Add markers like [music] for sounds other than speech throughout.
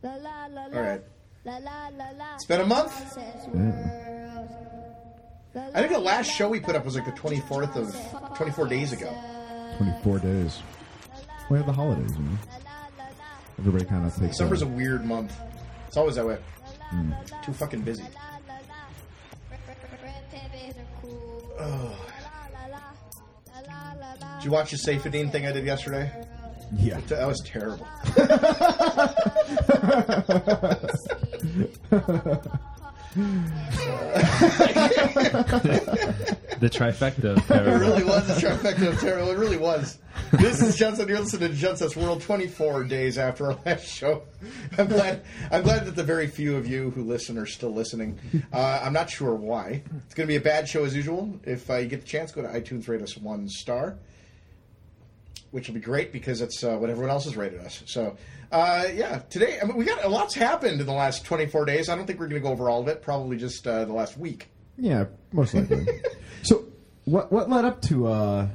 La la la la. All right. La la la la. It's been a month. Says world. I think the last show we put up was like the 24th of 24 days ago. 24 days. We have the holidays, you know. Everybody kind of takes December's a, a weird month. It's always that way. Too fucking busy. Did you watch the Safedine thing I did yesterday? yeah. That was terrible. The trifecta. of It terror. really was a trifecta of terrible. It really was. This is Jensen. You're listening to Jensen's World 24 days after our last show. I'm glad. I'm glad that the very few of you who listen are still listening. Uh, I'm not sure why. It's going to be a bad show as usual. If uh, you get the chance, go to iTunes, rate us one star, which will be great because that's uh, what everyone else has rated us. So, uh, yeah, today I mean, we got a lot's happened in the last 24 days. I don't think we're going to go over all of it. Probably just uh, the last week. Yeah, [laughs] most likely. so, what what led up to uh,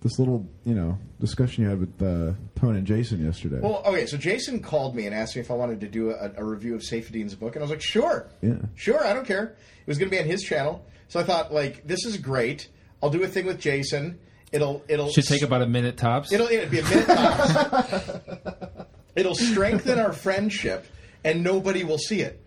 this little you know discussion you had with uh, Tone and Jason yesterday? Well, okay, so Jason called me and asked me if I wanted to do a, a review of Safedean's book, and I was like, sure, Yeah. sure, I don't care. It was going to be on his channel, so I thought, like, this is great. I'll do a thing with Jason. It'll it'll Should take about a minute tops. It'll it'll be a minute. tops. it'll strengthen our friendship, and nobody will see it.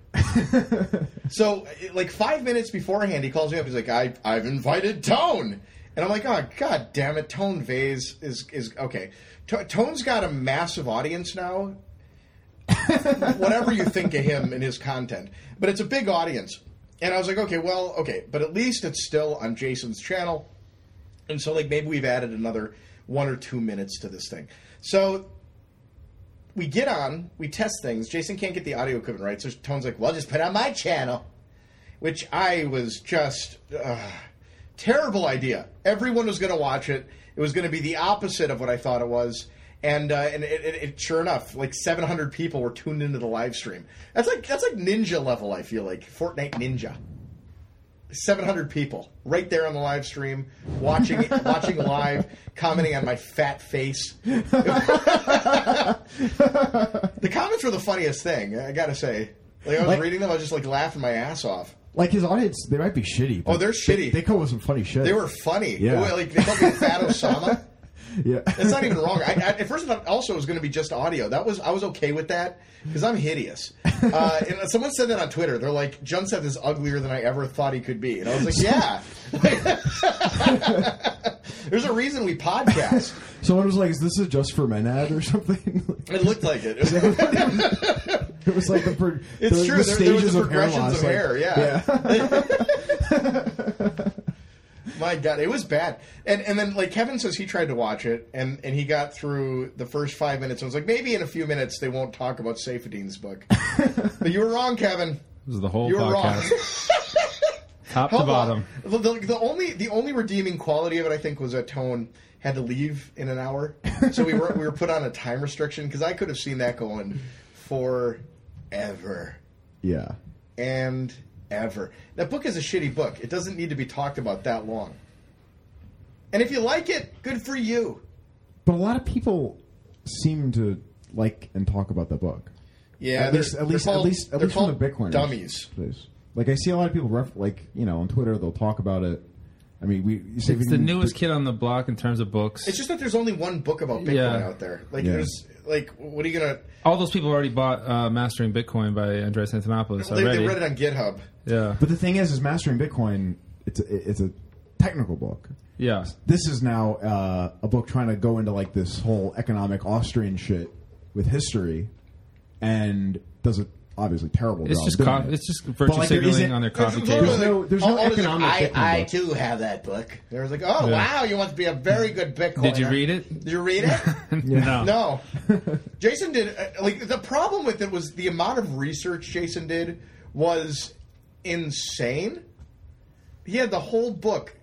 so, it- like five minutes beforehand, he calls me up. He's like, I, "I've invited Tone," and I'm like, "Oh God, damn it! Tone Vase is is okay. To- Tone's got a massive audience now. [laughs] Whatever you think of him and his content, but it's a big audience." And I was like, "Okay, well, okay, but at least it's still on Jason's channel." And so, like, maybe we've added another one or two minutes to this thing. So we get on, we test things. Jason can't get the audio equipment right, so Tone's like, well, just put it on my channel, which I was just. Uh, terrible idea. Everyone was going to watch it. It was going to be the opposite of what I thought it was. And, uh, and it, it, it, sure enough, like 700 people were tuned into the live stream. That's like that's like ninja level. I feel like Fortnite ninja. 700 people right there on the live stream watching watching live commenting on my fat face [laughs] the comments were the funniest thing i gotta say like i was Like- reading them i was just like laughing my ass off like his audience, they might be shitty. but Oh, they're they- shitty. They come with some funny shit. they were funny Yeah. They were like they called me fat osama [laughs] yeah. that's not even wrong I, I, at first i thought also it was going to be just audio that was i was okay with that because i'm [laughs] hideous uh, and someone said that on twitter they're like john seth is uglier than i ever thought he could be and i was [laughs] like yeah [laughs] there's a reason we podcast Someone was like, "Is this a just for men ad or something?" [laughs] It looked like it. [laughs] it was like the, pro- It's the, true. there, the stages there was the of hair progressions loss. of hair. like- Yeah. My God, it was bad. And and then like Kevin says he tried to watch it and and he got through the first five minutes and was like maybe in a few minutes they won't talk about Safedean's [laughs] book. but you were wrong, Kevin. This is the whole You were wrong. [laughs] podcast, top to Hold on. bottom. The, the, the only the only redeeming quality of it, I think, was that Tone had to leave in an hour, so we were we were put on a time restriction because I could have seen that going forever. [laughs] yeah. and ever. That book is a shitty book. It doesn't need to be talked about that long. And if you like it, good for you. But a lot of people seem to like and talk about that book. Yeah, at they're- least at they're least called- at least at they're least from called the Bitcoiners. dummies. Please. Like I see a lot of people ref- like you know on Twitter they'll talk about it. I mean we you say we [laughs] It's the can- newest kid on the block in terms of books. It's just that there's only one book about Bitcoin Yeah. out there. Like Yeah. there's like what are you gonna? All those people already bought uh, Mastering Bitcoin by Andreas Antonopoulos They, already. they read it on GitHub. Yeah, But the thing is, is mastering Bitcoin. It's a, it's a technical book. yeah. This is now uh, a book trying to go into like this whole economic Austrian shit with history, and does a obviously terrible It's job. just doing co- it. it's just virtue like, there signaling isn't- on [laughs] their coffee There's table. There's no- there's no all- all this- economic I, Bitcoin I book. too have that book. There was like, oh Yeah. wow, you must be a very good Bitcoin. Did you read it? Did you read it? [laughs] No. No. Jason did uh, like the problem with it was the amount of research Jason did was insane. He had the whole book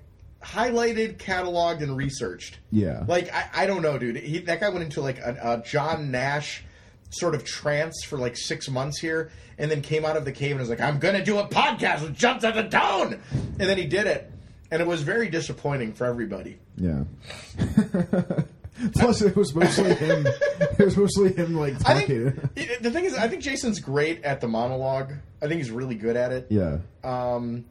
highlighted, cataloged, and researched. Yeah. Like I, I don't know, dude. He, that guy went into like a, a John Nash sort of trance for like six months here, and then came out of the cave and was like, "I'm gonna do a podcast with Jumps at the Tone," and then he did it, and it was very disappointing for everybody. yeah. [laughs] Plus, it was mostly him. It was mostly him like I talking. [laughs] think it- [laughs] the thing is, I think Jason's great at the monologue. I think he's really good at it. yeah, Um,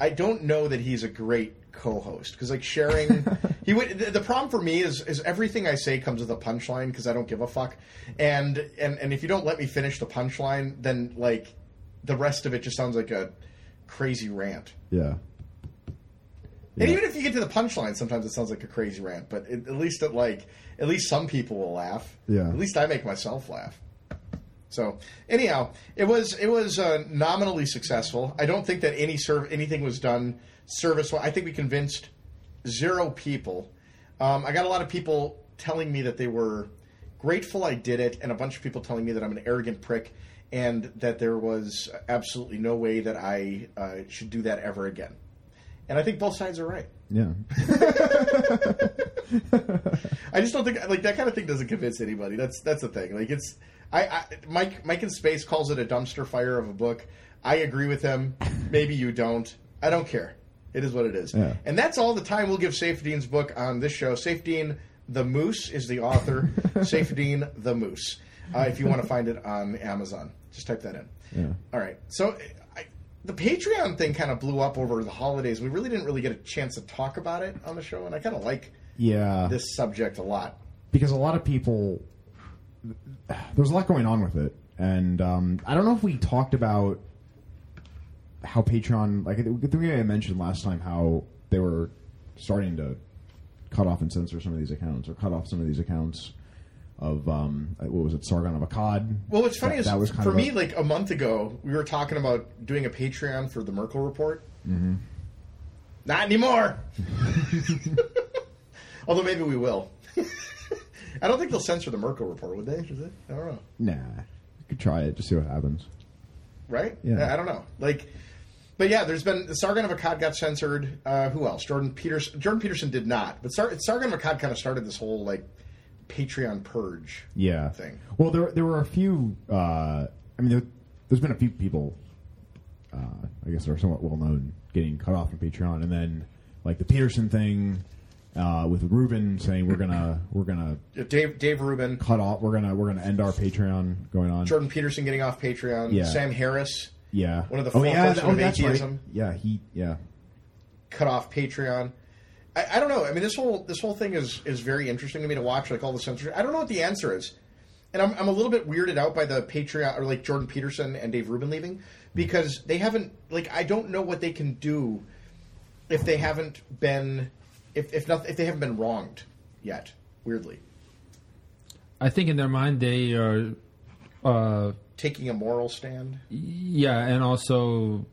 I don't know that he's a great co-host because like sharing, he would. The, the problem for me is is everything I say comes with a punchline because I don't give a fuck, and and and if you don't let me finish the punchline, then like the rest of it just sounds like a crazy rant. yeah. And Yeah. even if you get to the punchline, sometimes it sounds like a crazy rant. But it, at least it like at least some people will laugh. Yeah. At least I make myself laugh. So anyhow, it was it was uh, nominally successful. I don't think that any serv- anything was done service. I think we convinced zero people. Um, I got a lot of people telling me that they were grateful I did it, and a bunch of people telling me that I'm an arrogant prick and that there was absolutely no way that I uh, should do that ever again. And I think both sides are right. Yeah. I just don't think like that kind of thing doesn't convince anybody. That's that's the thing. Like it's I, I Mike Mike in Space calls it a dumpster fire of a book. I agree with him. Maybe you don't. I don't care. It is what it is. Yeah. And that's all the time we'll give Safedeen's book on this show. Safedeen the Moose is the author. Safedeen the Moose. Uh, if you want to find it on Amazon, just type that in. Yeah. All right. So I, the Patreon thing kind of blew up over the holidays. We really didn't really get a chance to talk about it on the show, and I kind of like Yeah. this subject a lot. because a lot of people there's a lot going on with it and um, i don't know if we talked about how patreon like i think i mentioned last time how they were starting to cut off and censor some of these accounts or cut off some of these accounts of um, what was it sargon of akkad Well, what's funny That- is that was kind for of me, a- like a month ago, we were talking about doing a Patreon for the Merkel Report. Mm-hmm. Not anymore. [laughs] Although maybe we will. [laughs] I don't think they'll censor the Merkel Report, would they? Is it? I don't know. nah you could try it just see what happens Right? Yeah. I- I don't know. Like, but yeah, there's been Sargon of Akkad got censored. Uh, who else? Jordan Peterson. Jordan Peterson did not, but Sar- Sargon of Akkad kind of started this whole like Patreon purge. yeah thing. well there, there were a few uh, i mean there, there's been a few people uh, i guess that are somewhat well known getting cut off from patreon and then like the peterson thing uh, with Ruben saying we're gonna we're gonna Dave Dave Rubin. cut off we're gonna we're gonna end our Patreon going on. Jordan Peterson getting off Patreon. Yeah. Sam Harris Yeah, One of the oh four yeah, horsemen oh, of that's right. atheism. Yeah, he yeah cut off Patreon. I, I don't know. I mean, this whole this whole thing is is very interesting to me to watch. Like all the censorship. I don't know what the answer is, and I'm I'm a little bit weirded out by the Patreon or like Jordan Peterson and Dave Rubin leaving because they haven't like I don't know what they can do if they haven't been if if not, if they haven't been wronged yet. Weirdly, I think in their mind they are, uh, taking a moral stand. yeah, and also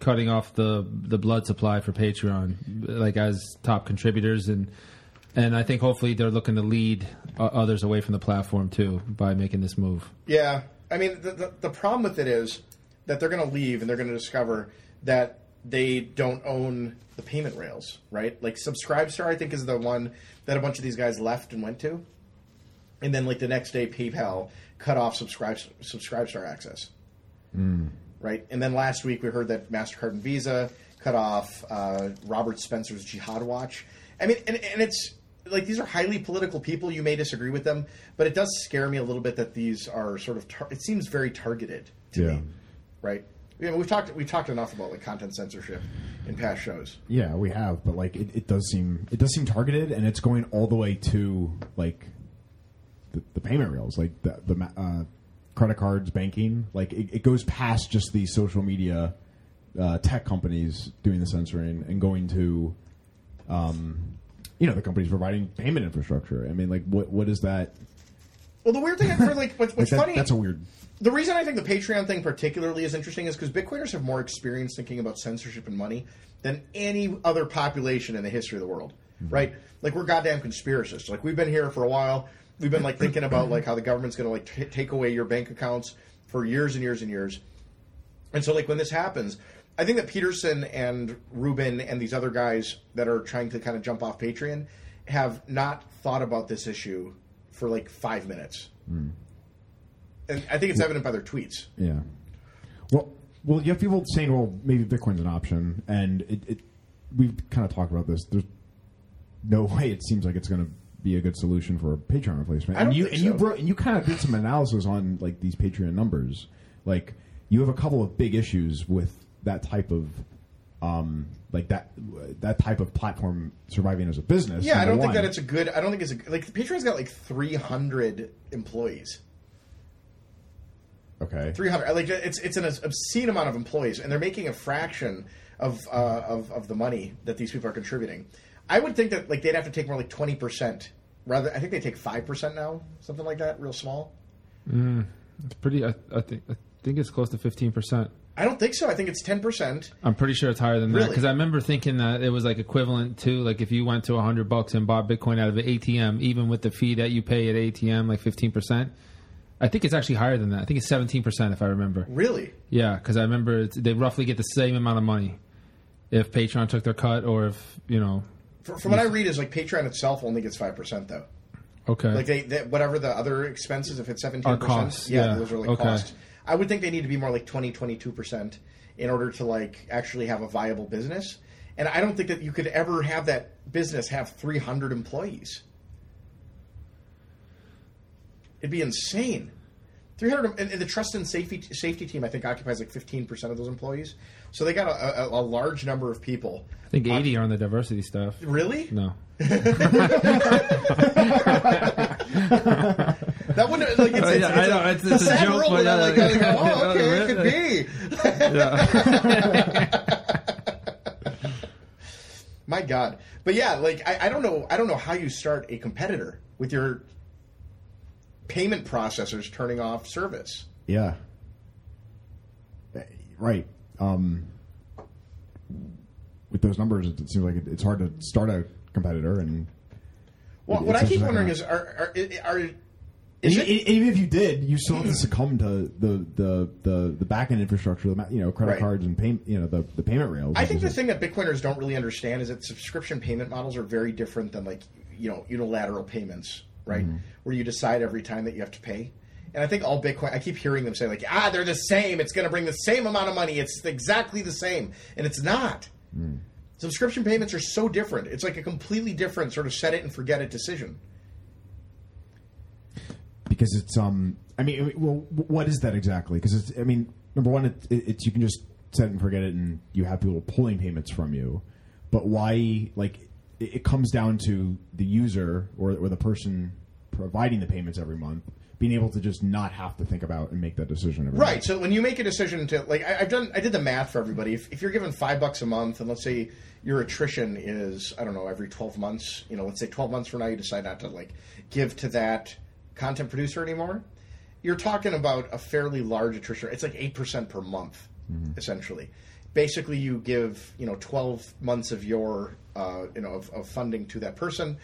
cutting off the the blood supply for Patreon, like as top contributors, and and I think hopefully they're looking to lead uh, others away from the platform too by making this move. Yeah, I mean the the, the problem with it is that they're going to leave and they're going to discover that they don't own the payment rails, right? Like Subscribestar, I think is the one that a bunch of these guys left and went to, and then like the next day, PayPal cut off subscribe Subscribestar access, Mm. right? And then last week we heard that Mastercard and Visa cut off uh, Robert Spencer's Jihad Watch. I mean, and, and it's like these are highly political people. You may disagree with them, but it does scare me a little bit that these are sort of. Tar- it seems very targeted to Yeah. me, right? You know, we've talked we've talked enough about like content censorship in past shows. yeah we have, but like it, it does seem it does seem targeted, and it's going all the way to like the, the payment rails, like the the ma- uh, credit cards, banking. Like it, it goes past just the social media uh, tech companies doing the censoring and going to, um, you know, the companies providing payment infrastructure. I mean, like what what is that? Well, the weird thing for like what's, Like what's that funny that's a weird. the reason I think the Patreon thing particularly is interesting is because Bitcoiners have more experience thinking about censorship and money than any other population in the history of the world, right? Like we're goddamn conspiracists. Like we've been here for a while. We've been like thinking about like how the government's going to like t- take away your bank accounts for years and years and years. And so, like, when this happens, I think that Peterson and Rubin and these other guys that are trying to kind of jump off Patreon have not thought about this issue for like five minutes. And I think it's evident by their tweets. Yeah. Well, well, you have people saying, "Well, maybe Bitcoin's an option," [laughs] and it, it we've kind of talked about this. There's no way it seems like it's going to be a good solution for a Patreon replacement. I don't and you think and you so. bro- and you kind of did some analysis on like these Patreon numbers. Like you have a couple of big issues with that type of um like that that type of platform surviving as a business. Yeah, I number don't think one. that it's a good. I don't think it's a, like Patreon's got like 300 employees. okay. 300 like it's it's an obscene amount of employees and they're making a fraction of uh, of of the money that these people are contributing i would think that like they'd have to take more like 20% rather i think they take 5% now something like that real small It's pretty. I, I think. I think it's close to fifteen percent. i don't think so i think it's 10% I'm pretty sure it's higher than that Really? because I remember thinking that it was like equivalent to like if you went to hundred bucks and bought Bitcoin out of an ATM, even with the fee that you pay at ATM, like fifteen percent. I think it's actually higher than that. I think it's seventeen percent if I remember. really Yeah, because I remember it's, they roughly get the same amount of money if Patreon took their cut or if you know. Fr- from what i read is like patreon itself only gets 5% though Okay. like they, they whatever the other expenses if it's 17% costs, yeah, yeah. those are like Okay. costs i would think they need to be more like 20 22% in order to like actually have a viable business and i don't think that you could ever have that business have 300 employees it'd be insane 300 em- and, and the trust and safety safety team i think occupies like 15% of those employees so they got a, a, a large number of people I think eighty are on the diversity stuff. really No. that wouldn't like it's, it's, [laughs] yeah, I it's a- it's know, it's- a it's a sad joke, world but that yeah, like, "Oh, like- I'm like, oh okay it could be [laughs] [laughs] My God. But yeah, like I, I don't know I don't know how you start a competitor with your payment processors turning off service. Yeah. Eh, Right. Um, with those numbers, it, it seems like it, it's hard to start a competitor. And Well, It- what it's I keep interesting. wondering is are are, are and is e- it, e- even if you did, you still have to succumb to the the the, the back end infrastructure, the ma- you know, credit Right. cards and payment, you know, the, the payment rails. I think the It's thing that Bitcoiners don't really understand is that subscription payment models are very different than like you know unilateral payments, right? Where you decide every time that you have to pay. And I think all Bitcoin, I keep hearing them say like, ah, they're the same. It's going to bring the same amount of money. It's exactly the same, and it's not. Subscription payments are so different. It's like a completely different sort of set it and forget it decision. because it's um I mean I mean, well what is that exactly because it's I mean number one it, it, it's you can just set it and forget it and you have people pulling payments from you but why like it, it comes down to the user or, or the person providing the payments every month being able to just not have to think about and make that decision every Right. So when you make a decision to like, I, I've done, I did the math for everybody. If, if you're given five bucks a month, and let's say your attrition is, I don't know, every twelve months, you know, let's say twelve months from now, you decide not to like give to that content producer anymore. You're talking about a fairly large attrition. It's like eight percent per month, essentially. Basically, you give you know twelve months of your uh, you know of, of funding to that person,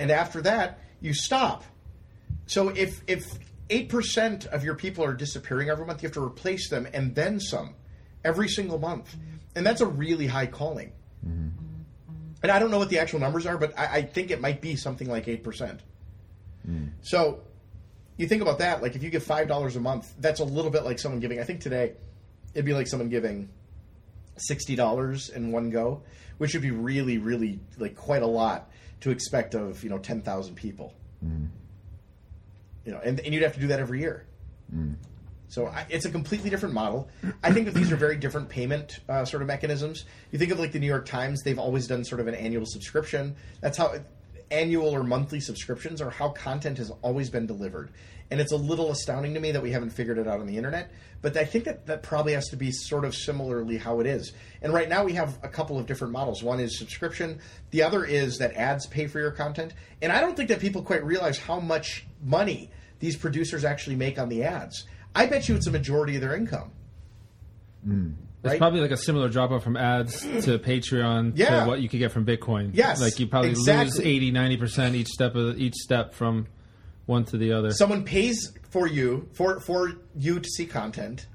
and after that, you stop. So if if eight percent of your people are disappearing every month, you have to replace them and then some every single month, and that's a really high calling. And I don't know what the actual numbers are, but I, I think it might be something like eight percent. So you think about that, like if you give five dollars a month, that's a little bit like someone giving. I think today it'd be like someone giving sixty dollars in one go, which would be really, really like quite a lot to expect of you know ten thousand people. You know, and, and you'd have to do that every year. So I, it's a completely different model. I think that these are very different payment uh, sort of mechanisms. You think of like the New York Times; they've always done sort of an annual subscription. That's how annual or monthly subscriptions are how content has always been delivered. And it's a little astounding to me that we haven't figured it out on the internet. But I think that that probably has to be sort of similarly how it is. And right now we have a couple of different models. One is subscription. The other is that ads pay for your content. And I don't think that people quite realize how much money these producers actually make on the ads. I bet you it's a majority of their income. It's Right? probably like a similar drop off from ads to Patreon Yeah. to what you could get from Bitcoin. Yes, Like you probably lose exactly. 80, 90% each step of each step from one to the other. someone pays for you for for you to see content,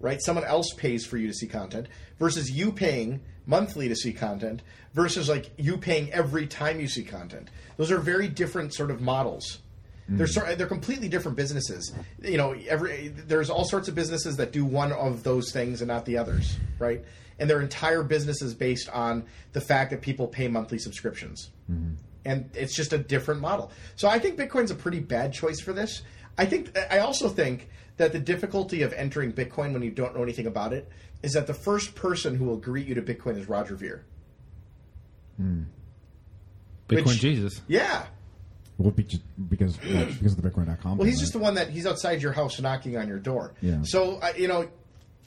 right? Someone else pays for you to see content versus you paying monthly to see content versus like you paying every time you see content. Those are very different sort of models. They're sort they're completely different businesses. You know, every there's all sorts of businesses that do one of those things and not the others, right? And their entire business is based on the fact that people pay monthly subscriptions. and it's just a different model. So I think Bitcoin's a pretty bad choice for this. I think I also think that the difficulty of entering Bitcoin when you don't know anything about it is that the first person who will greet you to Bitcoin is Roger Ver. Bitcoin Which- Jesus. Yeah. Well, be- because well, because of the Bitcoin.com. Well, he's just the one that he's outside your house knocking on your door. Yeah. So I you know,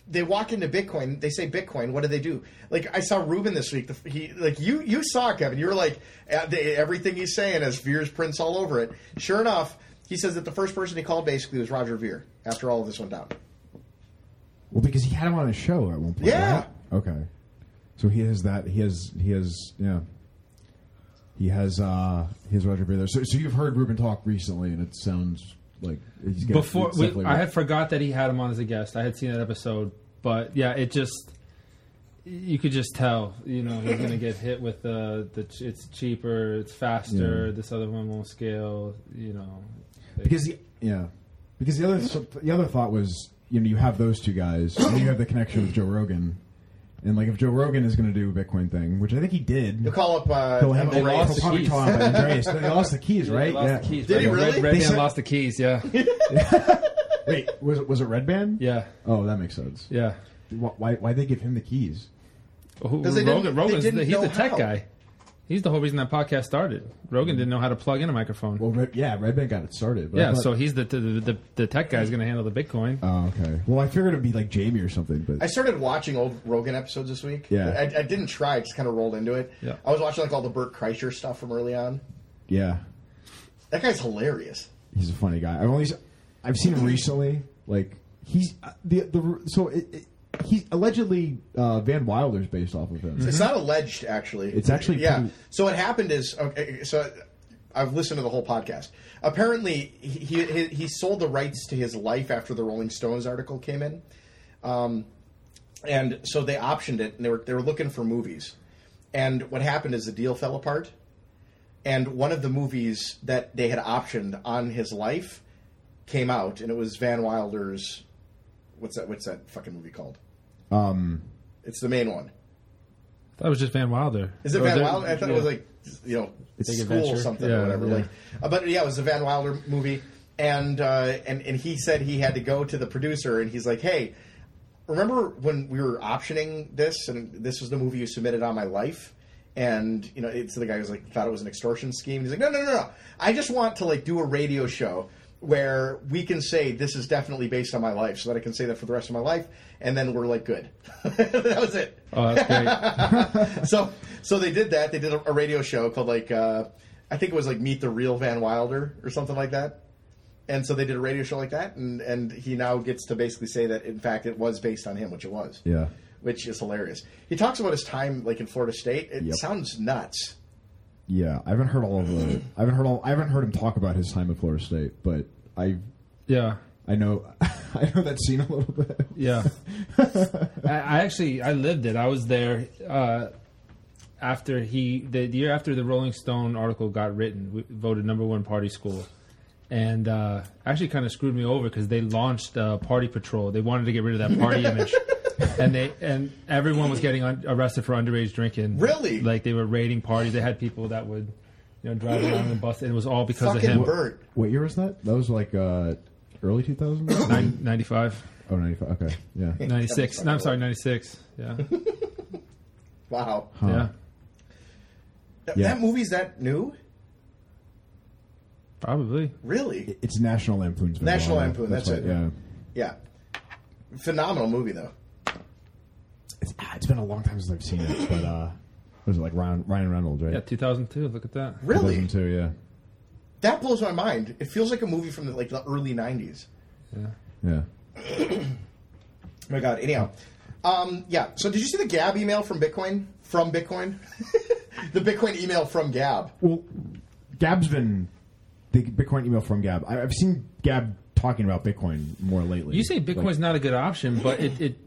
they walk into Bitcoin. They say Bitcoin. What do they do? Like I saw Ruben this week. The, he like you you saw it, Kevin. You were like uh, the, everything he's saying has Veer's prints all over it. Sure enough, he says that the first person he called basically was Roger Veer after all of this went down. Well, because he had him on his show at one point. Yeah. right? Okay. So he has that. He has. He has. Yeah. He has. uh He has Roger Ver there. So, so you've heard Ruben talk recently, and it sounds like he's got- Before it's we, definitely- I had forgot that he had him on as a guest. I had seen that episode, but yeah, it just you could just tell. You know, he's going to get hit with the the ch- it's cheaper, it's faster. Yeah. This other one won't scale. You know, because the yeah because the other the other thought was you know you have those two guys and you have the connection with Joe Rogan and like if Joe Rogan is going to do a Bitcoin thing which I think he did You call up uh, he'll, Emma have, They Ray. lost he'll the probably keys. call him up Andreas they lost the [laughs] keys They right lost yeah the keys. Did he Red- really? Red They Band said- lost the keys. Yeah, [laughs] wait was it was it Red Band yeah, oh that makes sense yeah. Wh- why why they give him the keys Who, they didn't- Rogan, they Rogan's didn't the, he's know the tech how. guy. He's the whole reason that podcast started. Rogan didn't know how to plug in a microphone. well Red, yeah Red Band got it started but I yeah, thought- so he's the the, the the tech guy's going to handle the Bitcoin. oh okay well I figured it'd be like Jamie or something but I started watching old Rogan episodes this week. Yeah. I, I didn't try; I just kind of rolled into it. Yeah. I was watching like all the Burt Kreischer stuff from early on. yeah That guy's hilarious. he's a funny guy. I've only s- I've seen him recently. Like he's uh, the the so it, it, he's allegedly uh, Van Wilder's based off of him. It's not alleged, actually. It's actually yeah. pretty- So what happened is, okay, so I've listened to the whole podcast. Apparently, he, he he sold the rights to his life after the Rolling Stones article came in, um, and so they optioned it, and they were they were looking for movies, and what happened is the deal fell apart, and one of the movies that they had optioned on his life came out, and it was Van Wilder's. What's that? What's that fucking movie called? Mm-hmm. Um, It's the main one. That was just Van Wilder. Oh, Is it Or Van there- Wilder? I thought it was yeah. like you know Big school or Adventure. something or Yeah, whatever. yeah. Like, uh, but yeah, it was the Van Wilder movie, and uh, and and he said he had to go to the producer, and he's like, hey. Remember when we were optioning this, and this was the movie you submitted on my life, and you know, it's the guy who's like thought it was an extortion scheme. He's like, no, no, no, no. I just want to like do a radio show where we can say this is definitely based on my life, so that I can say that for the rest of my life, and then we're like good. [laughs] that was it Oh, that's [laughs] great. so so they did that. They did a, a radio show called like uh, I think it was like Meet the Real Van Wilder or something like that. And so they did a radio show like that, and and he now gets to basically say that in fact it was based on him, which it was. yeah, Which is hilarious. He talks about his time like in Florida State. It Yep. sounds nuts. yeah. I haven't heard all of the. I haven't heard all. I haven't heard him talk about his time at Florida State, but I yeah, I know [laughs] I know that scene a little bit. [laughs] yeah. I, I actually I lived it. I was there uh, after he the, the year after the Rolling Stone article got written, we voted number one party school, and uh, actually kind of screwed me over because they launched uh, Party Patrol. They wanted to get rid of that [laughs] party image. And they and everyone was getting un- arrested for underage drinking. Really? Like they were raiding parties. They had people that would, you know, drive around and bust. And it was all because of Fucking him. Bert. What year was that? That was like uh, early 2000s? Nin- Ninety-five. [coughs] oh, 95. Okay, yeah. 96. No, I'm sorry, 96. Yeah. Wow. Huh. Yeah. That, Yeah. that movie's that new? Probably. Really? It's National Lampoon's. Van National Wilder. Lampoon, that's right, it. Yeah. yeah. Phenomenal movie though. It's, ah, it's been a long time since I've seen it, but uh, what is it like Ryan, Ryan Reynolds, right? Yeah, 2002. Look at that. Really? 2002, yeah. That blows my mind. It feels like a movie from the, like the early '90s. Yeah. Yeah. Oh my god. Anyhow, um, yeah. So did you see the Gab email from Bitcoin? From Bitcoin, [laughs] the Bitcoin email from Gab. Well, Gab's been the Bitcoin email from Gab. I, I've seen Gab talking about Bitcoin more lately. You say Bitcoin's not a good option, but it, it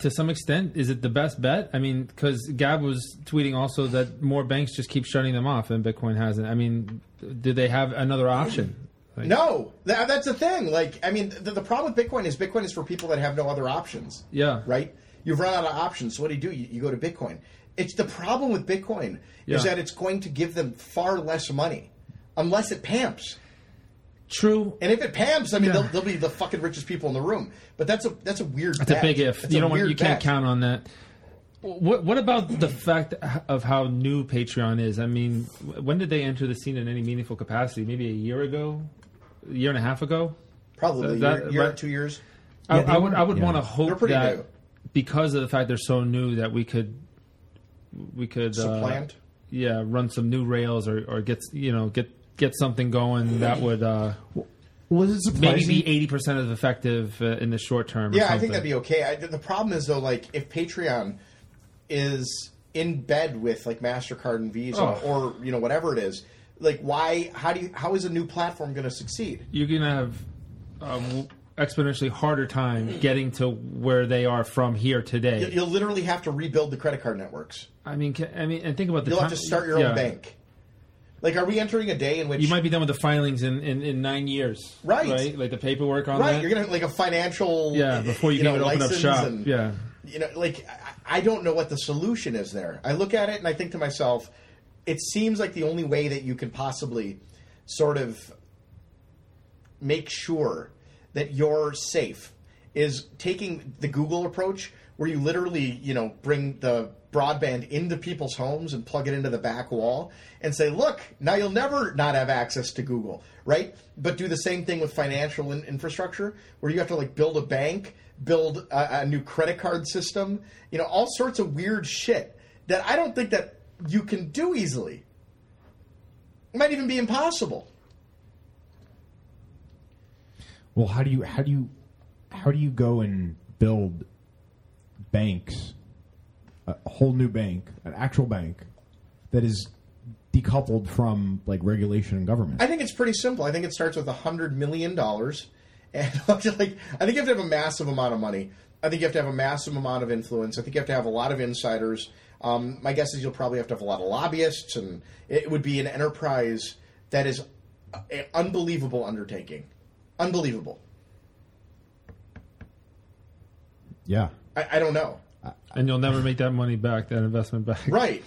to some extent, is it the best bet? I mean, because Gab was tweeting also that more banks just keep shutting them off and Bitcoin hasn't. I mean, do they have another option? Like, No, that, that's the thing. Like, I mean, the, the problem with Bitcoin is Bitcoin is for people that have no other options. Yeah. Right. You've run out of options. So what do you do? You, you go to Bitcoin. It's the problem with Bitcoin Yeah. is that it's going to give them far less money, unless it pamps. True. And if it pams, I mean, Yeah. they'll, they'll be the fucking richest people in the room. But that's a that's a weird. That's a bet. big if. That's you a don't want, weird you can't bet. count on that. What What about the fact of how new Patreon is? I mean, w- when did they enter the scene in any meaningful capacity? Maybe a year ago, a year and a half ago. Probably That- year, year right. two years. I, Yeah, they I would were- I would yeah. want to They're hope pretty that new. because of the fact they're so new that we could we could Supplant. Uh, yeah, run some new rails or, or get you know get get something going that would uh, Was it maybe surprising? be eighty percent of effective uh, in the short term. or Yeah, I think something. that'd be okay. I, the problem is though, like if Patreon is in bed with like Mastercard and Visa Oh. or you know whatever it is, like why? How do you? How is a new platform going to succeed? you're gonna have um, exponentially harder time getting to where they are from here You- today. You'll literally have to rebuild the credit card networks. I mean, ca- I mean, and think about the You'll time. have to start your yeah. own bank. Like, are we entering a day in which You might be done with the filings in, in, in nine years, Right. Right, like the paperwork on right? that. You're gonna have, like a financial yeah, before you, know, can even open up license shop. and- yeah, you know, like I, I don't know what the solution is there. I look at it and I think to myself, it seems like the only way that you can possibly sort of make sure that you're safe is taking the Google approach where you literally, you know, bring the broadband into people's homes and plug it into the back wall and say, look, now you'll never not have access to Google, right? But do the same thing with financial in- infrastructure where you have to like build a bank, build a, a new credit card system, you know, all sorts of weird shit that I don't think that you can do easily. It might even be impossible. Well, how do you how do you how do you go and build banks, a whole new bank, an actual bank that is decoupled from like regulation and government? I think it's pretty simple. I think it starts with a hundred million dollars, and [laughs] like I think you have to have a massive amount of money. I think you have to have a massive amount of influence. I think you have to have a lot of insiders. Um, my guess is you'll probably have to have a lot of lobbyists, and it would be an enterprise that is a- an unbelievable undertaking, unbelievable. yeah. I, I don't know. and you'll never make that money back, that investment back. Right,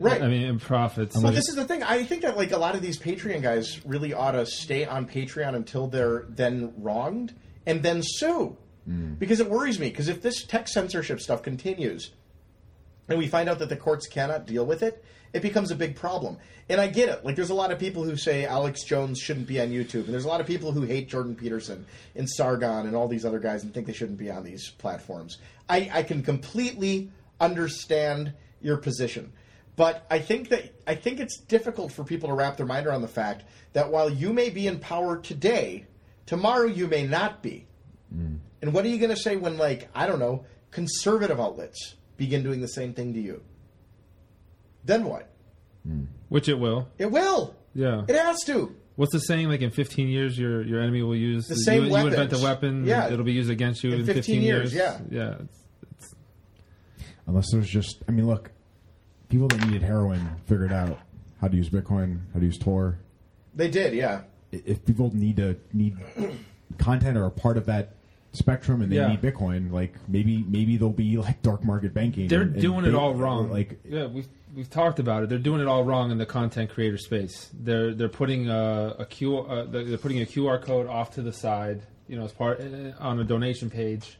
right. [laughs] I mean, in profits. Well, this is the thing. I think that like a lot of these Patreon guys really ought to stay on Patreon until they're then wronged and then sue, because it worries me. Because if this tech censorship stuff continues, and we find out that the courts cannot deal with it, it becomes a big problem. And I get it. Like, there's a lot of people who say Alex Jones shouldn't be on YouTube, and there's a lot of people who hate Jordan Peterson and Sargon and all these other guys and think they shouldn't be on these platforms. I, I can completely understand your position. But I think that I think it's difficult for people to wrap their mind around the fact that while you may be in power today, tomorrow you may not be. And what are you going to say when, like, I don't know, conservative outlets begin doing the same thing to you? Then what? which it will. It will. Yeah. It has to. What's the saying? Like in 15 years, your your enemy will use The same you, you invent the weapons. weapon. Yeah. it'll be used against you in, 15 years, yeah. yeah. It's- Unless there's just I mean, look, people that needed heroin figured out how to use Bitcoin, how to use Tor. They did, yeah. I- If people need to need content or a part of that spectrum and they Yeah. need Bitcoin, like maybe maybe they'll be like dark market banking. They're and- and doing it they- all wrong. Like yeah, we've we've talked about it. They're doing it all wrong in the content creator space. They're they're putting a, a Q uh, they're they're putting a QR code off to the side, you know, as part uh, on a donation page.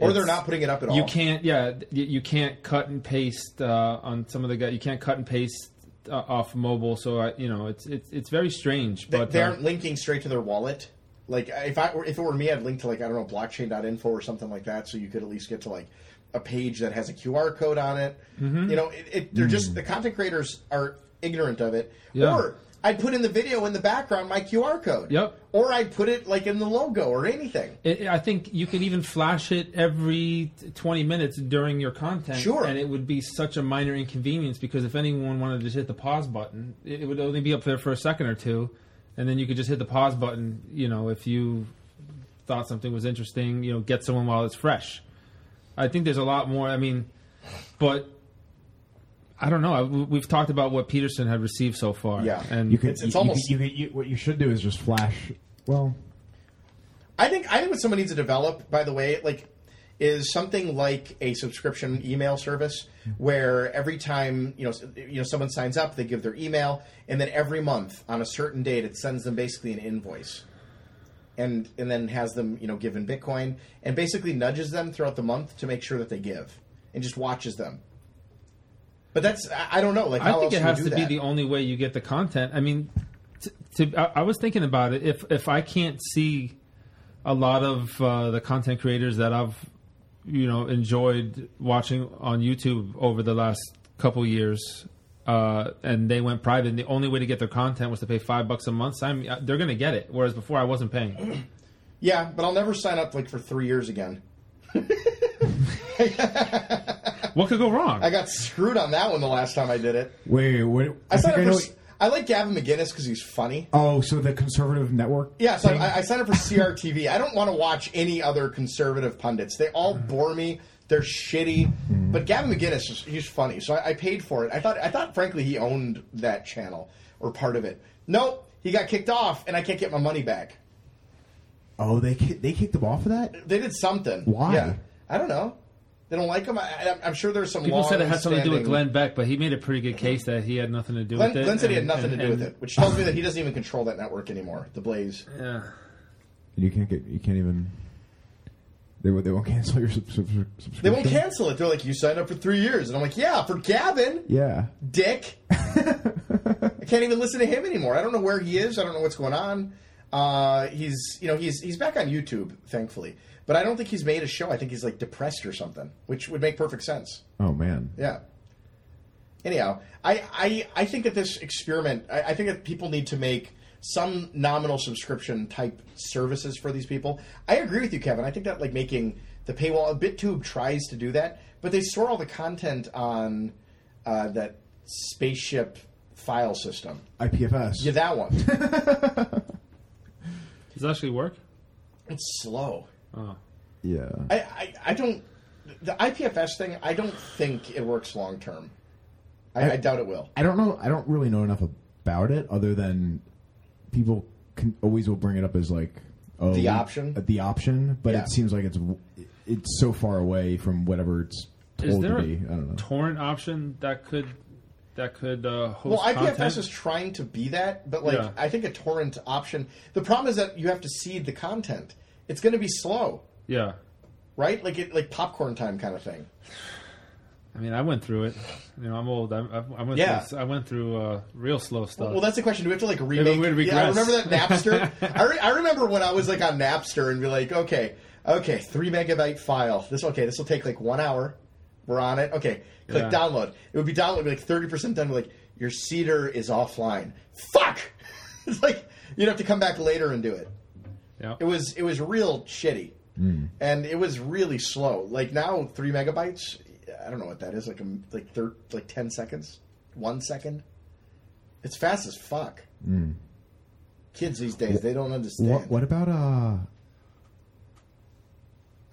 Or It's- they're not putting it up at all. You can't, yeah, th- you you can't cut and paste uh, on some of the guys. You can't cut and paste uh, off mobile. So I, you know, it's it's it's very strange. They, But they uh, aren't linking straight to their wallet. Like if I were, if it were me, I'd link to like I don't know blockchain.info or something like that, so you could at least get to like a page that has a QR code on it. Mm-hmm. You know, it, it, they're just the content creators are ignorant of it. Mm. Yeah. Or I'd put in the video in the background my QR code. Yep. Or I'd put it like in the logo or anything. It, I think you could even flash it every t- 20 minutes during your content. Sure. And it would be such a minor inconvenience because if anyone wanted to just hit the pause button, it, it would only be up there for a second or two. And then you could just hit the pause button, you know, if you thought something was interesting, you know, get someone while it's fresh. I think there's a lot more. I mean, but. I don't know. I, we- we've talked about what Peterson had received so far. Yeah. and You could, It's- it's you- you almost- could- you could- you- what you should do is just flash. Well, I think I think what someone needs to develop, by the way, like is something like a subscription email service where every time you know s- you know someone signs up, they give their email, and then every month on a certain date, it sends them basically an invoice. And, and then has them you know give in Bitcoin and basically nudges them throughout the month to make sure that they give and just watches them. But that's I, I don't know like I how else think it do you has do to be that? the only way you get the content. I mean, t- to, I, I was thinking about it. If if I can't see a lot of uh, the content creators that I've you know enjoyed watching on YouTube over the last couple years, uh, and they went private, and the only way to get their content was to pay five bucks a month. So I'm, they're going to get it. Whereas before, I wasn't paying. [coughs] Yeah, but I'll never sign up like for three years again. What could go wrong? I got [laughs] screwed on that one the last time I did it. Wait, wait, wait. I signed think up I know for, I like Gavin McGinnis because he's funny. Oh, so the conservative network? Yeah, so thing? I, I signed up for CRTV. I don't want to watch any other conservative pundits. They all bore me. They're shitty. But Gavin McGinnis, is, he's funny, so I, I paid for it. I thought, I thought, frankly, he owned that channel or part of it. Nope, he got kicked off, and I can't get my money back. oh, they ki- they kicked them off of that. They did something. Why? Yeah, I don't know. They don't like him. I, I, I'm sure there's some. People said it had something to do with long-standing- Glenn Beck, but he made a pretty good case that he had nothing to do Glenn, with it. Glenn said he had and- nothing and- to do with and- it, which tells me that he doesn't even control that network anymore. The Blaze. Yeah. You can't get. You can't even. They won't. They won't cancel your sub- sub- sub- subscription. They won't cancel it. They're like, you signed up for three years, and I'm like, yeah, for Gavin, Yeah. dick. I can't even listen to him anymore. I don't know where he is. I don't know what's going on. Uh, he's, you know, he's he's back on YouTube, thankfully, but I don't think he's made a show. I think he's like depressed or something, which would make perfect sense. Oh man. Yeah. Anyhow, I, I, I think that this experiment, I, I think that people need to make some nominal subscription type services for these people. I agree with you, Kevin. I think that like making the paywall, BitTube tries to do that, but they store all the content on uh, that spaceship file system. IPFS. Yeah, that one. Does it actually work? it's slow. Oh. yeah. I, I, I don't. The IPFS thing, I don't think it works long term. I, I doubt it will. I don't know. I don't really know enough about it, other than people can, always will bring it up as like oh, The we- option? uh, the option. But Yeah. it seems like it's w- it's so far away from whatever it's Is told there to a be. I don't know. torrent option that could that could uh, host Well, IPFS content? is trying to be that, but like Yeah. I think a torrent option. The problem is that you have to seed the content. It's going to be slow, yeah. right? Like it, like popcorn time kind of thing. I mean, I went through it. You know, I'm old. I, I, I went Yeah. through. I went through uh, real slow stuff. Well, that's the question. Do we have to like remake? we'd yeah, I regress. remember that Napster. [laughs] I, re- I remember when I was like on Napster and be like, okay, okay, three megabyte file. This okay, this will take like one hour. We're on it. Okay, click Yeah. download. It would be download it'd be like thirty percent done. We're like your cedar is offline. Fuck. [laughs] it's like you'd have to come back later and do it. yeah. It was it was real shitty, and it was really slow. Like now, three megabytes. I don't know what that is. Like um, like thir- like ten seconds, one second. It's fast as fuck. Kids these days they don't understand. Hmm. What What about uh?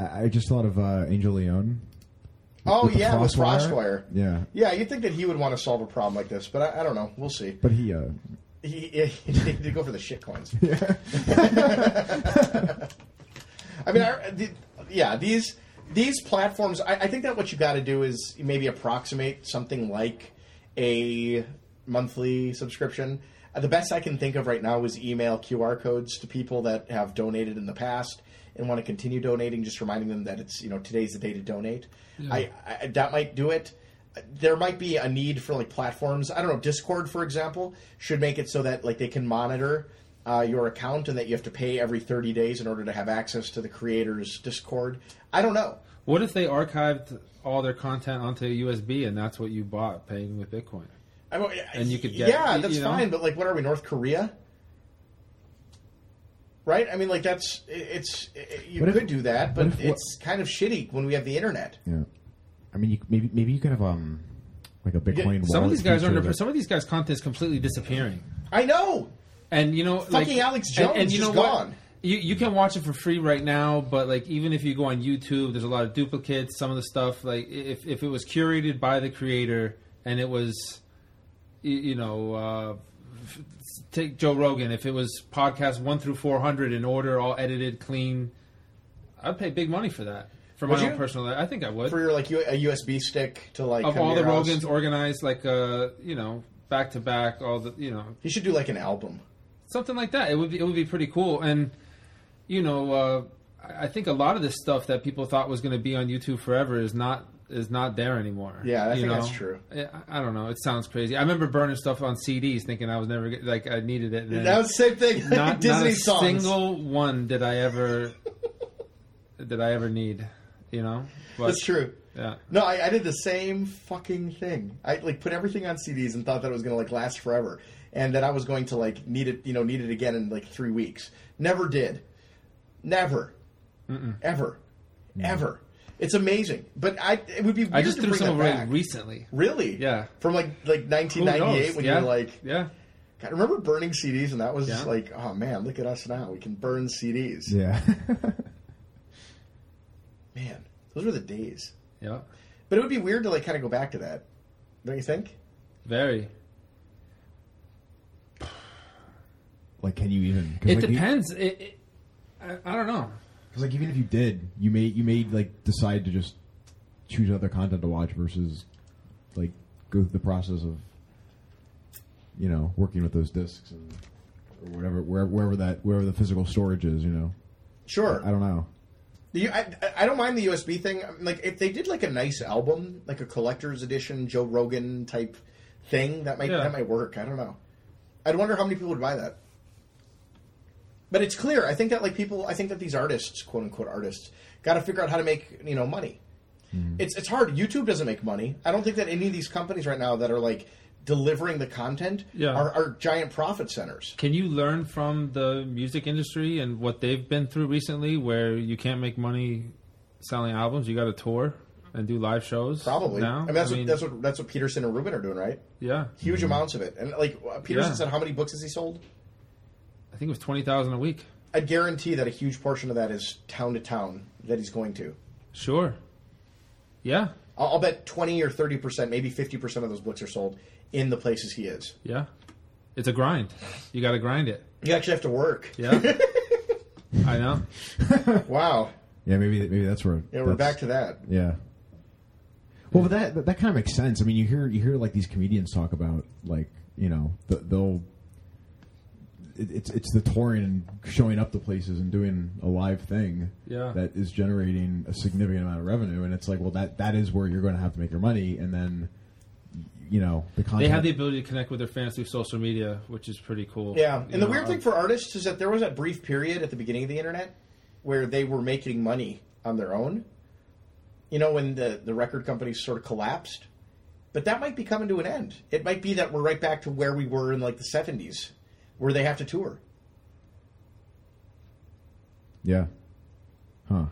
I I just thought of uh, Angel Leone. oh with the yeah, with Frostwire? Frostwire. Yeah, Yeah, you'd think that he would want to solve a problem like this, but I, I don't know. We'll see. but he. Uh, He, [laughs] he, he did go for the shit coins. [laughs] I mean, I, the, yeah, these these platforms. I, I think that what you got to do is maybe approximate something like a monthly subscription. Uh, the best I can think of right now is email QR codes to people that have donated in the past and want to continue donating, just reminding them that it's you know today's the day to donate. I, I that might do it. There might be a need for like platforms. I don't know. Discord, for example, should make it so that like they can monitor uh, your account and that you have to pay every 30 days in order to have access to the creators discord i don't know What if they archived all their content onto a USB and that's what you bought paying with Bitcoin? I, don't- And you could get- yeah you- that's you know? fine but like what are we north korea right i mean like that's it- it's it, you What if- could do that but what if what- it's kind of shitty when we have the internet yeah, I mean, you, maybe maybe you could have um, like a Bitcoin. Some of wallet these guys feature are under. that- Some of these guys' content is completely disappearing. i know And you know, Fucking Alex Jones is gone. what? You you can watch it for free right now, but like even if you go on YouTube, there's a lot of duplicates. Some of the stuff, like if if it was curated by the creator and it was, y- you know, uh, f- take Joe Rogan. If it was podcast one through four hundred in order, all edited, clean, I'd pay big money for that. for my Would own you? personal. I think I would. for your like U- a USB stick to like of come to all the your house? Rogans organized, like uh, you know, back to back, all the you know, You should do like an album. something like that. It would be it would be pretty cool. And you know, uh, I I think a lot of this stuff that people thought was going to be on YouTube forever is not is not there anymore. Yeah, I you think know? that's true. I, I don't know. It sounds crazy. I remember burning stuff on CDs, thinking I was never get- like I needed it. And then That was the same thing. [laughs] not, [laughs] Disney not a songs. single one did I ever did I ever need. You know, but That's true. yeah. No, I, I did the same fucking thing. I like put everything on CDs and thought that it was gonna like last forever, and that I was going to like need it, you know, need it again in like three weeks. Never did, never, ever, ever. It's amazing, but I it would be. Weird Mm. I just to threw bring some that away back. recently. Really? Yeah. From like like Who 1998 knows? when yeah. you were like, yeah. God, remember burning CDs and that was Yeah. like, oh man, look at us now. We can burn CDs. Yeah. Man, those were the days. Yeah. But it would be weird to like kind of go back to that, don't you think? Very. [laughs] like, can you even? 'cause, It like, you- depends. It, it, I, I don't know. Because like even if you did, you may you may like decide to just choose other content to watch versus like go through the process of you know working with those discs and or whatever wherever, wherever that wherever the physical storage is. You know, Sure. I don't know. The, I, I don't mind the USB thing. I mean, Like if they did like a nice album, like a collector's edition Joe Rogan type thing, that might Yeah. that might work. I don't know. I'd wonder how many people would buy that. But it's clear. I think that like people. I think that these artists, quote unquote artists, got to figure out how to make you know money. It's it's hard. YouTube doesn't make money. I don't think that any of these companies right now that are like delivering the content Yeah. are, are giant profit centers. Can you learn from the music industry and what they've been through recently, where you can't make money selling albums? You got to tour and do live shows. Probably. Now? I mean, that's what, that's what that's what Peterson and Rubin are doing, right? Yeah, huge amounts of it. And like uh, Peterson Yeah. said, how many books has he sold? I think it was twenty thousand a week. I guarantee that a huge portion of that is town to town that he's going to. Sure. Yeah. I'll, I'll bet twenty or thirty percent, maybe fifty percent of those books are sold in the places he is. Yeah. It's a grind. You got to grind it. You actually have to work. [laughs] Yeah. I know. Wow. Yeah, maybe maybe that's where. Yeah, we're that's- back to that. Yeah. Well, but that that- that kind of makes sense. I mean, you hear you hear like these comedians talk about like you know the, they'll it, it's it's the touring and showing up to places and doing a live thing Yeah. that is generating a significant amount of revenue, and it's like well that that is where you're going to have to make your money, and then you know the content. They have the ability to connect with their fans through social media, which is pretty cool. Yeah. You And the know, um, weird I- thing for artists is that there was that brief period at the beginning of the internet where they were making money on their own. You know, when the, the record companies sort of collapsed. But that might be coming to an end. It might be that we're right back to where we were in like the seventies, where they have to tour. yeah, huh?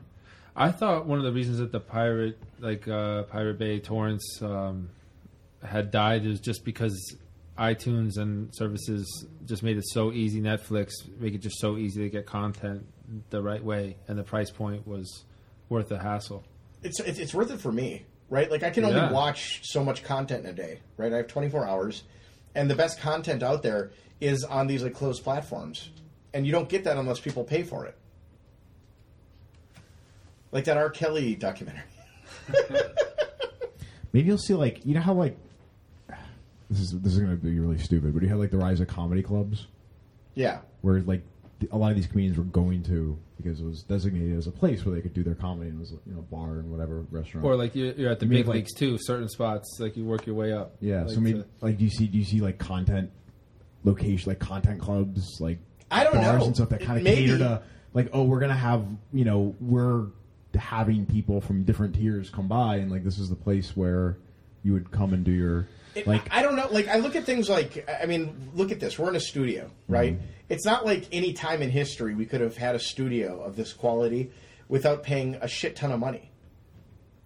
I thought one of the reasons that the pirate, like uh, Pirate Bay Torrents, um, had died is just because iTunes and services just made it so easy. Netflix make it just so easy to get content the right way, and the price point was worth the hassle. It's it's, it's worth it for me, right? Like I can only Yeah. watch so much content in a day, right? I have twenty four hours, and the best content out there is on these like closed platforms, and you don't get that unless people pay for it. Like that R. Kelly documentary. [laughs] Maybe you'll see like you know how like [sighs] this is this is going to be really stupid, but you have like the rise of comedy clubs. Yeah, where like th- a lot of these comedians were going to because it was designated as a place where they could do their comedy and it was you know a bar and whatever restaurant. Or like you're, you're at the You mean big like- leagues too. Certain spots, like you work your way up. yeah, Like so maybe to- like do you see do you see like content location like content clubs like I don't bars know. and stuff that kind of Maybe. cater to like oh we're gonna have you know we're having people from different tiers come by and like this is the place where you would come and do your It- like I don't know. Like I look at things like I I mean, look at this. We're in a studio, right? It's not like any time in history we could have had a studio of this quality without paying a shit ton of money.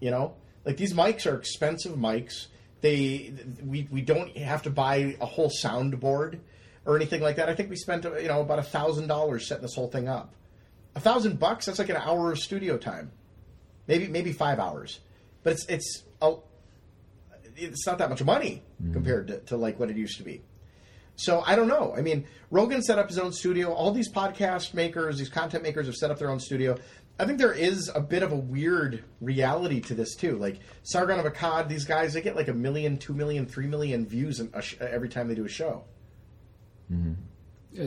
You know, like these mics are expensive mics. They th- we we don't have to buy a whole soundboard or anything like that. I think we spent you know about a thousand dollars setting this whole thing up. A thousand bucks. That's like an hour of studio time, maybe maybe five hours. But it's it's a it's not that much money compared to, to like what it used to be. So I don't know. I mean, Rogan set up his own studio. All these podcast makers, these content makers have set up their own studio. I think there is a bit of a weird reality to this too. Like Sargon of Akkad, these guys they get like a million, two million, three million views in a sh- every time they do a show. Uh,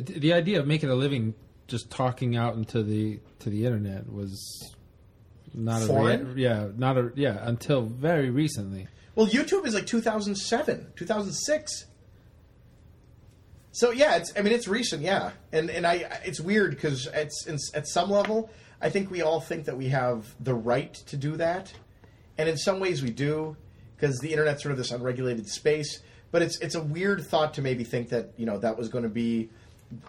th- the idea of making a living just talking out into the to the internet was not a Foreign? rea- yeah not a yeah until very recently Well, YouTube is like 2007, 2006. So yeah, it's I mean it's recent, yeah, and and I it's weird because it's, it's at some level I think we all think that we have the right to do that, and in some ways we do because the internet's sort of this unregulated space. But it's it's a weird thought to maybe think that you know that was going to be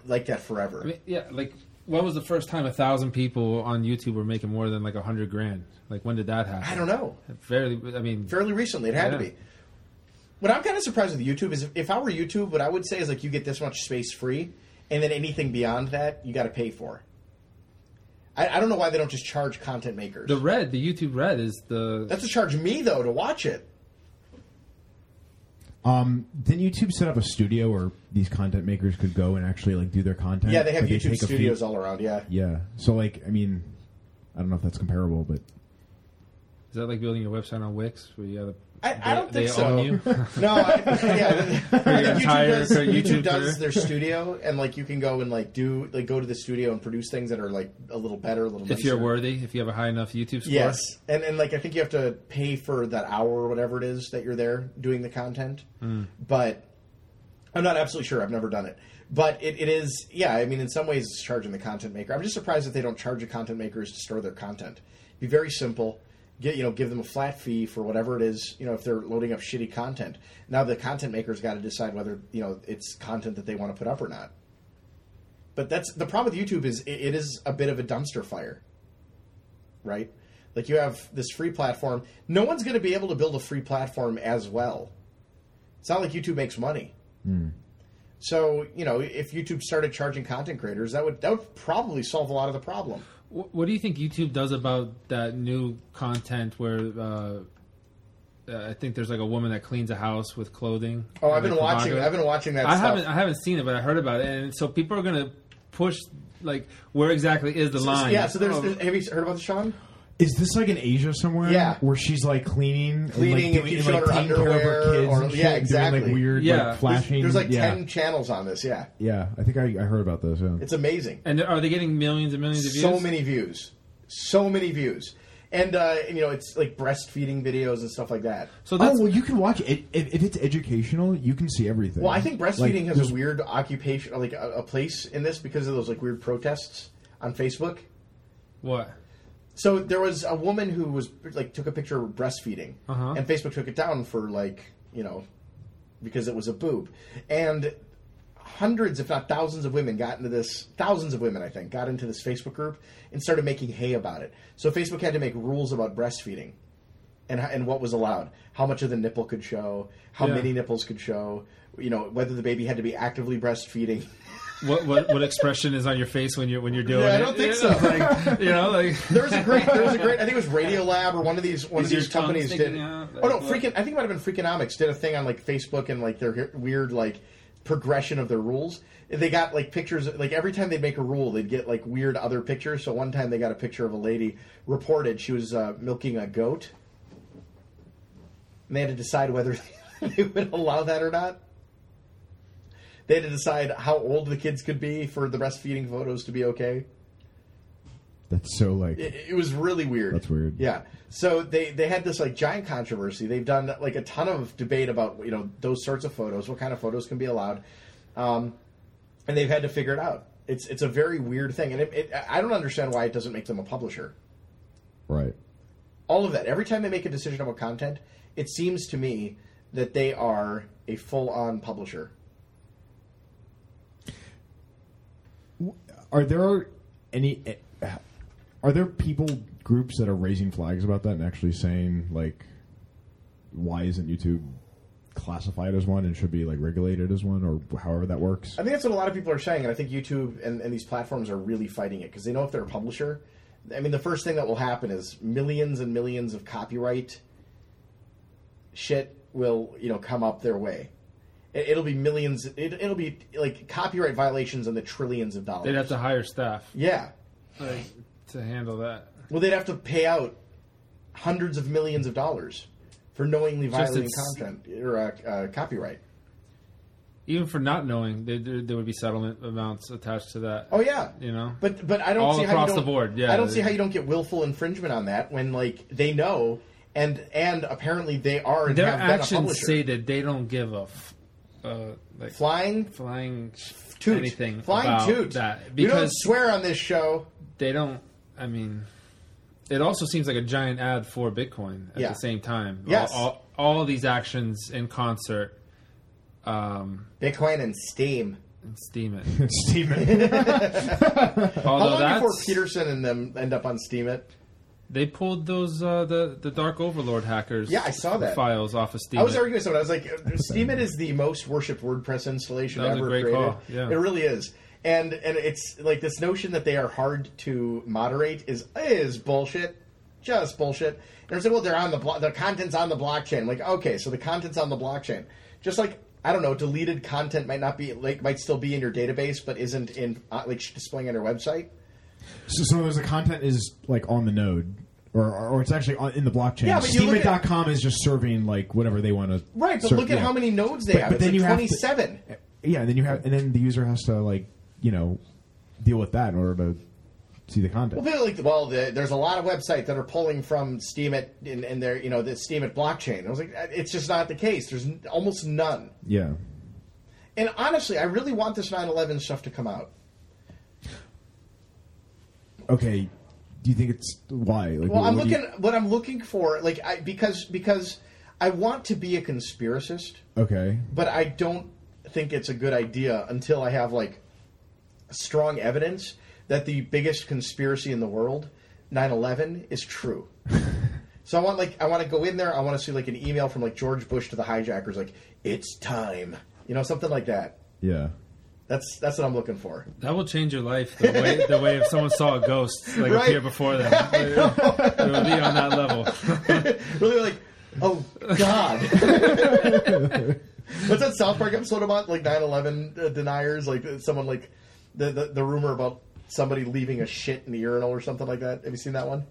like that forever. I mean, yeah like when was the first time a thousand people on YouTube were making more than like a hundred grand like when did that happen I don't know. fairly I mean fairly recently. It had to Yeah. be. What I'm kind of surprised with YouTube is if, if I were YouTube, what I would say is like you get this much space free, and then anything beyond that you got to pay for. I, I don't know why they don't just charge content makers. the red the YouTube red is the That's to charge me though to watch it. Um, didn't YouTube set up a studio where these content makers could go and actually like do their content? Yeah, they have Like, YouTube take a fee- studios all around. Yeah, Yeah. So like, I mean, I don't know if that's comparable, but is that like building a website on Wix where you have I, I don't they think so. own you [laughs] No, [laughs] I, yeah, I think your YouTube entire does, YouTube YouTube career. does their studio, and like you can go and like do like go to the studio and produce things that are like a little better, a little. if you're nicer. worthy if you have a high enough YouTube score Yes, and and like I think you have to pay for that hour or whatever it is that you're there doing the content. But I'm not absolutely sure. I've never done it, but it, it is yeah. I mean, in some ways, it's charging the content maker. I'm just surprised that they don't charge the content makers to store their content. Be very simple. Get you know, give them a flat fee for whatever it is. You know, if they're loading up shitty content, now the content maker's got to decide whether you know it's content that they want to put up or not. But that's the problem with YouTube is it, it is a bit of a dumpster fire right? Like you have this free platform. No one's going to be able to build a free platform as well. It's not like YouTube makes money. So you know, if YouTube started charging content creators, that would that would probably solve a lot of the problem. Wh- What do you think YouTube does about that new content where uh, uh, I think there's like a woman that cleans a house with clothing? Oh, I've Like been the watching. Vago? I've been watching that. I stuff. haven't. I haven't seen it, but I heard about it, and so people are gonna push like where exactly is the line? Yeah. So there's. of- Have you heard about this, Sean? is this like in Asia somewhere? Yeah. where she's like cleaning, Cleaning and, and like, doing, keeps like, her taking care of her underwear kids, or- and shit, yeah, and Doing, exactly. like, weird, Yeah. like, There's- flashing. There's like yeah. ten channels on this. Yeah, Yeah, I think I, I heard about those. Yeah. it's amazing. and are they getting millions and millions of views? so many views, so many views, and uh, you know it's like breastfeeding videos and stuff like that. So Oh that's well, you can watch it if, if it's educational. You can see everything. Well, I think Like, breastfeeding has there's- a weird occupation, like a, a place in this because of those like weird protests on Facebook. what? So there was a woman who was like took a picture of breastfeeding, Uh-huh. and Facebook took it down for like you know because it was a boob, and hundreds, if not thousands, of women got into this. Thousands of women, I think, got into this Facebook group and started making hay about it. So Facebook had to make rules about breastfeeding, and and what was allowed, how much of the nipple could show, how Yeah. many nipples could show, you know, whether the baby had to be actively breastfeeding. What, what what expression is on your face when you're when you're doing Yeah, I it? don't think [laughs] You so. know, [laughs] like, you know, like There was a great. There was a great. I think it was Radiolab or one of these. One Is of these your tongue companies did. sticking out? oh no, Like, what? freaking! I think it might have been Freakonomics did a thing on like Facebook and like their he- weird like progression of their rules. They got like pictures. Like every time they'd make a rule, they'd get like weird other pictures. So one time they got a picture of a lady reported she was uh, milking a goat, and they had to decide whether [laughs] they would allow that or not. They had to decide how old the kids could be for the breastfeeding photos to be okay that's so like it, it was really weird. That's weird. Yeah. So they they had this like giant controversy. They've done like a ton of debate about you know those sorts of photos, what kind of photos can be allowed, um, and they've had to figure it out. It's it's a very weird thing, and it, it, I don't understand why it doesn't make them a publisher. right. All of that. Every time they make a decision about content, it seems to me that they are a full on publisher. Are there any? Are there people groups that are raising flags about that and actually saying like, why isn't YouTube classified as one and should be like regulated as one or however that [laughs] works? I think that's what a lot of people are saying, and I think YouTube and, and these platforms are really fighting it because they know if they're a publisher, I mean, the first thing that will happen is millions and millions of copyright shit will you know come up their way. It, it'll be millions. It, it'll be like copyright violations in the trillions of dollars. they'd have to hire staff. yeah, Like, to handle that. Well, they'd have to pay out hundreds of millions of dollars for knowingly violating it's- content or uh, uh, copyright. Even for not knowing, there, there, there would be settlement amounts attached to that. Oh yeah, You know? But but I don't All see how across you the don't, board, yeah. I don't see how you don't get willful infringement on that when like they know and and apparently they are and Their have been a actions publisher. say that they don't give a f- uh, like flying flying toot, anything flying about toot. that you don't because swear on this show. they don't. I mean, it also seems like a giant ad for Bitcoin at Yeah. the same time. Yes. all, all, all these actions in concert. Um, Bitcoin and [laughs] Steam. and Steam it. Steam Although [laughs] How long that's, before Peterson and them end up on Steam? It. They pulled those uh, the the Dark Overlord hackers. Yeah, I saw that. files off of Steam. I was arguing with someone. I was like, Steemit is the most worshipped WordPress installation That was a ever great created. call, yeah. It really is. And and it's like this notion that they are hard to moderate is is bullshit. Just bullshit. And I said, well, they're on the blo- the content's on the blockchain. I'm like, okay, so the content's on the blockchain. Just like I don't know, deleted content might not be like might still be in your database, but isn't in uh, like displaying on your website. So, so there's the content is like on the node, or or, or it's actually on, in the blockchain. Yeah, but you look at- Steemit.com is just serving like whatever they want to. Right, but look at how many nodes they But- have. but it's then like you have to- twenty seven. Yeah, and then you have, and then the user has to like you know deal with that in order to see the content. Well, people like, well, the, there's a lot of websites that are pulling from Steam at in, in their you know the Steam at blockchain. I was like, "Uh, it's just not the case. There's n- almost none. yeah. And honestly, I really want this 9/11 stuff to come out. Okay. Do you think it's why? Like, Well, what- I'm what do you- looking. What I'm looking for, like, I, because because I want to be a conspiracist, okay. but I don't think it's a good idea until I have like strong evidence that the biggest conspiracy in the world, 9/11, is true. so I want like I want to go in there. I want to see like an email from like George Bush to the hijackers, like it's time, you know, something like that. Yeah. That's that's what I'm looking for. That will change your life. The way the way if someone saw a ghost like Right. appear [laughs] before them, [laughs] it would be on that level. [laughs] really like, oh god. What's that South Park episode about like 9/11 uh, deniers? Like uh, someone like the, the the rumor about somebody leaving a shit in the urinal or something like that. Have you seen that one?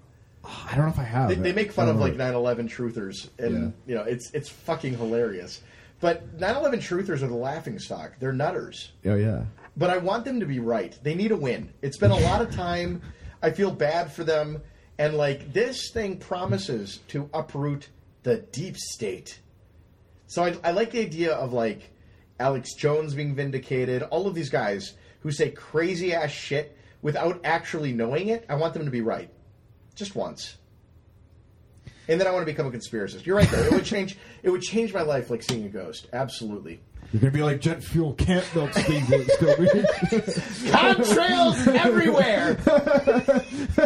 I don't know if I have. They, they make fun I of like don't know. 9/11 truthers, and you know it's it's fucking hilarious. But 9/11 truthers are the laughing stock. They're nutters Oh yeah. but I want them to be right. They need a win. It's been a lot of time. I feel bad for them. And like this thing promises to uproot the deep state. So I, I like the idea of like Alex Jones being vindicated, all of these guys who say crazy ass shit without actually knowing it. I want them to be right. Just once. And then I want to become a conspiracist. You're right though. It would change it would change my life like seeing a ghost. Absolutely. You're gonna be like jet fuel can't melt steam. but it's still green." Contrails everywhere. [laughs]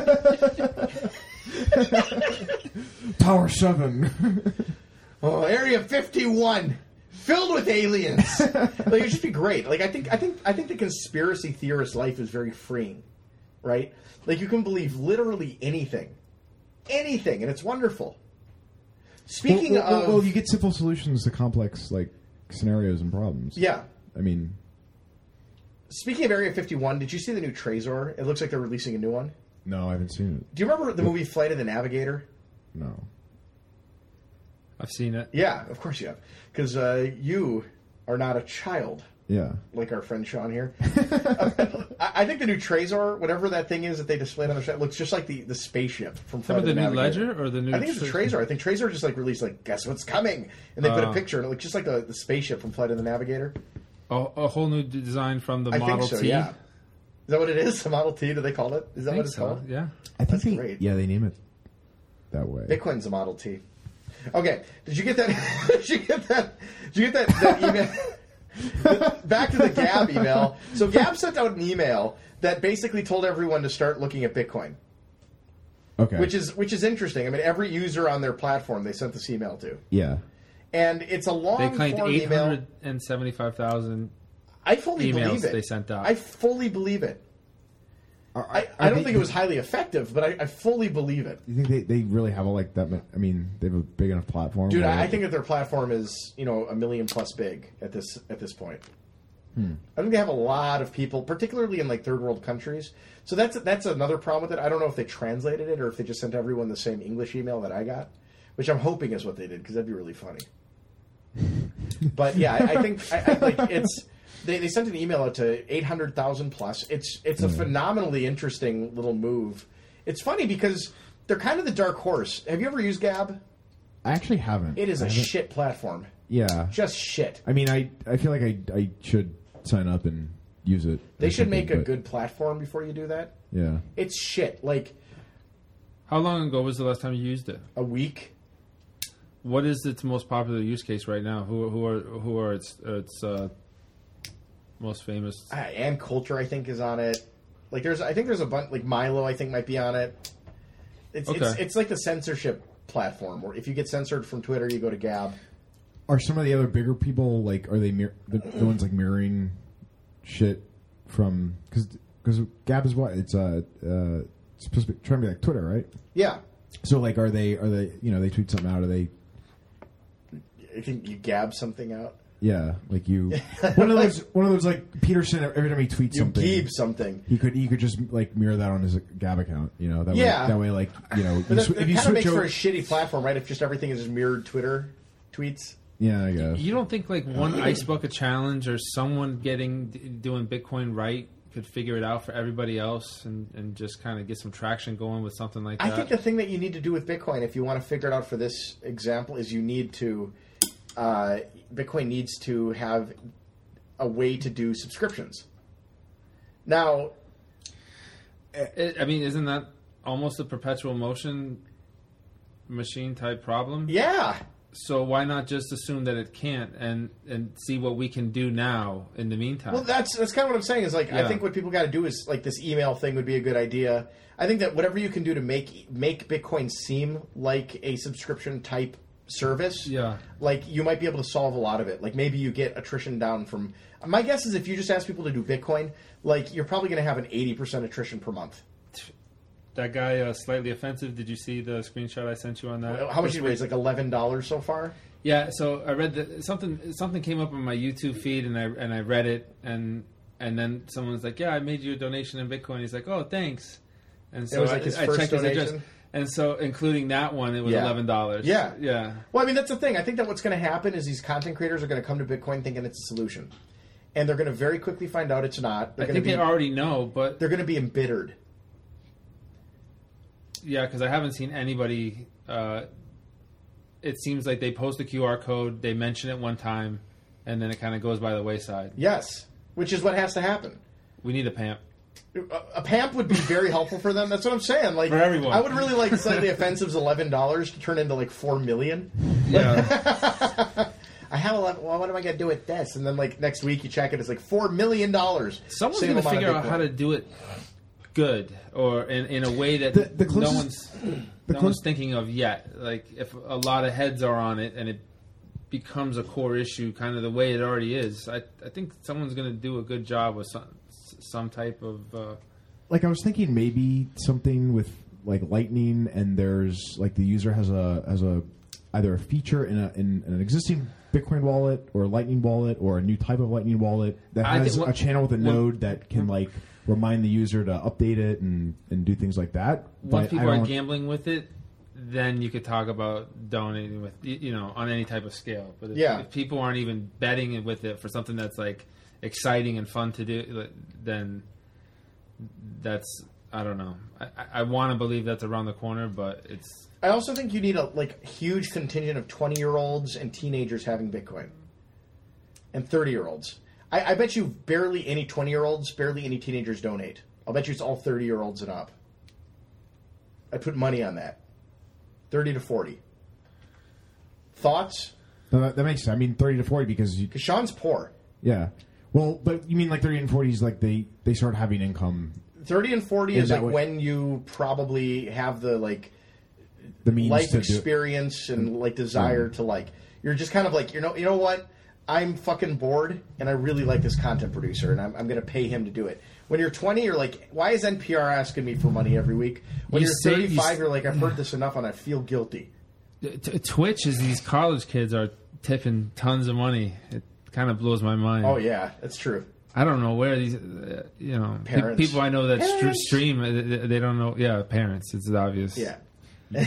Tower seven. Oh, Area 51 filled with [laughs] aliens. like it should be great. Like I think I think I think the conspiracy theorist life is very freeing, right? Like you can believe literally anything. Anything, and it's wonderful. Speaking well, well, of well, well, you get simple solutions to complex like scenarios and problems. Yeah. I mean, Speaking of Area 51, did you see the new Trezor? It looks like they're releasing a new one. no, I haven't seen it. Do you remember the movie Flight of the Navigator? No. I've seen it. Yeah, of course you have. Cuz uh, you are not a child. Yeah. like our friend Sean [laughs] here. I I think the new Trezor, whatever that thing is that they displayed on the show, looks just like the, the spaceship from Flight Remember the of new Navigator. Ledger or the new? I think it's a Trezor. I think Trezor just like released like guess what's coming, and they put a Uh. picture and it looks just like the, the spaceship from Flight of the Navigator. A, a whole new d- design from the I Model think so. T. Yeah, is that what it is? [laughs] The Model T? Do they call it? Is that I what think it's so. called? Yeah. I think That's they, great. yeah, they name it that way. Bitcoin's a Model T. Okay, did you get that? [laughs] did you get that? Did you get that, that email? [laughs] Back to the Gab email. So Gab sent out an email that basically told everyone to start looking at Bitcoin. Okay. which is which is interesting. I mean, every user on their platform they sent this email to, yeah. and it's a long They claimed form eight email. hundred and seventy-five thousand. I fully emails believe it. they sent out. I fully believe it. Are- are- I, I are don't they- think it was highly effective, but I, I fully believe it, You think they, they really have a like that? mu- I mean, they have a big enough platform. dude. where- I, I think that their platform is you know a million plus big at this at this point. I think they have a lot of people, particularly in like third world countries. So that's that's another problem with it. I don't know if they translated it or if they just sent everyone the same English email that I got, which I'm hoping is what they did because that'd be really funny. but yeah, I, I think I, I like it's they, they sent an email out to eight hundred thousand plus. It's it's a phenomenally interesting little move. It's funny because they're kind of the dark horse. Have you ever used Gab? I actually haven't. It is I a haven't- shit platform. Yeah. Just shit. I mean, I I feel like I I should sign up and use it. They or should something, make a but- good platform before you do that. Yeah. It's shit. Like How long ago was the last time you used it? a week. What is its most popular use case right now? Who who are who are its its uh, most famous? Ah, and culture, I think, is on it. Like there's, I think there's a bunch. Like Milo, I think might be on it. It's it's, Okay. it's like the censorship platform where if you get censored from Twitter, you go to Gab. Are some of the other bigger people like are they mir- the, the ones like mirroring shit from because because Gab is what it's uh uh it's supposed to be trying to be like Twitter right? Yeah, So like are they are they you know they tweet something out are they I think you Gab something out. yeah [laughs] like you one of those one of those like Peterson every time he tweets You something Geeb something. He could he could just like mirror that on his Gab account, you know. That Yeah. way, that way, like you know, But you that, sw- that if you kind of switch makes for over, a shitty platform, right? If just everything is just mirrored Twitter tweets. yeah, I guess. You don't think like one ice bucket challenge or someone getting d- doing Bitcoin right could figure it out for everybody else and, and just kind of get some traction going with something like I that? think the thing that you need to do with Bitcoin, if you want to figure it out for this example, is you need to uh, Bitcoin needs to have a way to do subscriptions. Now, It- I mean, isn't that almost a perpetual motion machine type problem? yeah, So why not just assume that it can't and and see what we can do now in the meantime? well, that's that's kind of what I'm saying. Is like I Yeah. think what people got to do is like this email thing would be a good idea. I think that whatever you can do to make make Bitcoin seem like a subscription type service, Yeah. like you might be able to solve a lot of it. Like maybe you get attrition down from. My guess is if you just ask people to do Bitcoin, like you're probably going to have an 80% attrition per month. that guy uh, slightly offensive. Did you see the screenshot I sent you on that? Uh, How much did you raise? Like $11 so far? Yeah, so I read that something something came up on my YouTube feed, and I and I read it, and and then someone's like, "Yeah, I made you a donation in Bitcoin." He's like, "Oh, thanks." And so was like his I, I first checked his address, donation? and so including that one, it was Yeah. eleven dollars. Yeah. yeah. Well, I mean, that's the thing. I think that what's going to happen is these content creators are going to come to Bitcoin thinking it's a solution. And they're going to very quickly find out it's not. They're I going to think be, they already know, but They're going to be embittered. yeah, because I haven't seen anybody. Uh, it seems like they post a QR code, they mention it one time, and then it kind of goes by the wayside. Yes, which is what has to happen. We need a pamp. A, a PAMP would be very helpful for them. That's what I'm saying. Like For everyone. I would really like slightly offensive's eleven dollars to turn into like four million. [laughs] Yeah, I have a lot. Well, what am I going to do with this? And then like next week you check it, it's like four million dollars. someone's Same going to amount of figure out how Bitcoin. to do it good or in, in a way that The- [clears throat] the no closest- one's no close- one's thinking of yet. Like if a lot of heads are on it and it becomes a core issue, kind of the way it already is. I I think someone's going to do a good job with some some type of. Uh, Like I was thinking maybe something with like Lightning, and there's like the user has a has a either a feature in, a, in an existing Bitcoin wallet or a Lightning wallet or a new type of Lightning wallet that I has think what- a channel with a what- node that can like remind the user to update it and and do things like that. once I people are don't- gambling with it, then you could talk about donating with y- you know on any type of scale. But if, Yeah. if people aren't even betting it with it for something that's like exciting and fun to do, like, then that's I don't know. I, I- I want to believe that's around the corner, but it's I also think you need a like huge contingent of twenty year olds and teenagers having Bitcoin, and thirty year olds. I, I bet you barely any twenty year olds, barely any teenagers donate. I'll bet you it's all thirty year olds and up. I put money on that. Thirty to forty. Thoughts? No, that, that makes sense. I mean, thirty to forty because you, Because Sean's poor. yeah. Well, but you mean like thirty and forties, like they they start having income, Thirty and forty In is that like way- when you probably have the like the means life to do. It. experience Mm. and like desire to like you're just kind of like you know you know what I'm fucking bored and I really like this content producer and I'm, I'm gonna pay him to do it. When you're 20, you're like, why is NPR asking me for money every week? When You you are say- you 35, s- Mm. you are like, I've heard this enough and I feel guilty. T- Twitch is these college kids are tipping tons of money. It kind of blows my mind. Oh yeah, that's true. I don't know where these, uh, you know, pe- Parents. people I know that stre- Parents. stream, uh, they- they don't know. Yeah, parents. It's obvious. [laughs] Yeah. [laughs] Never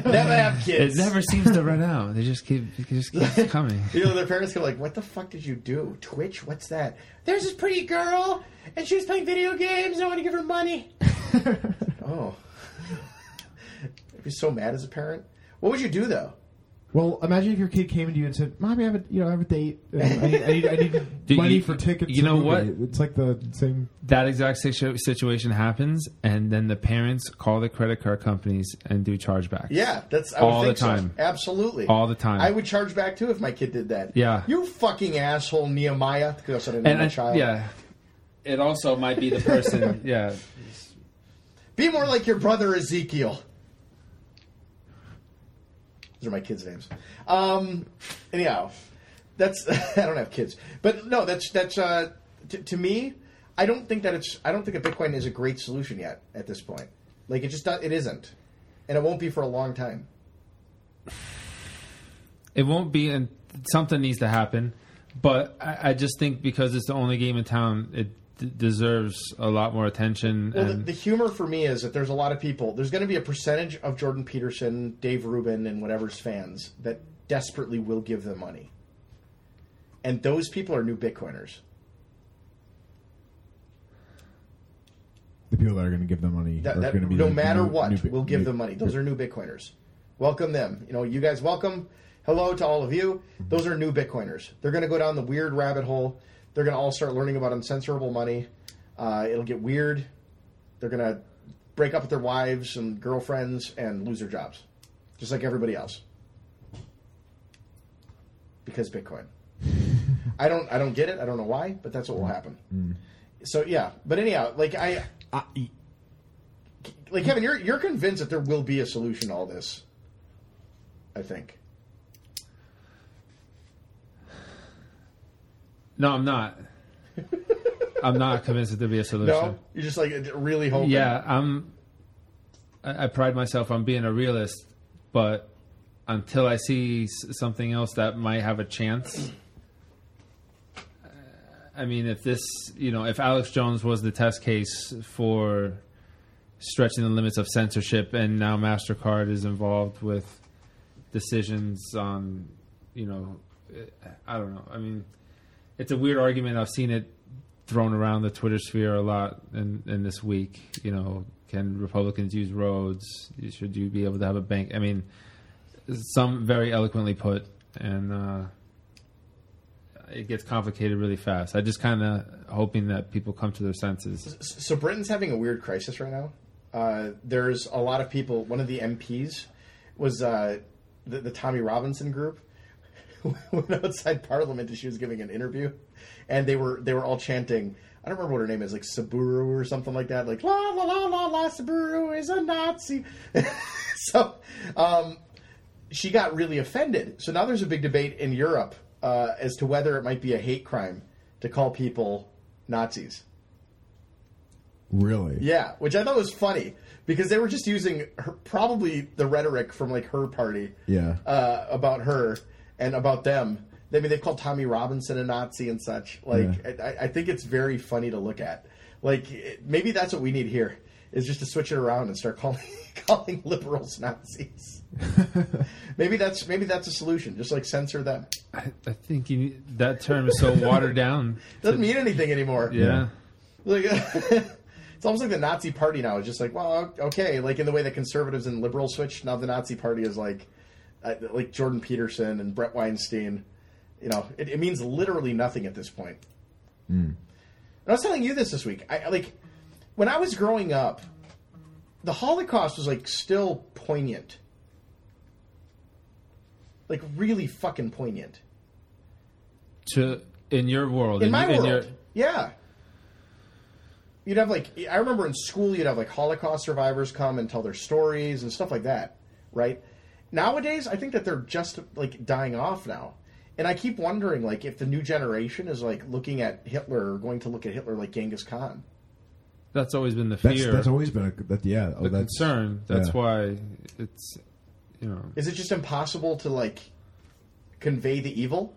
have It kids. never seems to run out. They just keep, it just [laughs] keeps coming. You know, their parents go like, "What the fuck did you do? Twitch? What's that? There's this pretty girl, and she was playing video games. And I want to give her [laughs] money." oh, I'd be so mad as a parent. What would you do though? Well, imagine if your kid came to you and said, "Mommy, I have a you know I have a date. Uh, I need, I need, I need [laughs] Dude, money you- for tickets." you to a know movie." what? It's like the same. That exact situ- situation happens, and then the parents call the credit card companies and do chargebacks. Yeah, that's I All would think the time. So. Absolutely, All the time. I would charge back too if my kid did that. Yeah. you fucking asshole, Nehemiah. Because I said I know And my I, child. yeah, it also might be the [laughs] person. yeah, Be more like your brother Ezekiel. Those are my kids' names. Um, anyhow, that's [laughs] I don't have kids, but no, that's that's uh, t- to me. I don't think that it's. I don't think a Bitcoin is a great solution yet at this point. Like it just do- it isn't, and it won't be for a long time. it won't be, and something needs to happen. But I, I just think because it's the only game in town, it d- deserves a lot more attention. Well, the, and the humor for me is that there's a lot of people. There's going to be a percentage of Jordan Peterson, Dave Rubin, and whatever's fans that desperately will give them money, and those people are new Bitcoiners. The people that are going to give them money That, are that, going to be no like matter new- what, new bi- we'll give new- them money. Those are new Bitcoiners. Welcome them. You know, you guys welcome. Hello to all of you. Those are new Bitcoiners. They're going to go down the weird rabbit hole. They're going to all start learning about uncensorable money. Uh, it'll get weird. They're going to break up with their wives and girlfriends and lose their jobs, just like everybody else. Because [laughs] Bitcoin. I don't. I don't get it. I don't know why, but that's what will happen. Mm. So yeah. But anyhow, like I I- like Kevin, you're you're convinced that there will be a solution to all this. I think. no, [laughs] I'm not. I'm not convinced that there'd be a solution. No, you're just like really hoping. Yeah, I'm. I, I pride myself on being a realist, but until I see s- something else that might have a chance. uh, I mean, if this, you know, if Alex Jones was the test case for stretching the limits of censorship, and now Mastercard is involved with decisions on, you know, eh, I don't know. I mean, it's a weird argument. I've seen it thrown around the Twitter sphere a lot in, in this week. You know, can Republicans use roads? Should you be able to have a bank? I mean, some very eloquently put, and uh, it gets complicated really fast. I just kind of hoping that people come to their senses. S- So Britain's having a weird crisis right now. Uh, there's a lot of people. One of the MPs was uh, the, the Tommy Robinson group. [laughs] went outside Parliament and she was giving an interview, and they were they were all chanting. I don't remember what her name is, like Saburo or something like that. Like la la la la la, Saburo is a Nazi. [laughs] so, um, she got really offended. So now there's a big debate in Europe uh, as to whether it might be a hate crime to call people Nazis. Really? Yeah, which I thought was funny because they were just using her, probably the rhetoric from like her party. Yeah. Uh, about her and about them. I mean, they've called Tommy Robinson a Nazi and such. Like, I I, I think it's very funny to look at. Like, it- maybe that's what we need here is just to switch it around and start [laughs] calling calling liberals Nazis. maybe that's maybe that's a solution. Just like censor them. I, I think you, that term is so [laughs] watered down. Doesn't mean anything anymore. yeah. Like, [laughs] it's almost like the Nazi Party now is just like, well, okay, like in the way that conservatives and liberals switched. Now the Nazi Party is like, uh, like Jordan Peterson and Brett Weinstein. You know, it, it means literally nothing at this point. And I was telling you this this week. I I, like when I was growing up, the Holocaust was like still poignant, like really fucking poignant To in your world, in, my in world. your yeah. You'd have like I remember in school you'd have like Holocaust survivors come and tell their stories and stuff like that, right? Nowadays I think that they're just like dying off now. And I keep wondering like if the new generation is like looking at Hitler or going to look at Hitler like Genghis Khan. that's always been the fear. That's that's always been a that yeah. oh, the that's concern. That's yeah. why it's you know Is it just impossible to like convey the evil?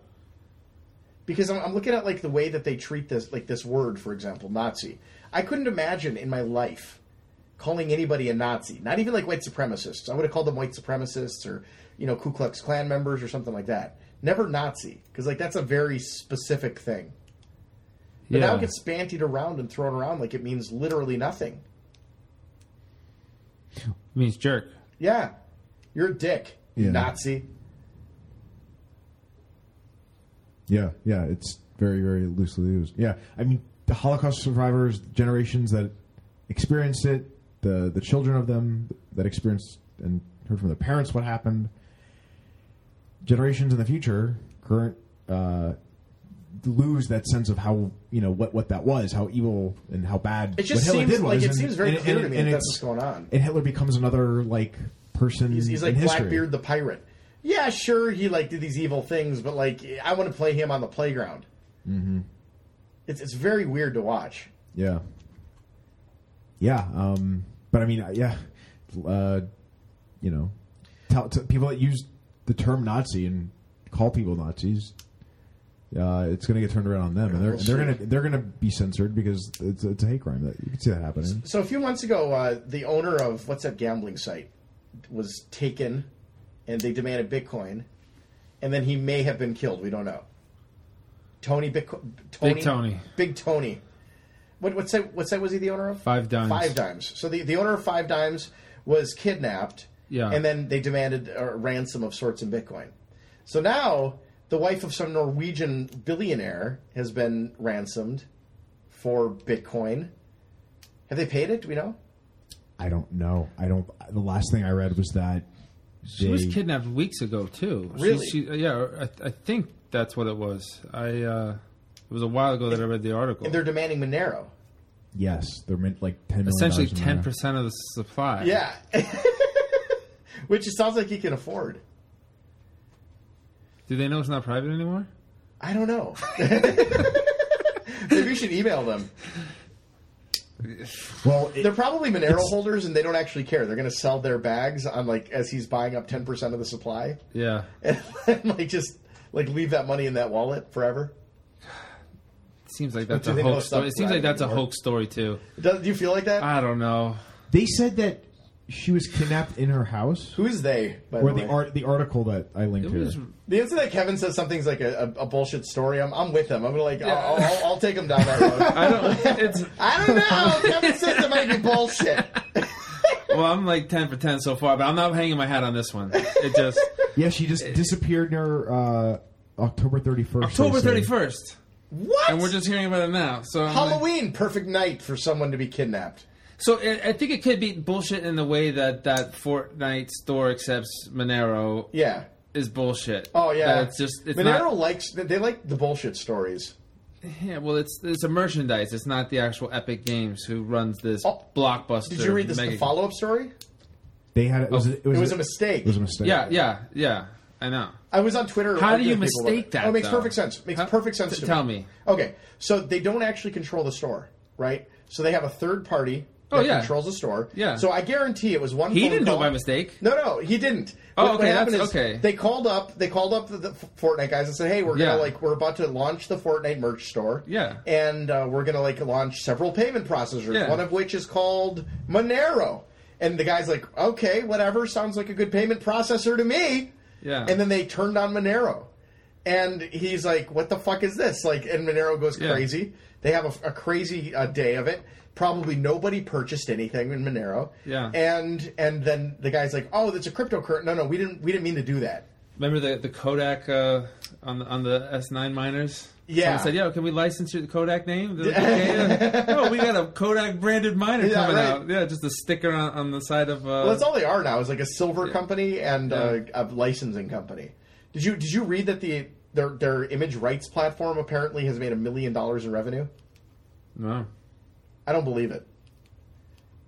Because I'm, I'm looking at like the way that they treat this, like this word, for example, Nazi. I couldn't imagine in my life calling anybody a Nazi, not even like white supremacists. I would have called them white supremacists or you know Ku Klux Klan members or something like that. Never Nazi, because like that's a very specific thing. But now it gets bantied around and thrown around like it means literally nothing. means jerk. Yeah, you're a dick, you Yeah. Nazi. Yeah, yeah, it's very, very loosely used. Yeah, I mean, the Holocaust survivors, generations that experienced it, the the children of them that experienced and heard from their parents what happened, generations in the future, current, uh, lose that sense of how you know what what that was, how evil and how bad. It just what Hitler seems did was, like it and- seems very and- clear and- to me and that that's it's- what's going on. And Hitler becomes another like person. He's, he's like in history. Blackbeard the pirate. Yeah, sure, he like did these evil things, but like I want to play him on the playground. Mm-hmm. It's it's very weird to watch. Yeah. Yeah. Um, but I mean, uh, yeah. Uh, you know, tell, to people that use the term Nazi and call people Nazis, uh, it's going to get turned around on them, and they're we'll they're see. going to they're going to be censored because it's it's a hate crime. That you can see that happening. So a few months ago, uh, the owner of what's that gambling site was taken, and they demanded Bitcoin, and then he may have been killed. We don't know. Tony Bitcoin. Tony, Tony. Big Tony. What what site what site was he the owner of? Five Dimes. Five dimes. So the the owner of Five Dimes was kidnapped. Yeah. And then they demanded a ransom of sorts in Bitcoin. So now the wife of some Norwegian billionaire has been ransomed for Bitcoin. Have they paid it? Do we know? I don't know. I don't. The last thing I read was that She was they- kidnapped weeks ago too. She- Really? She, yeah, I, I think that's what it was. I uh, it was a while ago that I read the article. And they're demanding Monero. Yes, they're meant like ten. million Essentially, dollars in ten percent of the supply. Yeah. [laughs] Which it sounds like he can afford. Do they know it's not private anymore? I don't know. [laughs] Maybe you should email them. revenue. Well, it- They're probably Monero holders and they don't actually care. They're going to sell their bags on like as he's buying up 10% of the supply. [laughs] Yeah. and then, like just like leave that money in that wallet forever. seems like that's Do a they know hoax it's not story. It seems like private that's a anymore? hoax story too. Does, do you feel like that? I don't know. they said that she was kidnapped in her house, Who is they? By or the, the way? art the article that I linked It here. was The instant that Kevin says something's like a, a, a bullshit story, I'm, I'm with him. I'm like, I'll, I'll, I'll, I'll take him down that road. [laughs] I don't it's I don't know. Kevin says it might be [laughs] bullshit. well, I'm like ten for ten so far, but I'm not hanging my hat on this one. It [laughs] just Yeah, she Uh, just disappeared near uh, October 31st. October they thirty say. first. What? And we're just hearing about it now. So I'm like- Halloween, perfect night for someone to be kidnapped. So I I think it could be bullshit in the way that that Fortnite store accepts Monero Yeah. is bullshit. Oh yeah. That it's just it's Monero not. likes they- they like the bullshit stories. Yeah, well, it's it's a merchandise. It's not the actual Epic Games who runs this Oh, blockbuster. Did you read this mega- the follow up story? They had it was, Oh. it was, It was a mistake. It was a mistake. Yeah, yeah, yeah. I know. I was on Twitter. How do arguing you with people mistake about it. that, Oh, it makes though? perfect sense. Makes Huh? perfect sense T- to tell me. me. Okay, so they don't actually control the store, right? So they have a third party that Oh, yeah. controls the store. Yeah. So I guarantee it was one. He phone didn't call. know by mistake. No, no, he didn't. Oh, what, okay, What happened that's- is okay. they called up. They called up the, the Fortnite guys and said, "Hey, we're Yeah. gonna like we're about to launch the Fortnite merch store. Yeah. and uh, we're gonna like launch several payment processors. Yeah. One of which is called Monero." And the guy's like, "Okay, whatever. Sounds like a good payment processor to me." Yeah. And then they turned on Monero, and he's like, "What the fuck is this?" Like, and Monero goes Yeah. crazy. They have a, a crazy uh, day of it. Probably nobody purchased anything in Monero. Yeah. And and then the guy's like, "Oh, that's a cryptocurrency." No, no, we didn't. We didn't mean to do that. Remember the the Kodak uh, on the on the S nine miners. Yeah. Someone said, "Yo, can we license your Kodak name?" They're [laughs] like, "Okay, yeah." oh, we got a Kodak branded miner Yeah, coming right. out. Yeah, just a sticker on, on the side of. Uh, Well, that's all they are now. Is like a silver company and uh Yeah. a, licensing company. Did you did you read that the their their image rights platform apparently has made a million dollars in revenue? no. I don't believe it.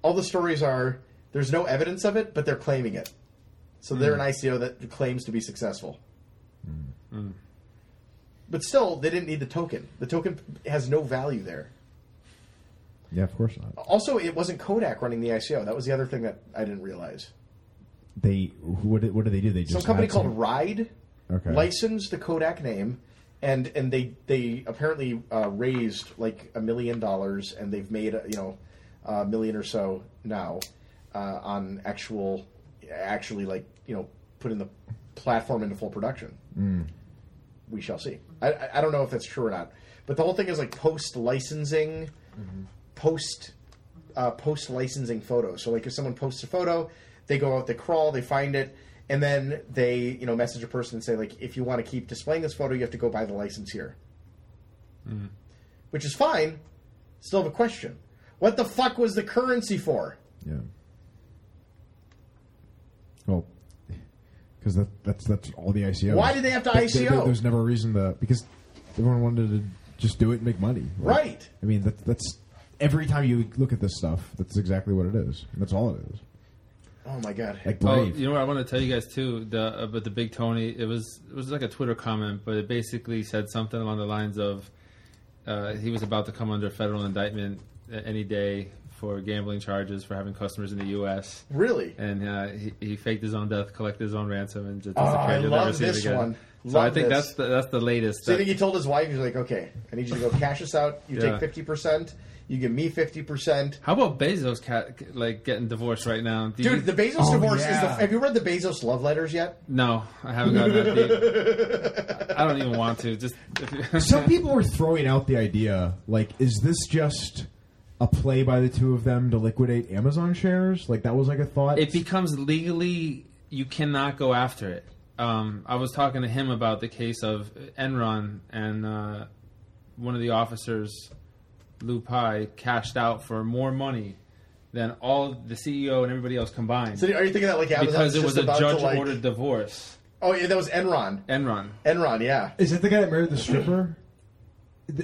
All the stories are there's no evidence of it, but they're claiming it. So they're Hmm. an ICO that claims to be successful. Hmm. But still, they didn't need the token. The token has no value there. Yeah, of course not. Also, it wasn't Kodak running the ICO. That was the other thing that I didn't realize. They who- what did, what did they do? They just Some company had called Ride Okay. licensed the Kodak name, and and they they apparently uh, raised like a million dollars, and they've made uh, you know a million or so now uh, on actual actually like you know putting the platform into full production. Hmm. We shall see. I- I I don't know if that's true or not, but the whole thing is like post licensing, Mm-hmm. post uh, post licensing photos. So like if someone posts a photo, they go out, they crawl, they find it, and then they you know message a person and say like if you want to keep displaying this photo, you have to go buy the license here, which is fine. Still have a question: What the fuck was the currency for? Yeah. Well, because that, that's that's all the ICO. Why did they have to ICO? there's never a reason to because everyone wanted to just do it and make money. Like, Right. I mean, that, that's every time you look at this stuff, that's exactly what it is. That's all it is. Oh my god! Like Oh, brave. you know what I want to tell you guys too. The about the big Tony. It was it was like a Twitter comment, but it basically said something along the lines of uh, he was about to come under federal indictment a- any day for gambling charges for having customers in the U.S. really? And uh, he, he faked his own death, collected his own ransom, and just Oh, disappeared. I You'll never love see it this again. one. So Love I think this. that's the, that's the latest. So I think he told his wife, he's like, "Okay, I need you to go cash this out. You Yeah. take fifty percent. You give me fifty percent." How about Bezos cat, like getting divorced right now? Do you- Dude, the Bezos Oh, divorce is the. yeah. Have you read the Bezos love letters yet? no, I haven't gotten that [laughs] deep. I don't even want to. Just [laughs] if you- Some people were throwing out the idea like, is this just a play by the two of them to liquidate Amazon shares? Like that was like a thought. it becomes legally you cannot go after it. Um, I was talking to him about the case of Enron and uh, one of the officers, Lou Pai, cashed out for more money than all the CEO and everybody else combined So are you thinking that like Amazon's because it just was a about judge to, like, ordered divorce. Oh yeah, that was Enron. Enron. Enron, yeah. is it the guy that married the stripper?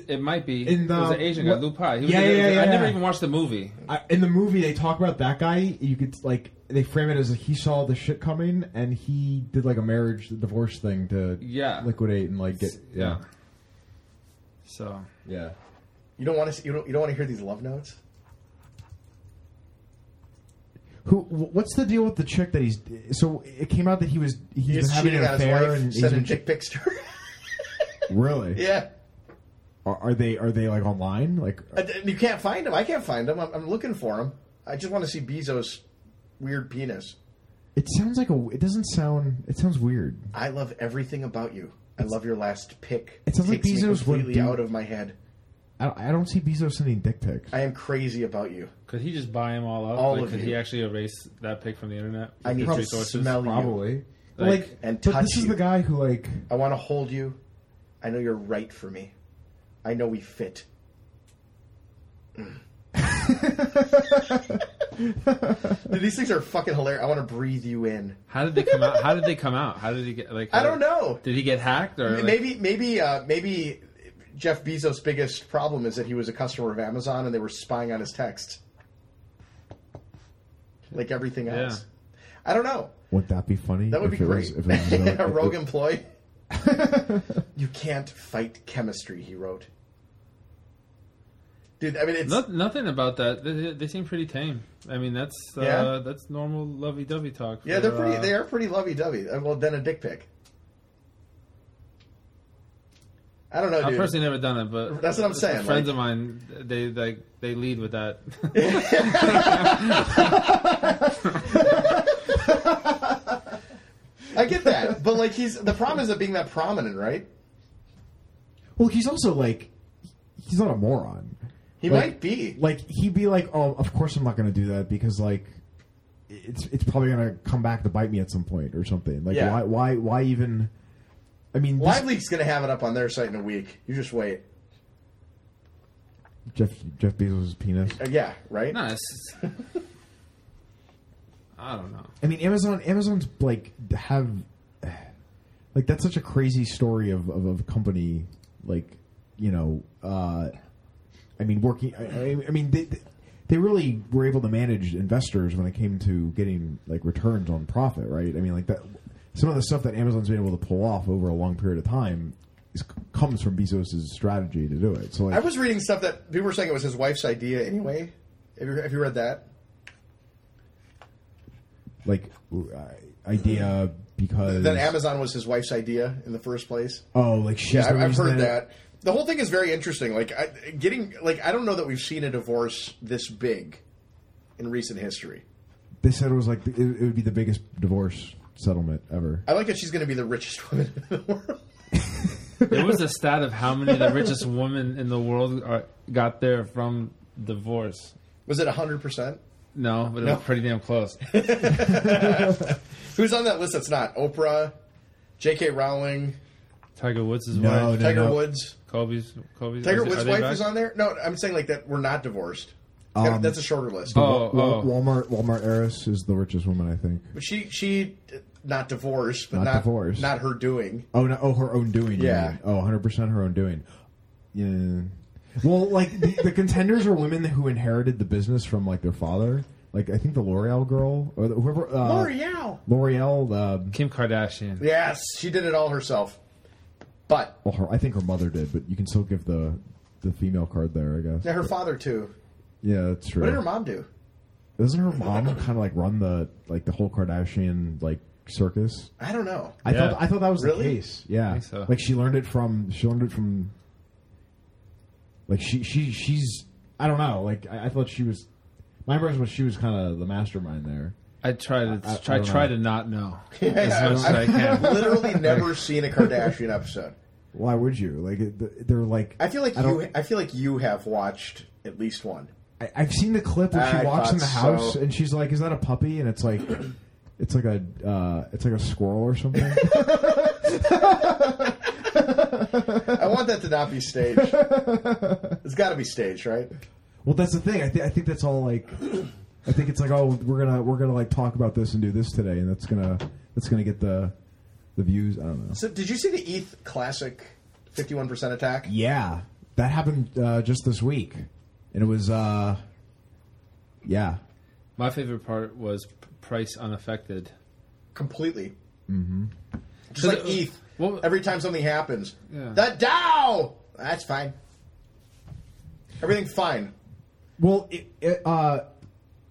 It might be. In the- it was an Asian guy, what- Lou Pai. He was Yeah, in- yeah, yeah, I never yeah. even watched the movie. I, in the movie they talk about that guy you could like they frame it as he saw the shit coming and he did like a marriage divorce thing to Yeah. liquidate and like get yeah So yeah You don't want to. You don't. You don't want to hear these love notes. who wh- what's the deal with the chick that he's so it came out that he was he's He's been having cheating an on his affair and wife, he's sending [laughs] been- dick pics to her. really yeah, are, are they are they like online like And- and you can't find him. I can't find him. I'm, I'm looking for him. I just want to see Bezos' weird penis. it sounds like a it doesn't sound it sounds weird I love everything about you. I love your last pick. It sounds like Takes me Bezos would completely do- out of my head. I, don't- I don't see Bezos sending dick pics I am crazy about you. could he just buy them all up? All Like, of could you. he actually erase that pick from the internet? I need His to resources? smell you. probably But, Like, like, and but touch this is you. the guy who like I want to hold you. I know you're right for me. I know we fit. Dude, these things are fucking hilarious. I want to breathe you in. How did they come out? How did they come out? How did he get like? [laughs] uh, I don't know. Did he get hacked or like- Maybe, maybe, uh, maybe Jeff Bezos' biggest problem is that he was a customer of Amazon and they were spying on his text, like everything else. I don't know. would that be funny That would if be it was- great. if [laughs] it was- uh, if a it- rogue [laughs] employee. you can't fight chemistry, he wrote. Dude, I mean, it's No- nothing about that. They- They, they seem pretty tame. I mean, that's uh, Yeah. that's normal lovey-dovey talk. yeah, they're for, pretty. uh, They are pretty lovey-dovey. Uh, Well, then a dick pic. I don't know, I've dude. personally never done it, but That's what I'm saying, Friends like- of mine, they like they lead [laughs] with that. [laughs] I get that, but like, he's the problem is that being that prominent, right? Well, he's also like, he's not a moron. He Like- might be. Like he'd be like, oh, of course I'm not going to do that because like, it's it's probably going to come back to bite me at some point or something. Like Yeah. why why why even? I mean, this- Live Leak's gonna have it up on their site in a week. You just wait. Jeff Jeff Bezos' penis. Uh, yeah, right. no, it's, I don't know. I mean, Amazon Amazon's like have like that's such a crazy story of of, of company like you know uh, I mean working I, I- I mean they they really were able to manage investors when it came to getting like returns on profit right I mean like that some of the stuff that Amazon's been able to pull off over a long period of time is, comes from Bezos' strategy to do it so like I was reading stuff that people were saying it was his wife's idea anyway. Have you, have you read that? like I- idea because That Amazon was his wife's idea in the first place. oh, like she's Yeah, the I, I've reason heard that. The whole thing is very interesting. Like I, getting like I don't know that we've seen a divorce this big in recent history. They said it was like it, it would be the biggest divorce settlement ever. I like that she's going to be the richest [laughs] woman in the world. There was a stat of how many of the richest women in the world are, got there from divorce. Was it hundred percent? No, but it No. was pretty damn [laughs] close. Who's on that list? That's not Oprah, J.K. Rowling, Tiger Woods' No, wife, no. Tiger Woods. Kobe's, Kobe's Tiger is- are Woods' they wife back? is on there. No, I'm saying like that. We're not divorced. Um, That's a shorter list. Oh. Wa- Wa- Walmart Walmart heiress is the richest woman, I think. But she she not divorced, but Not not divorced. not her doing. Oh, no, oh, her own doing. you Yeah. mean. Oh, 100 percent her own doing. Yeah. Well, like the, the contenders are women who inherited the business from like their father. Like I think the L'Oreal girl or the, whoever. Uh, L'Oreal. L'Oreal. Uh, Kim Kardashian. Yes, she did it all herself. But well, her, I think her mother did, but you can still give the the female card there, I guess. yeah, her father too. Yeah, that's true. What did her mom do? Doesn't her mom kind of like run the like the whole Kardashian like circus? I don't know. I [laughs] Yeah. thought I thought that was the Really? case. Yeah, think so. like she learned it from she learned it from. Like she she she's I don't know. Like I, I thought she was. My impression was she was kind of the mastermind there. I try to I- I try don't try know. to [laughs] not know Yeah, as much as I I've can. [laughs] literally never seen a Kardashian episode. Why would you? Like it- they're like I feel like I you. don't- I feel like you have watched at least one. I, I've seen the clip where she I walks in the thought house so. and she's like, "Is that a puppy?" And [coughs] it's like, it's like a uh, it's like a squirrel or something. [laughs] I want that to not be staged. It's got to be staged, right? Well, that's the thing. I, th- I think that's all like. I think it's like, oh, we're gonna we're gonna like talk about this and do this today, and that's gonna that's gonna get the the views. I don't know. So, did you see the ETH Classic fifty-one percent attack? Yeah, that happened uh, just this week, and it was uh, yeah, My favorite part was p- price unaffected. Completely. Mm-hmm. Just like E So the- ETH. well- Every time something happens, Uh, Yeah. the Dow. That's fine. Everything fine. well, it, it uh,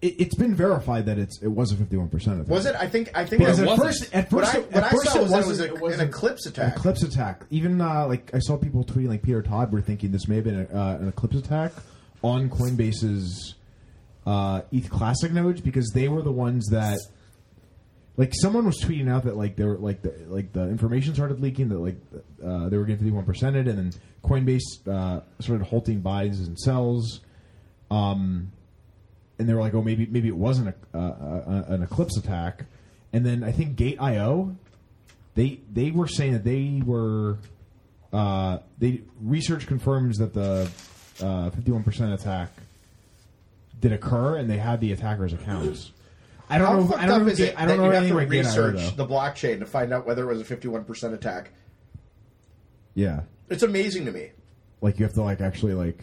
it, it's been verified that it's it was a fifty one percent. Was it? I think. I think. Because it at was. wasn't. first, at What first, I- at what I first saw was that it wasn't- was a- wasn't- an eclipse attack. An eclipse attack. Even uh, like I saw people tweeting, like Peter Todd, were thinking this may have been a, uh, an eclipse attack on Coinbase's uh, ETH Classic nodes because they were the ones that. Like someone was tweeting out that like they were like the like the information started leaking that like uh, they were getting fifty one percented and then Coinbase uh, started halting buys and sells, um, and they were like, oh maybe maybe it wasn't a, uh, uh, an eclipse attack, and then I think Gate IO they they were saying that they were uh, they research confirms that the fifty one percent attack did occur, and they had the attackers' accounts. I don't How know. fucked I don't up know. is ga- it I don't that know you have anything to about Gate IO, research the though. blockchain to find out whether it was a fifty-one percent attack? Yeah, It's amazing to me. like you have to like actually like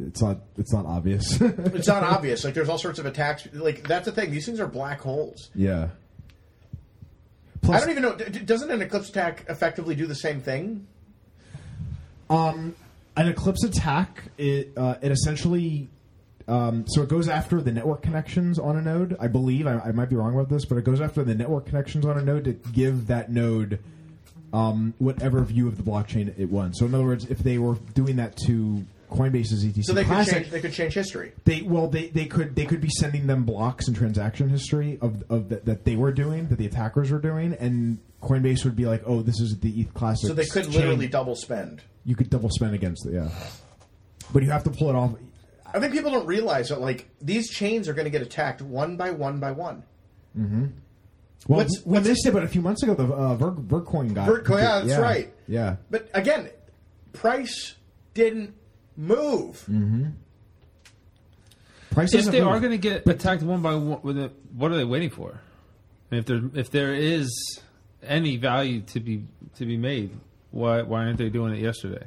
it's not it's not obvious. [laughs] It's not obvious. Like there's all sorts of attacks. Like that's the thing. These things are black holes. yeah. I Plus, don't even know. d- d- Doesn't an eclipse attack effectively do the same thing? Um, an eclipse attack it uh, it essentially um, so it goes after the network connections on a node. I believe I, I might be wrong about this, but it goes after the network connections on a node to give that node um, whatever view of the blockchain it won. So in other words, if they were doing that to Coinbase's ETC So they could Classic, change. They could change history. they well they, they could they could be sending them blocks and transaction history of of that that they were doing that the attackers were doing and. Coinbase would be like, oh, this is the ETH Classic. So they could literally double spend. You could double spend against it, yeah. But you have to pull it off. I think people don't realize that like these chains are going to get attacked one by one by one. Well, What's- we what's- missed it, but a few months ago, the uh, Ver- Vercoin got Vercoin, yeah, that's right. Yeah, But again, price didn't move. Mm. prices. If they are going to get attacked one by one, with it, what are they waiting for? And if there if there is any value to be to be made, why why aren't they doing it yesterday?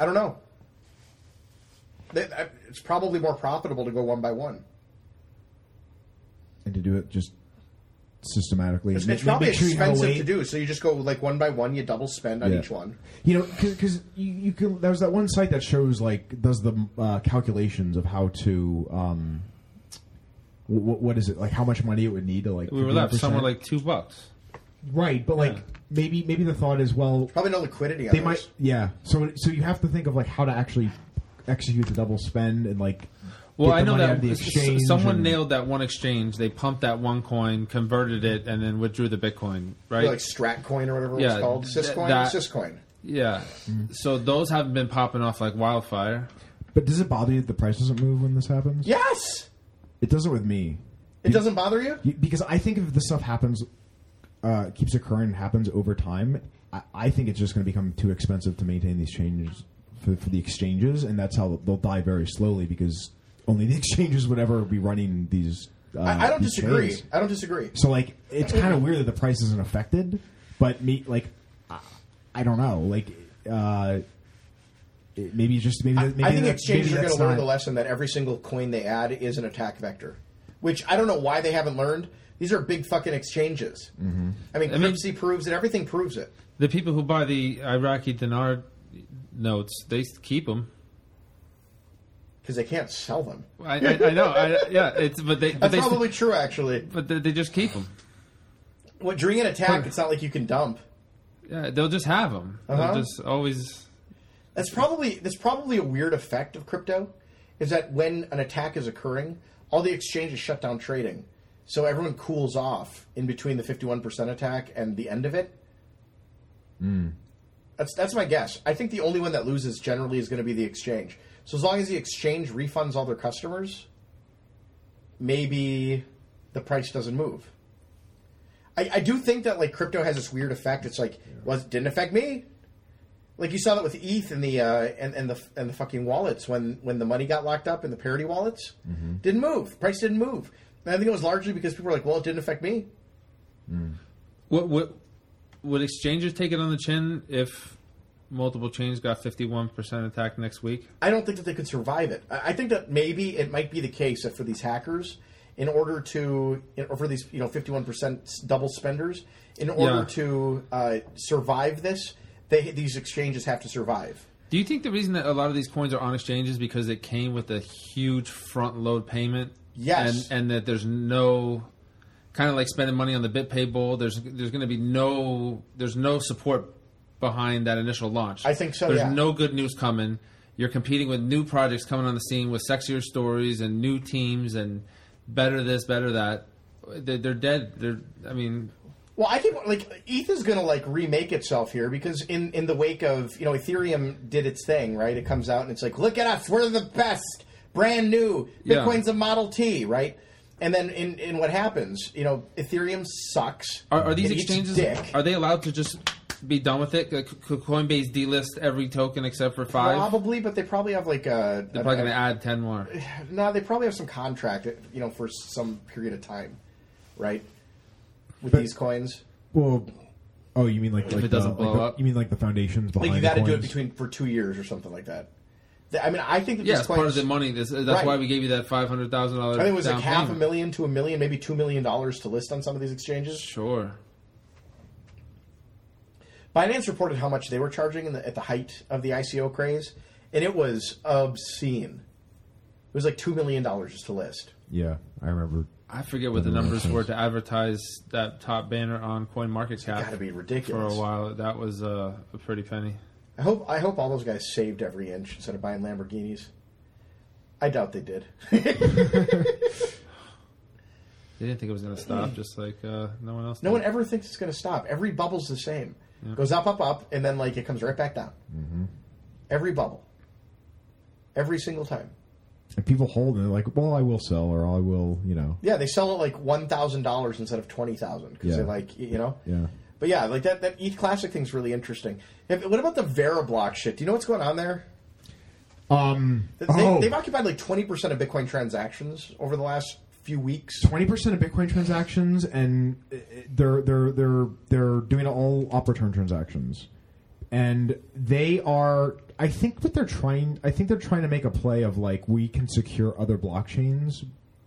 I don't know. They- I- It's probably more profitable to go one by one. and to do it just systematically, It's, Ma- it's probably make sure you have a expensive way- to do, so you just go like one by one. You double spend on Yeah. each one. You know, because you, you can. There was that one site that shows like does the uh, calculations of how to. Um, wh- wh- what is it like? How much money it would need to like? We were left 50%? somewhere like two bucks. right, but like Yeah. maybe maybe the thought is well Probably no liquidity on they those. might yeah. So so you have to think of like how to actually execute the double spend and like Well, get I the know money out that of the s- s- exchange someone and- nailed that one exchange. They pumped that one coin, converted it, and then withdrew the Bitcoin. Right? like Stratcoin or whatever Yeah, it's called, th- Syscoin, that- Syscoin. yeah. So those haven't been popping off like wildfire. But does it bother you that the price doesn't move when this happens? Yes, It doesn't with me. it doesn't bother you. Y- Because I think if this stuff happens, uh, keeps occurring, and happens over time, I, I think it's just going to become too expensive to maintain these changes for, for the exchanges, and that's how they'll die very slowly because only the [laughs] exchanges would ever be running these. Uh, I, I don't these disagree. trades. I don't disagree. So like, it's kind of weird that the price isn't affected, but me like, I, I don't know. Like, uh, it, maybe just maybe, I- maybe I think that- exchanges maybe are going that's to learn not- the lesson that every single coin they add is an attack vector, which I don't know why they haven't learned. These are big fucking exchanges. Mm-hmm. I mean, I mean- Cryptsy proves it. Everything proves it. The people who buy the Iraqi dinar notes, they s- keep them. because they can't sell them. I, I, I know. I, yeah, it's but they but That's they, s- probably true, actually. but they, they just keep them. Well, during an attack, it's not like you can dump. Yeah, they'll just have them. Uh-huh. They'll just always. That's probably that's probably a weird effect of crypto, is that when an attack is occurring, all the exchanges shut down trading, so everyone cools off in between the fifty-one percent attack and the end of it. That's that's my guess. I think the only one that loses generally is going to be the exchange. So as long as the exchange refunds all their customers, maybe the price doesn't move. I, I do think that like crypto has this weird effect. It's like well, it didn't affect me. Like you saw that with ETH and the uh, and, and the and the fucking wallets when when the money got locked up in the parity wallets didn't move. Price didn't move. And I think it was largely because people were like, well, it didn't affect me. What what would exchanges take it on the chin if multiple chains got fifty one percent attack next week? I don't think that they could survive it. I I think that maybe it might be the case that for these hackers, in order to, in- or for these you know fifty one percent double spenders, in order Yeah. to uh, survive this, they these exchanges have to survive. Do you think the reason that a lot of these coins are on exchanges because it came with a huge front load payment? Yes. and, and that there's no kind of like spending money on the BitPay Bowl. There's there's going to be no there's no support behind that initial launch. I think so, There's yeah. no good news coming. You're competing with new projects coming on the scene with sexier stories and new teams and better this, better that. They're, they're dead. They're I mean, Well, I keep like ETH is going to like remake itself here because in in the wake of you know Ethereum did its thing right. It comes out and it's like, look at us, we're the best, brand new. Yeah. Bitcoin's a Model T, right? And then in in what happens, you know, Ethereum sucks. Are, are these It eats exchanges? dick. Are they allowed to just be done with it? Like, Could Coinbase delist every token except for five? Probably, but they probably have like a. They're probably going to add ten more. no, they probably have some contract, you know, for some period of time, right? With But- these coins, Well, oh, you mean like like it doesn't the, blow like the- up. You mean like the foundations behind? like you the got to do it coins? between for two years or something like that. The- I mean, I think that Yeah, these it's coins, part of the money. This, that's Right. why we gave you that five hundred thousand dollars. I think it was like half a million to a million, maybe two million dollars to list on some of these exchanges. Sure. Binance reported how much they were charging in the, at the height of the ICO craze, and it was obscene. It was like two million dollars just to list. Yeah, I remember. I forget what the Doesn't make numbers sense. were to advertise that top banner on Got to be CoinMarketCap for ridiculous. a while. That was uh, a pretty penny. I hope I hope all those guys saved every inch instead of buying Lamborghinis. I doubt they did. [laughs] They didn't think it was going to stop, just like uh, no one else. Mm. no one [laughs] did. ever thinks it's going to stop. Every bubble's the same. Goes up, up, up, and then like it comes right back down. Mm-hmm. Every bubble, every single time. And people hold and they're like, "Well, I will sell, or I will," you know. Yeah, they sell it like one thousand dollars instead of twenty thousand because Yeah. they like y- you know. Yeah. But yeah, like that that ETH Classic thing's really interesting. If- What about the Veriblock shit? Do you know what's going on there? Um. They, oh, They've occupied like twenty percent of Bitcoin transactions over the last few weeks. twenty percent of Bitcoin transactions, and uh, they're they're they're they're doing all op return transactions, and they are. I think what they're trying. I think they're trying to make a play of like we can secure other blockchains.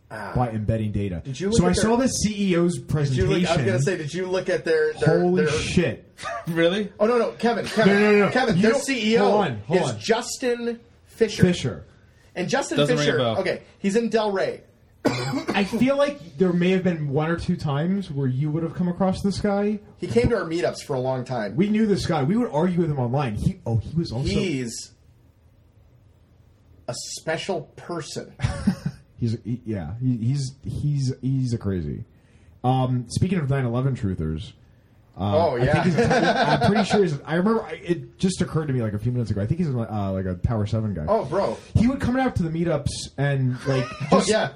By embedding data, Ah. Did you look so I at saw their- the CEO's Did you presentation. look, I was gonna say, did you look at their, their holy their- [laughs] shit! really. Oh no, no, Kevin, Kevin, No, no, no, no. Kevin, You their don't- CEO hold on, hold is on. Justin Fisher. Fisher. and Justin Doesn't ring a Fisher. bell. Okay, he's in Del Rey. I feel like there may have been one or two times where you would have come across this guy. He came to our meetups for a long time. We knew this guy. We would argue with him online. He oh he was also He's a special person. Uh, He's he- yeah. He, he's he's he's a crazy. Um, speaking of 9/11 truthers, oh yeah, I think he's, I'm pretty sure he's. I remember I, it just occurred to me like a few minutes ago. I think he's uh, like a Tower Seven guy. [laughs] oh bro, he would come out to the meetups and like [laughs] oh just yeah.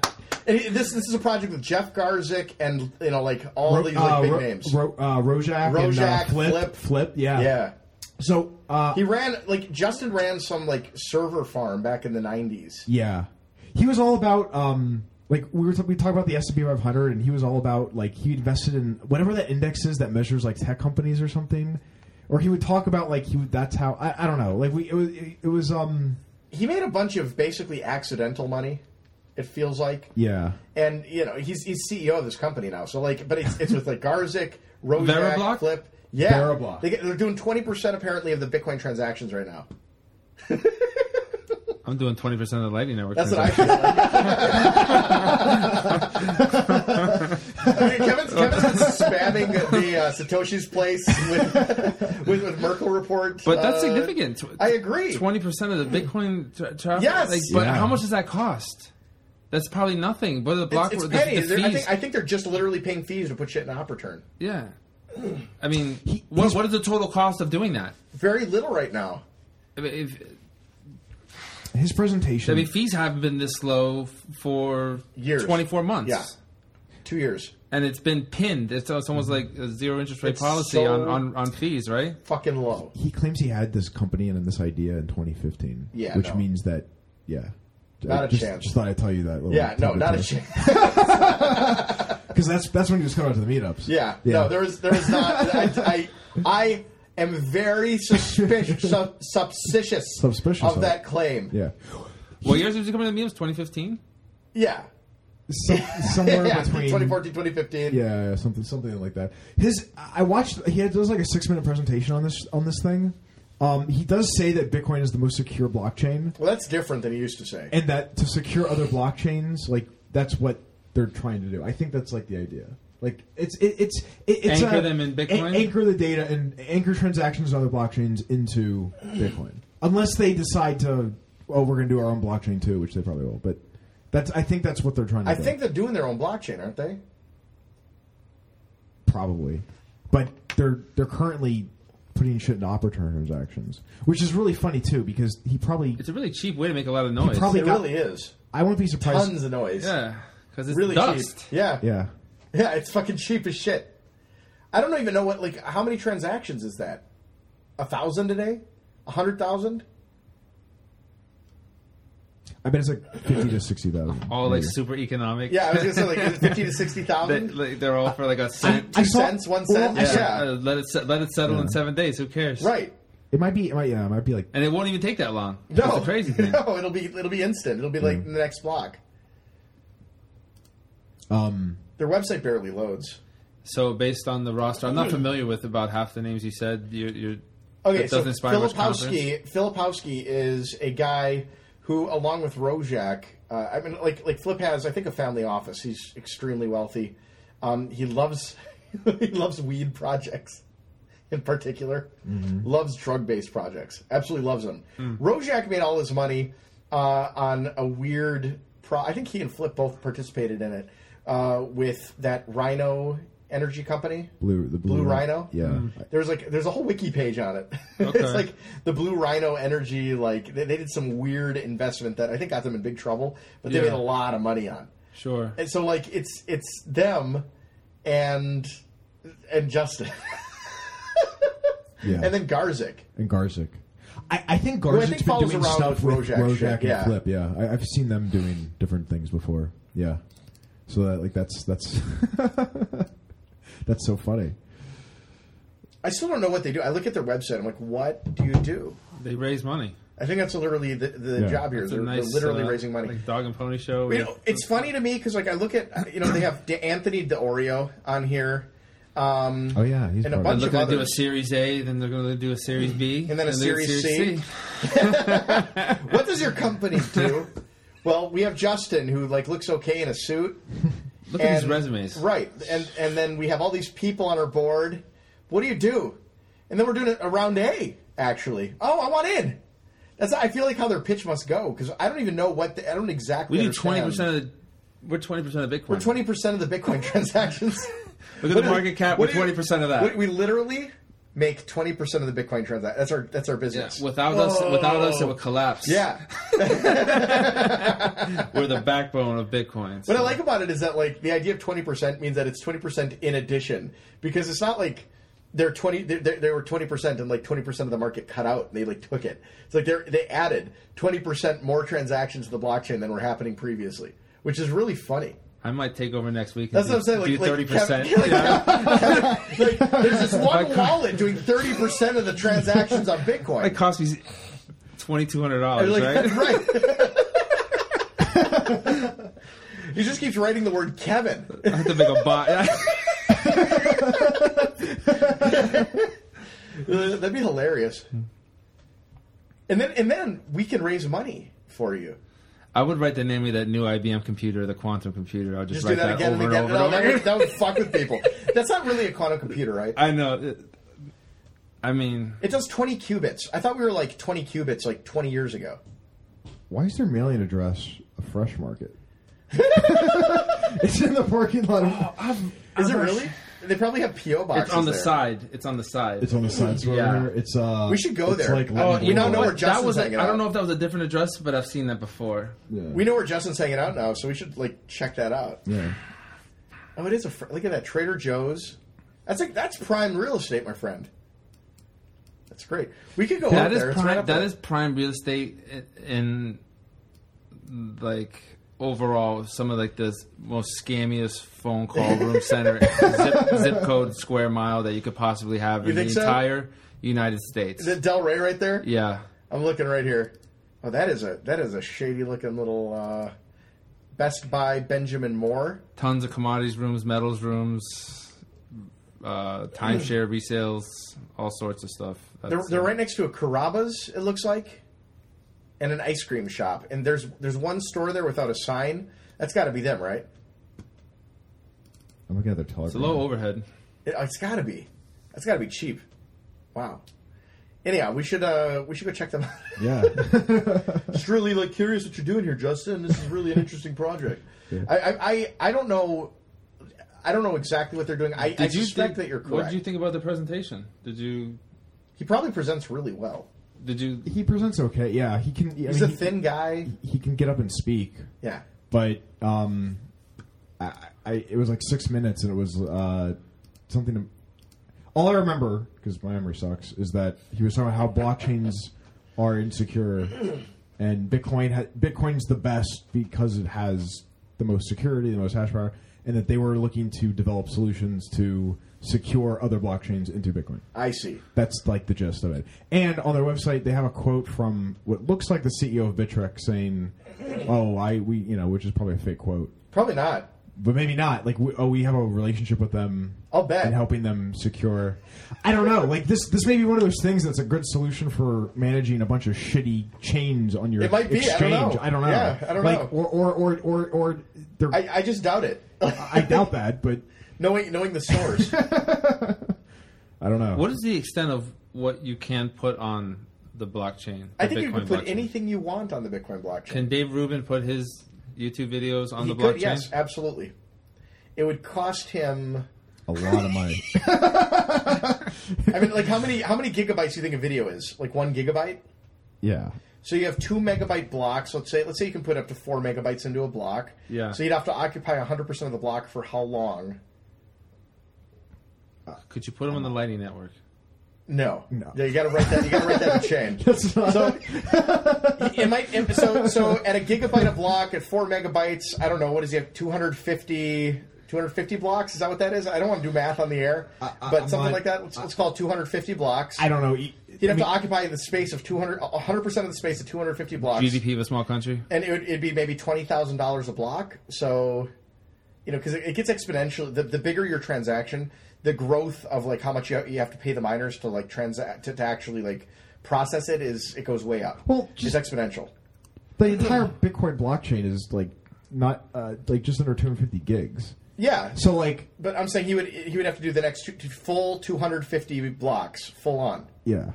And he- this this is a project with Jeff Garzik and you know like all Ro- these like, uh, big Ro- names. Ro- uh, Rojak, and, uh, Rojak, Flip, Flip. yeah, yeah, So uh, he ran like Justin ran some like server farm back in the nineties. Yeah, he was all about um like we were t- we talked about the S and P 500, and he was all about like he invested in whatever that index is that measures like tech companies or something. Or he would talk about like he would, that's how I, I don't know like we it was it was um He made a bunch of basically accidental money. It feels like, yeah and you know he's he's CEO of this company now. So like, but it's it's with like Garzik, Rojak, Veriblock? Flip. Yeah, Veriblock. They get, they're doing twenty percent apparently of the Bitcoin transactions right now. I'm doing 20% of the Lightning Network. That's what I feel like. [laughs] I mean, Kevin's, Kevin's been spamming the uh, Satoshi's place with, with with Merkle report, But that's uh, significant. Tw- I agree. 20% of the Bitcoin tra- traffic. Yes! Like, but Yeah. how much does that cost? That's probably nothing. But the block, It's, it's the, pennies. the They're- I, fees- think, I think they're just literally paying fees to put shit in Opperturn. yeah. [clears throat] I mean, He- what, he's- what is the total cost of doing that? Very little right now. I mean, if, his presentation I mean, fees haven't been this low f- for Years. 24 months. Yeah. Two years. And it's been pinned. It's, it's almost like a zero interest rate It's policy so- on, on, on fees, right? Fucking low. he claims he had this company and this idea in 2015 Yeah, which no. means that yeah Not I a just, chance. just thought I'd tell you that little Yeah, no, [laughs] not a chance. because that's that's when he was coming out to the meetups Yeah. No, there was there was not. I, I, I am very suspicious, su- suspicious, Suspicious of of that it. claim. yeah What years did you come into the memes? 2015? Yeah. Some, [laughs] somewhere Yeah, between 2014, 2015. Yeah, yeah, something something like that. His I watched he had does like a six minute presentation on this on this thing. Um, he does say that Bitcoin is the most secure blockchain, Well, that's different than he used to say. and that to secure other blockchains, like that's what they're trying to do. I think that's like the idea. Like it's it, it's it, it's Anchor a- them in a- Bitcoin? anchor the data, and anchor transactions on other blockchains into Bitcoin, unless they decide to. Oh, we're going to do our own blockchain too, which they probably will. But that's I think that's what they're trying to I do. think they're doing their own blockchain, aren't they? probably. But they're they're currently putting shit into opera transactions, which is really funny too because he probably It's a really cheap way to make a lot of noise. probably- It got- really is. I wouldn't be surprised. Tons of noise. Yeah. Because it's Really dust. cheap. Yeah. Yeah, Yeah, it's fucking cheap as shit. I don't even know what, like, how many transactions is that? A thousand a day? A hundred thousand? I bet it's like fifty to sixty thousand. All like super economic. Yeah, I was gonna say, like, is it 50 to 60,000? They, are all for like a cent. two cents, one cent? Well, I Yeah. saw- Uh, let it se- let it settle in seven days. Who cares? Right. It might be. It might, yeah, it might be like. And it won't even take that long. No. That's the [laughs] crazy thing. No, it'll be, it'll be instant. It'll be, like, in the next block. Um, Their website barely loads. So based on the roster, I'm not familiar with about half the names you said. You, you're Okay, that so doesn't inspire much confidence. Filipowski, Filipowski is a guy who, along with Rojak, uh, I mean, like like Flip has, I think, a family office. He's extremely wealthy. Um, he loves [laughs] he loves weed projects in particular. Mm-hmm. Loves drug based projects. Absolutely loves them. Mm. Rojak made all his money uh, on a weird. Pro- I think he and Flip both participated in it uh, with that Rhino Energy Company. blue the blue, Blue Rhino? Mm. Yeah, uh, There's like there's a whole wiki page on it. [laughs] Okay. it's like the Blue Rhino Energy. Like they, they did some weird investment that I think got them in big trouble, but they Yeah. made a lot of money on. Sure. And so like it's it's them and and Justin [laughs] yeah, and then Garzik. and Garzik. I, I think I Garzik's think been follows doing around stuff with with Rojak Rojak shit, and yeah. Flip. Yeah, I, I've seen them doing different things before. Yeah, so that like that's that's [laughs] that's so funny. I still don't know what they do. I look at their website. I'm like, what do you do? They raise money. I think that's literally the, the Yeah. job here. It's a They're, they're nice, literally uh, raising money. Like dog and pony show. You know, it's funny to me because like I look at you know they have [coughs] D- Anthony DeOrio on here. Um, Oh yeah, he's And a probably- bunch they're of going to do a others. series A, then they're going to do a series B, then a Series C. what does your company do? Well, we have Justin who like looks okay in a suit. Look and, at these resumes. Right. And and then we have all these people on our board. What do you do? And then we're doing it a round A, actually. Oh, I want in. That's I feel like how their pitch must go, because I don't even know what the, I don't exactly We do understand. twenty percent of the. We're twenty percent of Bitcoin. We're twenty percent of the Bitcoin [laughs] transactions. Look at the market cap. We're twenty percent of that. We, we literally make twenty percent of the Bitcoin transactions. That's our that's our Yeah, business. Without us, without us, it would collapse. yeah. we're the backbone of Bitcoin. What I like about it is that like the idea of twenty percent means that it's twenty percent in addition because it's not like they're twenty they they- they were twenty percent and like twenty percent of the market cut out and they like took it. It's like they are they added twenty percent more transactions to the blockchain than were happening previously, which is really funny. I might take over next week. That's and what I'm saying. Like, [laughs] do like thirty percent. Kevin- like, there's this one wallet doing thirty percent of the transactions on Bitcoin. It cost me twenty two hundred dollars, Like, right? [laughs] right. [laughs] he just keeps writing the word Kevin. I have to make a bot. Uh, That'd be hilarious. And then and then we can raise money for you. [laughs] I would write the name of that new IBM computer, the quantum computer. I'll just, Just write do that, again over and again. and No, over. that, and over. would, that would fuck with people. That's not really a quantum computer, right? I know. I mean, It does 20 qubits. I thought we were like 20 qubits like 20 years ago. Why is their mailing address a [laughs] fresh market? it's in the parking lot. Is it really? Oh, They probably have PO boxes. it's on the there. side. It's on the side. it's on the side. It's over Yeah. here. It's uh. We should go it's there. Like Oh, London you now know Boulevard. where Justin's that was. a- hanging I out. don't know if that was a different address, but I've seen that before. Yeah. We know where Justin's hanging out now, so we should like check that out. Yeah. Oh, it is a fr- look at that Trader Joe's. That's like that's prime real estate, my friend. That's great. We could go out That is there. It's right prime. up That there. is prime real estate i- in like overall some of like the most scammiest phone [laughs] call room center zip, zip code square mile that you could possibly have in the think so? entire United States. Is it Del Rey right there? yeah, I'm looking right here. Oh, that is a that is a shady looking little uh, Best Buy Benjamin Moore. tons of commodities rooms, metals rooms, uh, timeshare Hmm. resales, all sorts of stuff. They're, That's- uh, they're right next to a Carrabba's, it looks like, and an ice cream shop. And there's there's one store there without a sign. That's got to be them, right? I'm looking at their telegram. It's a low overhead. It, it's got to be. That's got to be cheap. Wow. Anyhow, we should uh we should go check them out. Yeah. [laughs] [laughs] just really like curious what you're doing here, Justin. This is really an interesting [laughs] project. I, I, I I don't know. I don't know exactly what they're doing. I, I suspect think- that you're What correct. did you think about the presentation? Did you He probably presents really well. did you he presents okay. Yeah. He can. I He's mean, a thin guy. He, he can get up and speak, Yeah. but um, I, I it was like six minutes, and it was uh something. To, all I remember because my memory sucks is that he was talking about how blockchains are insecure, and Bitcoin ha- Bitcoin's the best because it has the most security, the most hash power, and that they were looking to develop solutions to secure other blockchains into Bitcoin. I see. That's like the gist of it. And on their website, they have a quote from what looks like the CEO of Bitrex saying, "Oh, I we you know," which is probably a fake quote, Probably not. but maybe not. Like, we, oh, we have a relationship with them. I'll bet. and helping them secure. I don't know. Like this, this may be one of those things that's a good solution for managing a bunch of shitty chains on your It might be. I don't exchange. know. I don't know. Yeah, I don't like, know. Or or or or, or they're, I, I just doubt it. I doubt that, but [laughs] knowing knowing the source. I don't know. What is the extent of what you can put on the blockchain? I the think you Bitcoin can put blockchain? anything you want on the Bitcoin blockchain. Can Dave Rubin put his YouTube videos on he the blockchain? could, yes, absolutely. It would cost him. A lot of money. I mean, like how many how many gigabytes do you think a video is? Like one gigabyte. yeah. So you have two megabyte blocks. Let's say let's say you can put up to four megabytes into a block. Yeah. So you'd have to occupy 100 percent of the block for how long? Could you put him on the Lightning Network? No. No. Yeah, you got to write that. You got to write that in the chain. [laughs] That's not- So it might. It, so so at a gigabyte a block at four megabytes. I don't know. What does he have? 250. 250 blocks? Is that what that is? I don't want to do math on the air, I- but I'm something not- like that. Let's, let's call it 250 blocks. I don't know. He'd He'd have to occupy the space of 200, 100% of the space of 250 blocks. GDP of a small country. and it would, it'd be maybe twenty thousand dollars a block. So, you know, because it, it gets exponential. The, the bigger your transaction, the growth of like how much you, you have to pay the miners to like transact to, to actually like process it is it goes way up. Well, just- it's exponential. the entire Bitcoin blockchain is like not uh, like just under 250 gigs. Yeah. So like But I'm saying he would he would have to do the next two, full 250 blocks full on, yeah,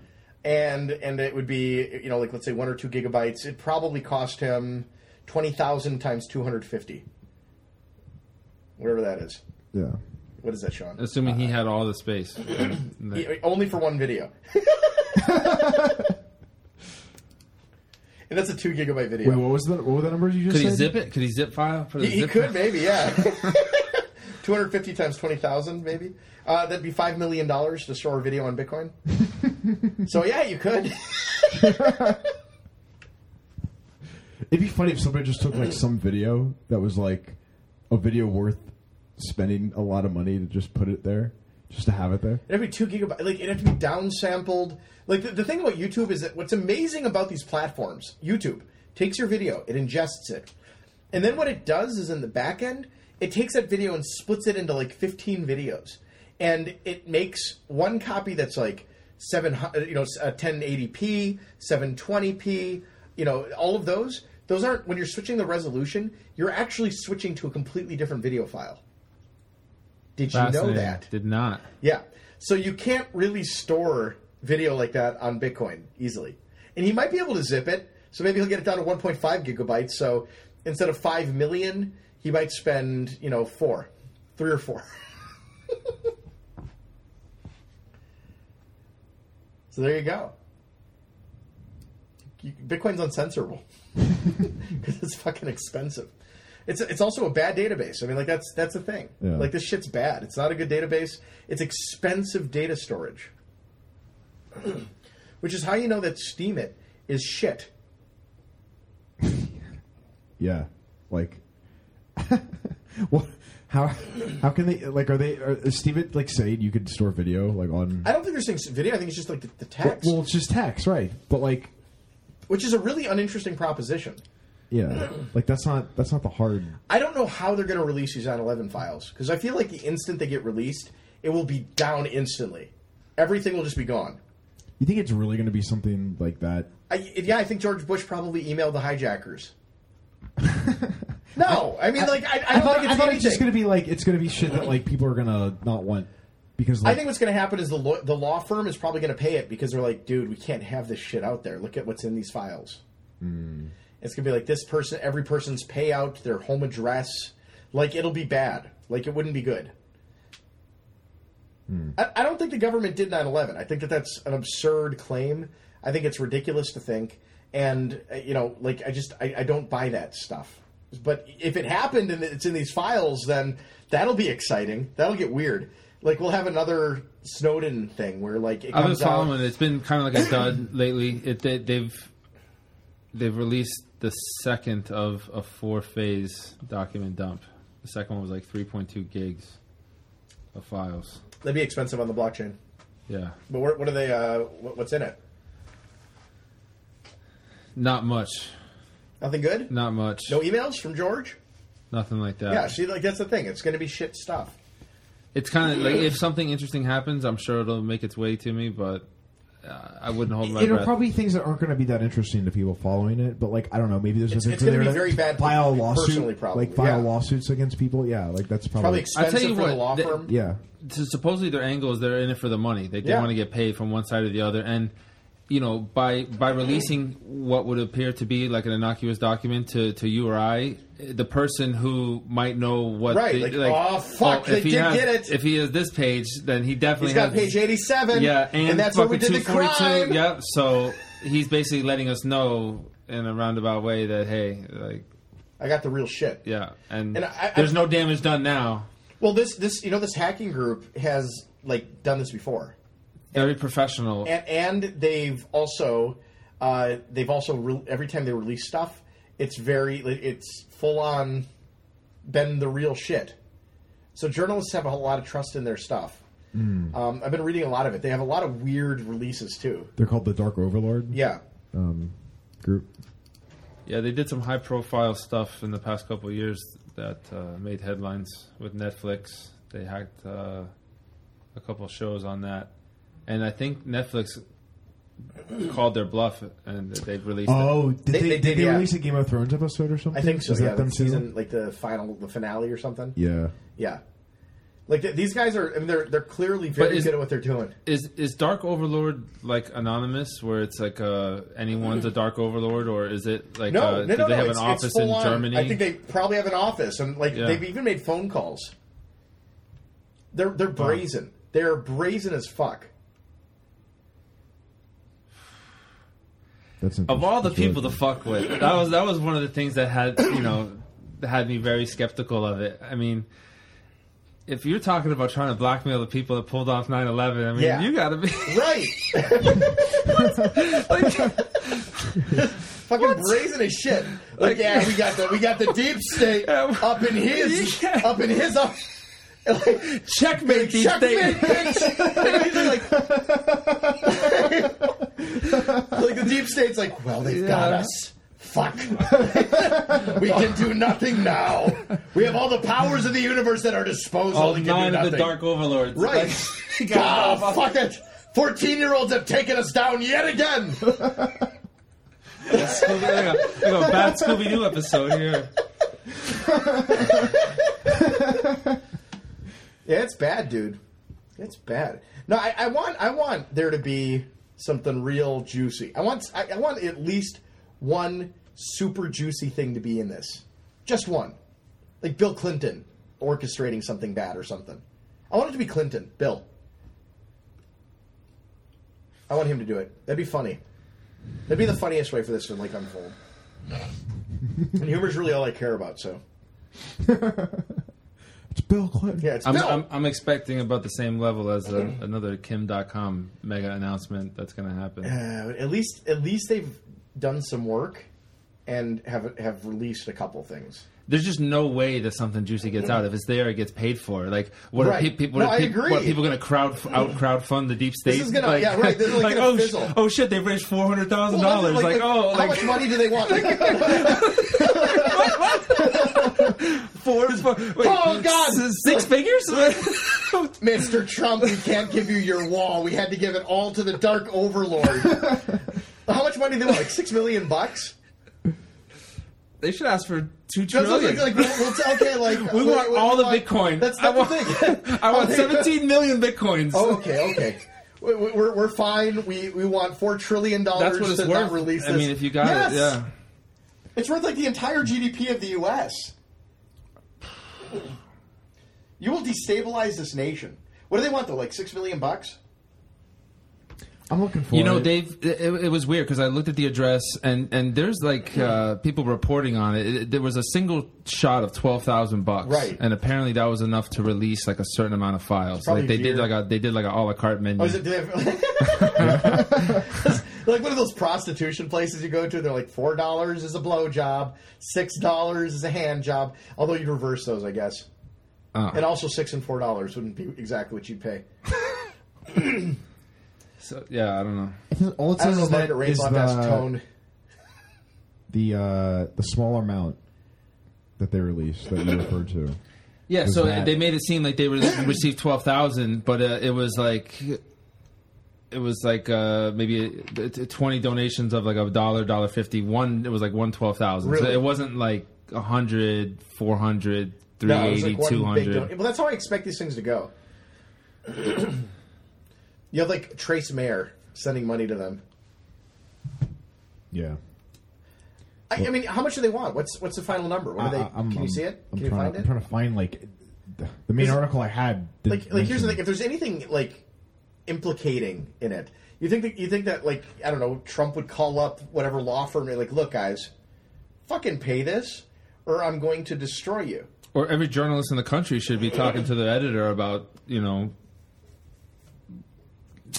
and and it would be you know like let's say one or two gigabytes. It probably cost him twenty thousand times 250, whatever that is. yeah. What is that, Sean? Assuming he had all [clears throat] the space. Yeah, E, only for one video. and that's a two gigabyte video. Wait, what was the what were the numbers you just Could he said? zip it? Could he zip file? For the he, he zip could maybe, yeah. [laughs] 250 times 20,000, maybe. Uh, that'd be $5 million to store a video on Bitcoin. so, yeah, you could. It'd be funny if somebody just took like some video that was like a video worth spending a lot of money to just put it there, just to have it there. It'd be two gigabyte. Like it'd have to be downsampled. Like the, the thing about YouTube is that what's amazing about these platforms, YouTube takes your video, it ingests it, and then what it does is in the back end, it takes that video and splits it into like 15 videos, and it makes one copy that's like seven, hu- you know, s- uh, 1080p, 720p, you know, all of those. Those aren't when you're switching the resolution, you're actually switching to a completely different video file. Did you know Fascinating. that? Did not. Yeah. So you can't really store video like that on Bitcoin easily. And he might be able to zip it. So maybe he'll get it down to 1.5 gigabytes. So instead of 5 million, he might spend, you know, four, three or four. [laughs] so there you go. You- Bitcoin's [laughs] uncensorable [laughs] because it's fucking expensive. It's, it's also a bad database. I mean, like that's that's the thing. Yeah. Like this shit's bad. It's not a good database. It's expensive data storage, [clears throat] which is how you know that Steam it is shit. Yeah, like [laughs] what? How how can they like? Are they? Are, is Steve it like saying you could store video like on? I don't think they're saying s- video. I think it's just like the, the text, Well, it's just text, right? But like, which is a really uninteresting proposition. yeah, like that's not that's not the hard. I don't know how they're going to release these on 11 files because I feel like the instant they get released, it will be down instantly. Everything will just be gone. You think it's really going to be something like that? I, yeah, I think George Bush probably emailed the [laughs] hijackers. no, I, mean, like, I, I, don't think thought, I it's thought anything. it's just going to be like it's going to be shit that like people are going to not want because I like, think what's going to happen is the law, the law firm is probably going to pay it because they're like, dude, we can't have this shit out there. Look at what's in these files. Hmm. It's going to be like this person, every person's payout, their home address. Like it'll be bad. Like it wouldn't be good. I, I don't think the government did 9/11. I think that that's an absurd claim. I think it's ridiculous to think. And uh, you know, like I just I, I don't buy that stuff. But if it happened and it's in these files, then that'll be exciting. That'll get weird. Like we'll have another Snowden thing where like it I've been comes out. following it. It's been kind of like a [clears throat] dud lately. It, they, they've they've released the second of a four phase document dump. The second one was like 3.2 gigs of files. That'd be expensive on the blockchain. Yeah, But what, what are they? Uh, what, what's in it? not much, Nothing good. not much, No emails from George. nothing like that. Yeah, see, like that's the thing. It's going to be shit stuff. It's kind of like if something interesting happens, I'm sure it'll make its way to me, but uh, I wouldn't hold my it'll breath. probably be things that aren't going to be that interesting to people following it. But like, I don't know, maybe there's It's- a it's gonna there be to very bad file for- lawsuit, personally, probably, like file yeah. lawsuits against people. Yeah, like that's Probably probably, expensive I'll tell you for the what, law the- firm. yeah. so supposedly their angle is they're in it for the money. They, they Yeah. want to get paid from one side or the other, and you know by by releasing what would appear to be like an innocuous document to, to you or I, the person who might know what Right, the- like, "Oh, fuck, they if he did has- get it." If he has this page, then he definitely He's got has, page eighty-seven. Yeah, and, that's where we did fucking the 242, crime. Yeah, so he's basically letting us know in a roundabout way that hey, like I got the real shit. yeah, and, And I- I- there's no damage done now. Well, this this you know this hacking group has like done this before, Every professional and and they've also uh, they've also re- every time they release stuff, it's very like, it's full on been the real shit. So journalists have a whole lot of trust in their stuff. Um, I've been reading a lot of it. They have a lot of weird releases too. They're called the Dark Overlord Yeah. group. Yeah, they did some high profile stuff in the past couple of years that uh, made headlines with Netflix. They hacked uh, a couple shows on that. And I think Netflix called their bluff and they've released it. Oh, did they, They- did, they did, they yeah. release a Game of Thrones episode or something? I think so. Is yeah, that them the too? season like the final, the finale or something. Yeah. Yeah. Like th- these guys are, I mean, they're they're clearly very is- Uh, good at what they're doing. Is is Dark Overlord like anonymous, where it's like uh, anyone's a Dark Overlord, or is it like No, uh, no, do no, no. they have it's, an it's office full in on. Germany? I think they probably have an office, and like Yeah. they've even made phone calls. They're they're brazen. They're brazen as fuck. That's of all the people to fuck with, that was that was one of the things that had you know that had me very skeptical of it. I mean, if you're talking about trying to blackmail the people that pulled off 9/11, I mean, Yeah. you got [laughs] to be [laughs] Right. like, Fucking brazen as shit. Like, yeah, we got the we got the deep state [laughs] Yeah. up in his [laughs] Yeah. up in his up. [laughs] Like, checkmate these checkmate, things. bitch. He's like, like the deep state's like, well, they've got Yeah. us. Fuck. [laughs] we can do nothing now. We have all the powers of the universe at our disposal. All and can do nine of the nothing. Dark Overlords, Right. [laughs] Like, God, fuck it. 14 year olds have taken us down yet again. Scooby- like, a, like a [laughs] bad Scooby Doo episode here. Yeah, it's bad, dude. It's bad. No, I, I want I want there to be something real juicy. I want I, I want at least one super juicy thing to be in this. Just one, like Bill Clinton orchestrating something bad or something. I want it to be Clinton, Bill. I want him to do it. That'd be funny. That'd be the funniest way for this to like [laughs] unfold. and humor's really all I care about. So It's Bill Clinton. yeah, it's I'm, Bill. I'm, I'm expecting about the same level as a, another Kim.com mega announcement that's going to happen. Uh, at least at least they've done some work and have have released a couple things. There's just no way that something juicy gets out. If it's there, it gets paid for. Like, what Right. are pe- people? No, what are I pe- agree. What are people going to crowd out crowd fund the deep state? is gonna- yeah, right, [laughs] this is, like, gonna oh, sh- fizzle. oh shit, they raised four hundred thousand dollars. Like, oh, how like much money do they [laughs] want? four, four wait, Oh, God. s- [laughs] six figures. Mr. Trump, we can't give you your wall. We had to give it all to the Dark [laughs] Overlord. how much money do they want? Like six million bucks? they should ask for two That's what- trillion. like, we'll- we'll- okay, like we we'll- want we'll- all the we'll- Bitcoin. That's I not want, the thing. [laughs] I [laughs] want 17 million Bitcoins. Oh, okay, okay. We- we- We're, we're fine. We we want four trillion dollars That's what to it's not worth. release I this. mean, if you got Yes! it, yeah. It's worth like the entire GDP of the U.S. You will destabilize this nation. What do they want though? Like six million bucks? I'm looking for You know, it. Dave, it, it was weird because I looked at the address and, and there's like uh, people reporting on it. It- There was a single shot of twelve thousand bucks, Right. And apparently that was enough to release like a certain amount of files. probably Like they did dear. like a they did like an a la carte menu. Or is it do they have- [laughs] like one of those prostitution places you go to? They're like four dollars is a blowjob, six dollars is a hand job. Although you'd reverse those, I guess. Oh. And also six and four dollars wouldn't be exactly what you'd pay. So, yeah, I don't know. all it I don't says know is if that Margaret is Rainbow has the tone. the uh, the small amount that they released that you referred to. Yeah, so that- they made it seem [coughs] like they re- received twelve thousand, but uh, it was like it was like uh, maybe uh, t- twenty donations of like a dollar, dollar fifty. One, it was like one twelve thousand. So Really? it wasn't like a hundred, four hundred, three No, it was eighty, like one two big don- hundred. Well, that's how I expect these things to go. [clears throat] you have like Trace Mayer sending money to them. Yeah. I, I mean, how much do they want? What's what's the final number? What are they? I- I'm- can you I'm- see it? I'm can you trying find to, it? I'm trying to find like the- the main Is- article I had. did like like here's the mention- thing if there's anything like implicating in it you think that you think that like i don't know trump would call up whatever law firm and be like look guys fucking pay this or i'm going to destroy you Or every journalist in the country should be talking to the editor about you know.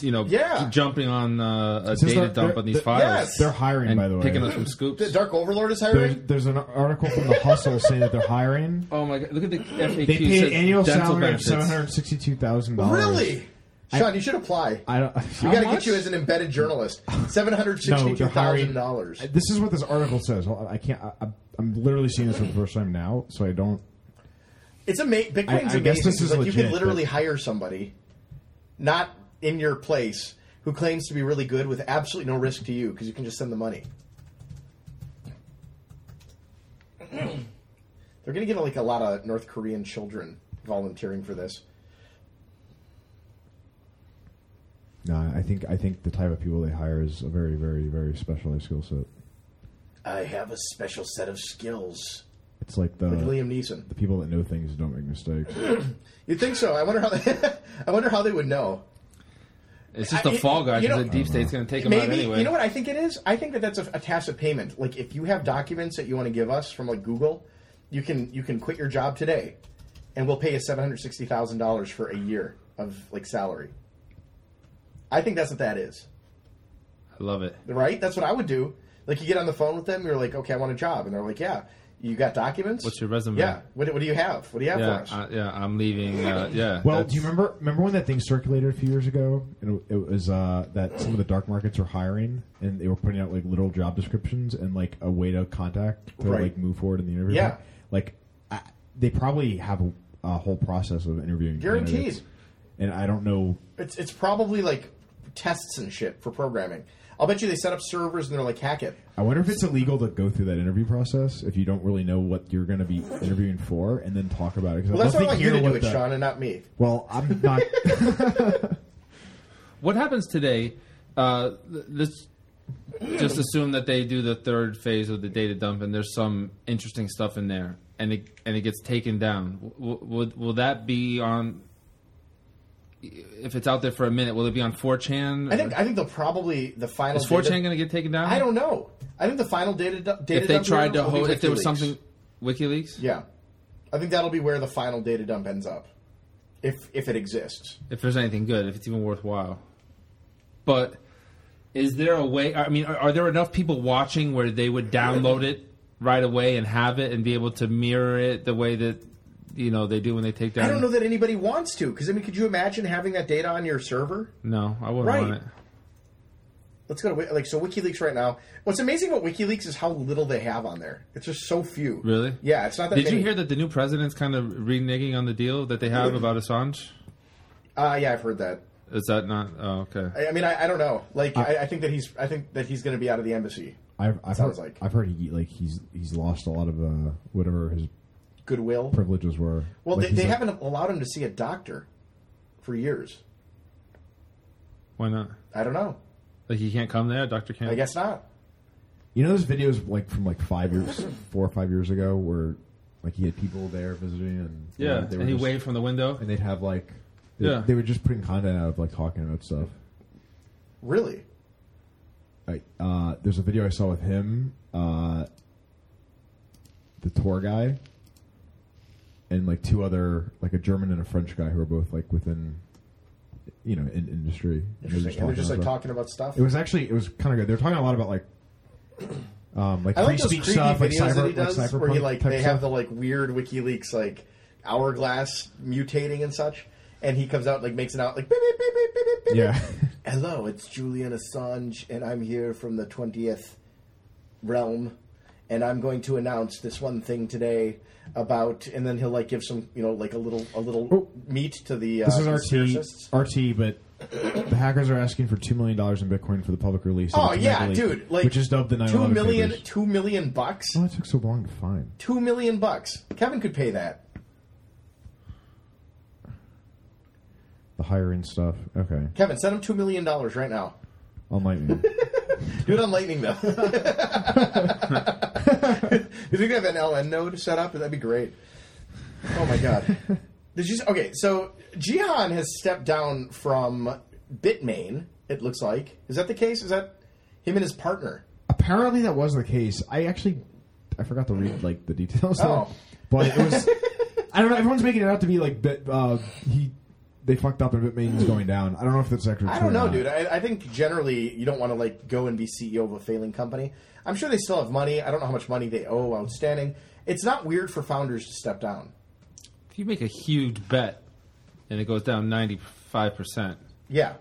You know, Yeah. jumping on uh, a Since data they're- dump they're- on these they're- files Yes. They're hiring, by the and way. picking up some scoops. the dark overlord is there's, hiring there's an article from the Hustle saying that they're hiring. Oh my god! Look at the They FAQ. pay an says annual dental salary benefits. of seven hundred sixty-two thousand dollars. really sean you should apply I don't. we got to get you as an embedded journalist no, they're hiring. $762000 This is what this article says. Hold on, I can't. I, I'm- I'm literally seeing this for the first time now, so I don't. It's ama- Bitcoin's I- I amazing. guess this 'cause, is like you legit, could literally but- hire somebody, not in your place, who claims to be really good with absolutely no risk to you because you can just send the money. [clears throat] They're going to get like a lot of North Korean children volunteering for this. No, Uh, I think I think the type of people they hire is a very, very, very specialized skill set. I have a special set of skills. It's like the Like Liam Neeson. the people that know things don't [laughs] make mistakes. You'd think so. I wonder how they, [laughs] I wonder how they would know. It's just I- a fall guy you know- because the deep state's going to take him out Maybe anyway. you know what I think it is. I think that that's a, a tacit payment. Like if you have documents that you want to give us from like Google, you can you can quit your job today, and we'll pay you seven hundred sixty thousand dollars for a year of like salary. I think that's what that is. I love it. Right? That's what I would do. Like you get on the phone with them, you're like, okay, I want a job, and they're like, yeah, you got documents. What's your resume? Yeah. What, what do you have? What do you have Yeah, for us? uh, yeah, I'm [laughs] leaving. Uh, yeah. Well, that's- do you remember remember when that thing circulated a few years ago? And it, it was uh, that some of the dark markets were hiring, and they were putting out like little job descriptions and like a way to contact to Right. like move forward in the interview. Yeah. like I, they probably have a, a whole process of interviewing. Guaranteed. candidates. And I don't know. It's it's probably like tests and shit for programming. I'll bet you they set up servers and they're like hack it. I wonder if it's illegal to go through that interview process if you don't really know what you're going to be interviewing for, and then talk about it. 'Cause I'd Well, that's love why I want you hear to do what it, the- Sean, and not me. Well, I'm [laughs] not. What happens today? Uh, th- this just assume that they do the third phase of the data dump, and there's some interesting stuff in there, and it and it gets taken down. W- would will that be on? If it's out there for a minute, will it be on 4chan? I think I think they'll probably the final. is 4chan data- going to get taken down? I don't know. I think the final data du- data. If they dump tried to will be hold, if there was WikiLeaks. something, WikiLeaks. yeah, I think that'll be where the final data dump ends up, if if it exists. if there's anything good, if it's even worthwhile. But is there a way? I mean, are, are there enough people watching where they would download it right away and have it and be able to mirror it the way that you know they do when they take down? I don't know that anybody wants to, because I mean, could you imagine having that data on your server? No, I wouldn't Right. want it. Let's go to Wi- like so WikiLeaks right now. What's amazing about WikiLeaks is how little they have on there. It's just so few. Really? Yeah, it's not that. Did many. you hear that the new president's kind of reneging on the deal that they have about Assange? Uh, yeah, I've heard that. Is that not? Oh, okay. I, I mean, I, I don't know. Like, Uh, I, I think that he's, I think that he's going to be out of the embassy. I've, I've Sounds heard, like. I've heard he like he's he's lost a lot of uh, whatever his Goodwill. privileges were. Well, Like, they, he's they like- haven't allowed him to see a doctor for years. Why not? I don't know. Like he can't come there, Doctor Camp. I guess not. You know those videos like from like five years, four or five years ago, where like he had people there visiting and you Yeah, know, they were and he just- waved from the window. and they'd have like, they, Yeah. they were just putting content out of like talking about stuff. Really? Like, uh, there's a video I saw with him, uh, the tour guy, and like two other like a German and a French guy who are both like within, you know, in industry. And Interesting. And they're just like about- talking about stuff. It was actually it was kind of good. They were talking a lot about like, um, like I like free those speech creepy stuff, like videos cyber, that he does, like cyberpunk where he like type they stuff. have the like weird WikiLeaks like hourglass mutating and such, and he comes out like makes it out like beep, beep, beep, beep, beep, beep, beep, [laughs] Yeah. Hello, it's Julian Assange, and I'm here from the 20th realm, and I'm going to announce this one thing today about, and then he'll like give some, you know, like a little a little Oh. meat to the uh, This conspiracists. is RT, RT, but the hackers are asking for two million dollars in Bitcoin for the public release. of Oh the yeah, Jamaica leak, dude! Like which is dubbed the 9/11 two million, papers. two million bucks, Why it took so long to find? two million bucks. Kevin could pay that. The higher end stuff. Okay, Kevin, send him two million dollars right now. on Lightning. Do it on Lightning though. [laughs] you think they have an LN node set up? That'd be great. Oh my god. Did you okay? So Jihan has stepped down from Bitmain. It looks like is that the case? Is that him and his partner? [laughs] Apparently, that was the case. I actually, I forgot to read like the details. there. Oh. but it was. I don't know. Everyone's making it out to be like Bit. Uh, he, they fucked up and Bitmain's going down. I don't know if that's actually. I true don't or know, not. dude. I, I think generally you don't want to like go and be CEO of a failing company. I'm sure they still have money. I don't know how much money they owe outstanding. It's not weird for founders to step down. If you make a huge bet and it goes down ninety five percent, Yeah,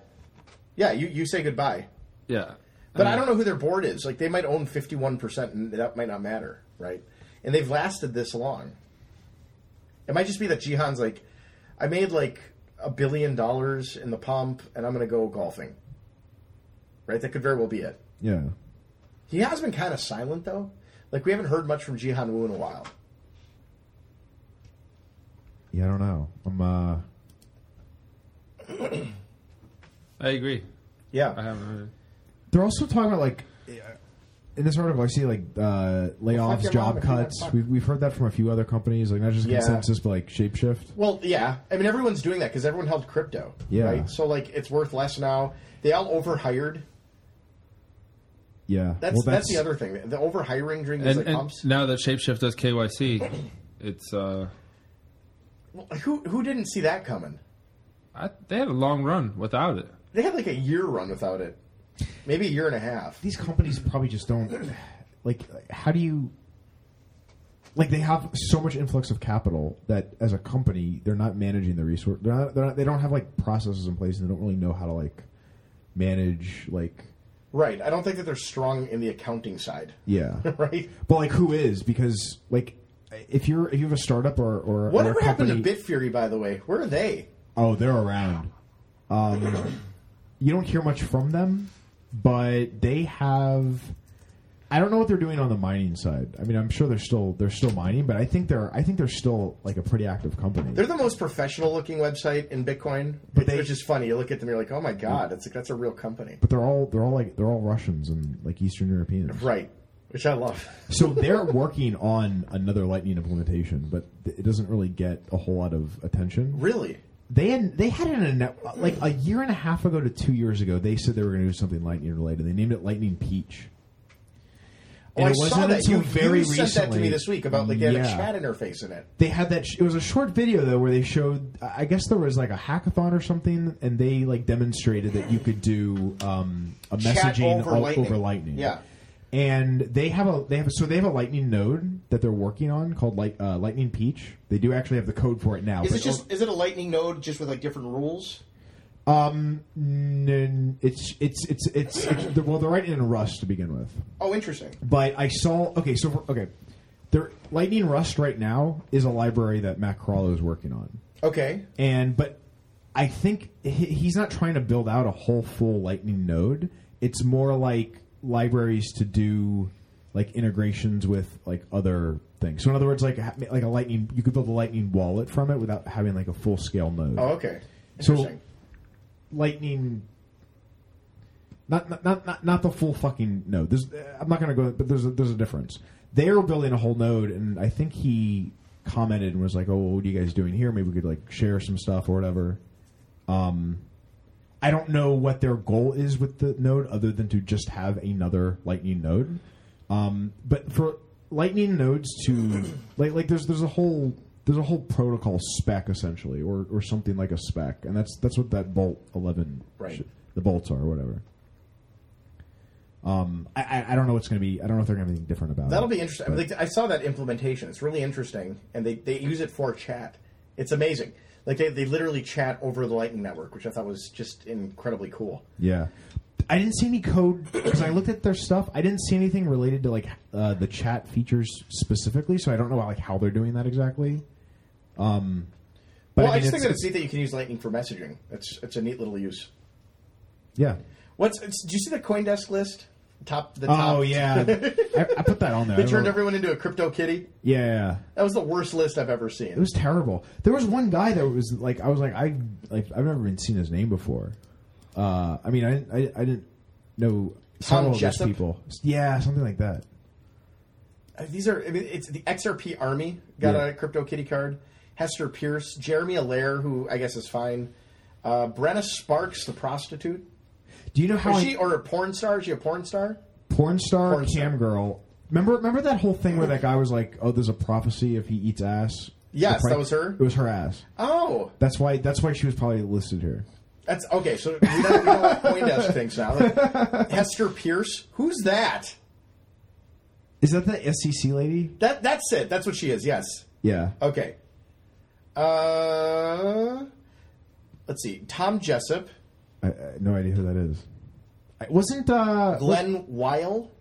yeah. You you say goodbye. yeah. But Mm. I don't know who their board is. Like they might own fifty one percent, and that might not matter, right? And they've lasted this long. It might just be that Jihan's like, I made like a billion dollars in the pump, and I'm going to go golfing. right? That could very well be it. Yeah. He has been kind of silent though. Like we haven't heard much from Jihan Wu in a while. Yeah, I don't know. I'm uh I agree. I Yeah, haven't heard it. they're also talking about like in this article I see like uh fuck layoffs, your mom job if you don't cuts. fuck. We've we've heard that from a few other companies, like not just Yeah. consensus but like shapeshift. Well, yeah. I mean, everyone's doing that because everyone held crypto. Yeah. Right? So, like, it's worth less now. They all overhired. Yeah. That's, well, that's the other thing. The overhiring during these And, like and pumps. now that Shapeshift does KYC, [coughs] it's uh, Well, who who didn't see that coming? I, they had a long run without it. They had like a year run without it, maybe a year and a half. these companies probably just don't like how do you like they have so much influx of capital that as a company they're not managing the resource they're not, they're not they don't have like processes in place and they don't really know how to like manage like Right. I don't think that they're strong in the accounting side. [laughs] yeah Right. but like who is because like if you're if you have a startup or or or a Whatever company, happened to Bitfury, by the way? Where are they? Oh, they're around. Um, you don't hear much from them, but they have. I don't know what they're doing on the mining side. I mean, I'm sure they're still they're still mining, but I think they're I think they're still like a pretty active company. They're the most professional looking website in Bitcoin, But they- which is funny. You look at them, you're like, oh my god, it's like that's a real company. but they're all they're all like they're all Russians and like Eastern Europeans. Right. Which I love. [laughs] So they're working on another Lightning implementation, but th- it doesn't really get a whole lot of attention. Really. They had, they had it in a, like a year and a half ago to two years ago. They said they were going to do something Lightning related. They named it Lightning Peach. Oh, And I it wasn't saw that. until You, very you sent that to recently- me this week about like they had Yeah. a chat interface in it. they had that. Sh- it was a short video though, where they showed. I guess there was like a hackathon or something, and they like demonstrated that you could do um, a Chat messaging over o- Lightning. over Lightning. Yeah. And they have a they have a, so they have a Lightning node that they're working on called Light, uh, Lightning Peach. They do actually have the code for it now. Is but it just is it a lightning node just with like different rules? um? N- it's it's it's it's, it's they're- well, they're writing in Rust to begin with. Oh, interesting. But I saw okay, so for, okay, there Lightning Rust right now is a library that Matt Carallo is working on. Okay. and but I think he- he's not trying to build out a whole full Lightning node. It's more like libraries to do like integrations with like other things. So in other words, like ha- like a Lightning, you could build a Lightning wallet from it without having like a full scale node. Oh, okay. So- Interesting. Lightning. Not, not not not not the full fucking node. There's, uh, I'm not going to go, but there's a, there's a difference. They are building a whole node, and I think he commented and was like, "Oh, what are you guys doing here? Maybe we could like share some stuff or whatever." Um, I don't know what their goal is with the node, other than to just have another Lightning node. Um, but for Lightning nodes to like like there's there's a whole there's a whole protocol spec essentially, or or something like a spec, and that's that's what that Bolt eleven Right. shit- the bolts are or whatever. Um, I- I, I don't know what's going to be. I don't know if they're going to be anything different about That'll it. be interesting. I, mean, like, I saw that implementation. It's really interesting, and they, they use it for chat. It's amazing. Like they, they literally chat over the Lightning Network, which I thought was just incredibly cool. yeah. I didn't see any code because I looked at their stuff. I didn't see anything related to like uh, the chat features specifically, so I don't know like how they're doing that exactly. Um, but well, I, mean, just think that it's- it's neat that you can use Lightning for messaging. It's it's a neat little use. yeah. What's it's, do you see the CoinDesk list? Top the top. Oh [laughs] yeah, I, I put that on there. They I turned wrote- everyone into a crypto kitty. Yeah, yeah. That was the worst list I've ever It seen. was terrible. There was one guy that was like, I was like, I like, I've never even seen his name before. Uh, I mean, I, I, I didn't know Tom several of those Jessup? people. Yeah, something like that. Uh, These are I mean, it's the XRP Army got Yeah. a crypto kitty card. Hester Pierce, Jeremy Allaire, who I guess is fine. Uh, Brenna Sparks, the prostitute. Do you know Is how I- she or a porn star? Is she a porn star? porn star, Porn star. cam girl? Remember, remember that whole thing where that guy was like, "Oh, there's a prophecy if he eats ass." Yes, The pri- that was her. It was her ass. Oh, That's why. That's why she was probably listed here. that's okay. So we know, we know what CoinDesk thinks [laughs] now. Like, Hester Pierce, who's that? Is that the SEC lady? That that's it. That's what she is. Yes. Yeah. Okay. Uh, let's see. Tom Jessup, I, I no idea who that is. I, wasn't uh, Glenn Weil.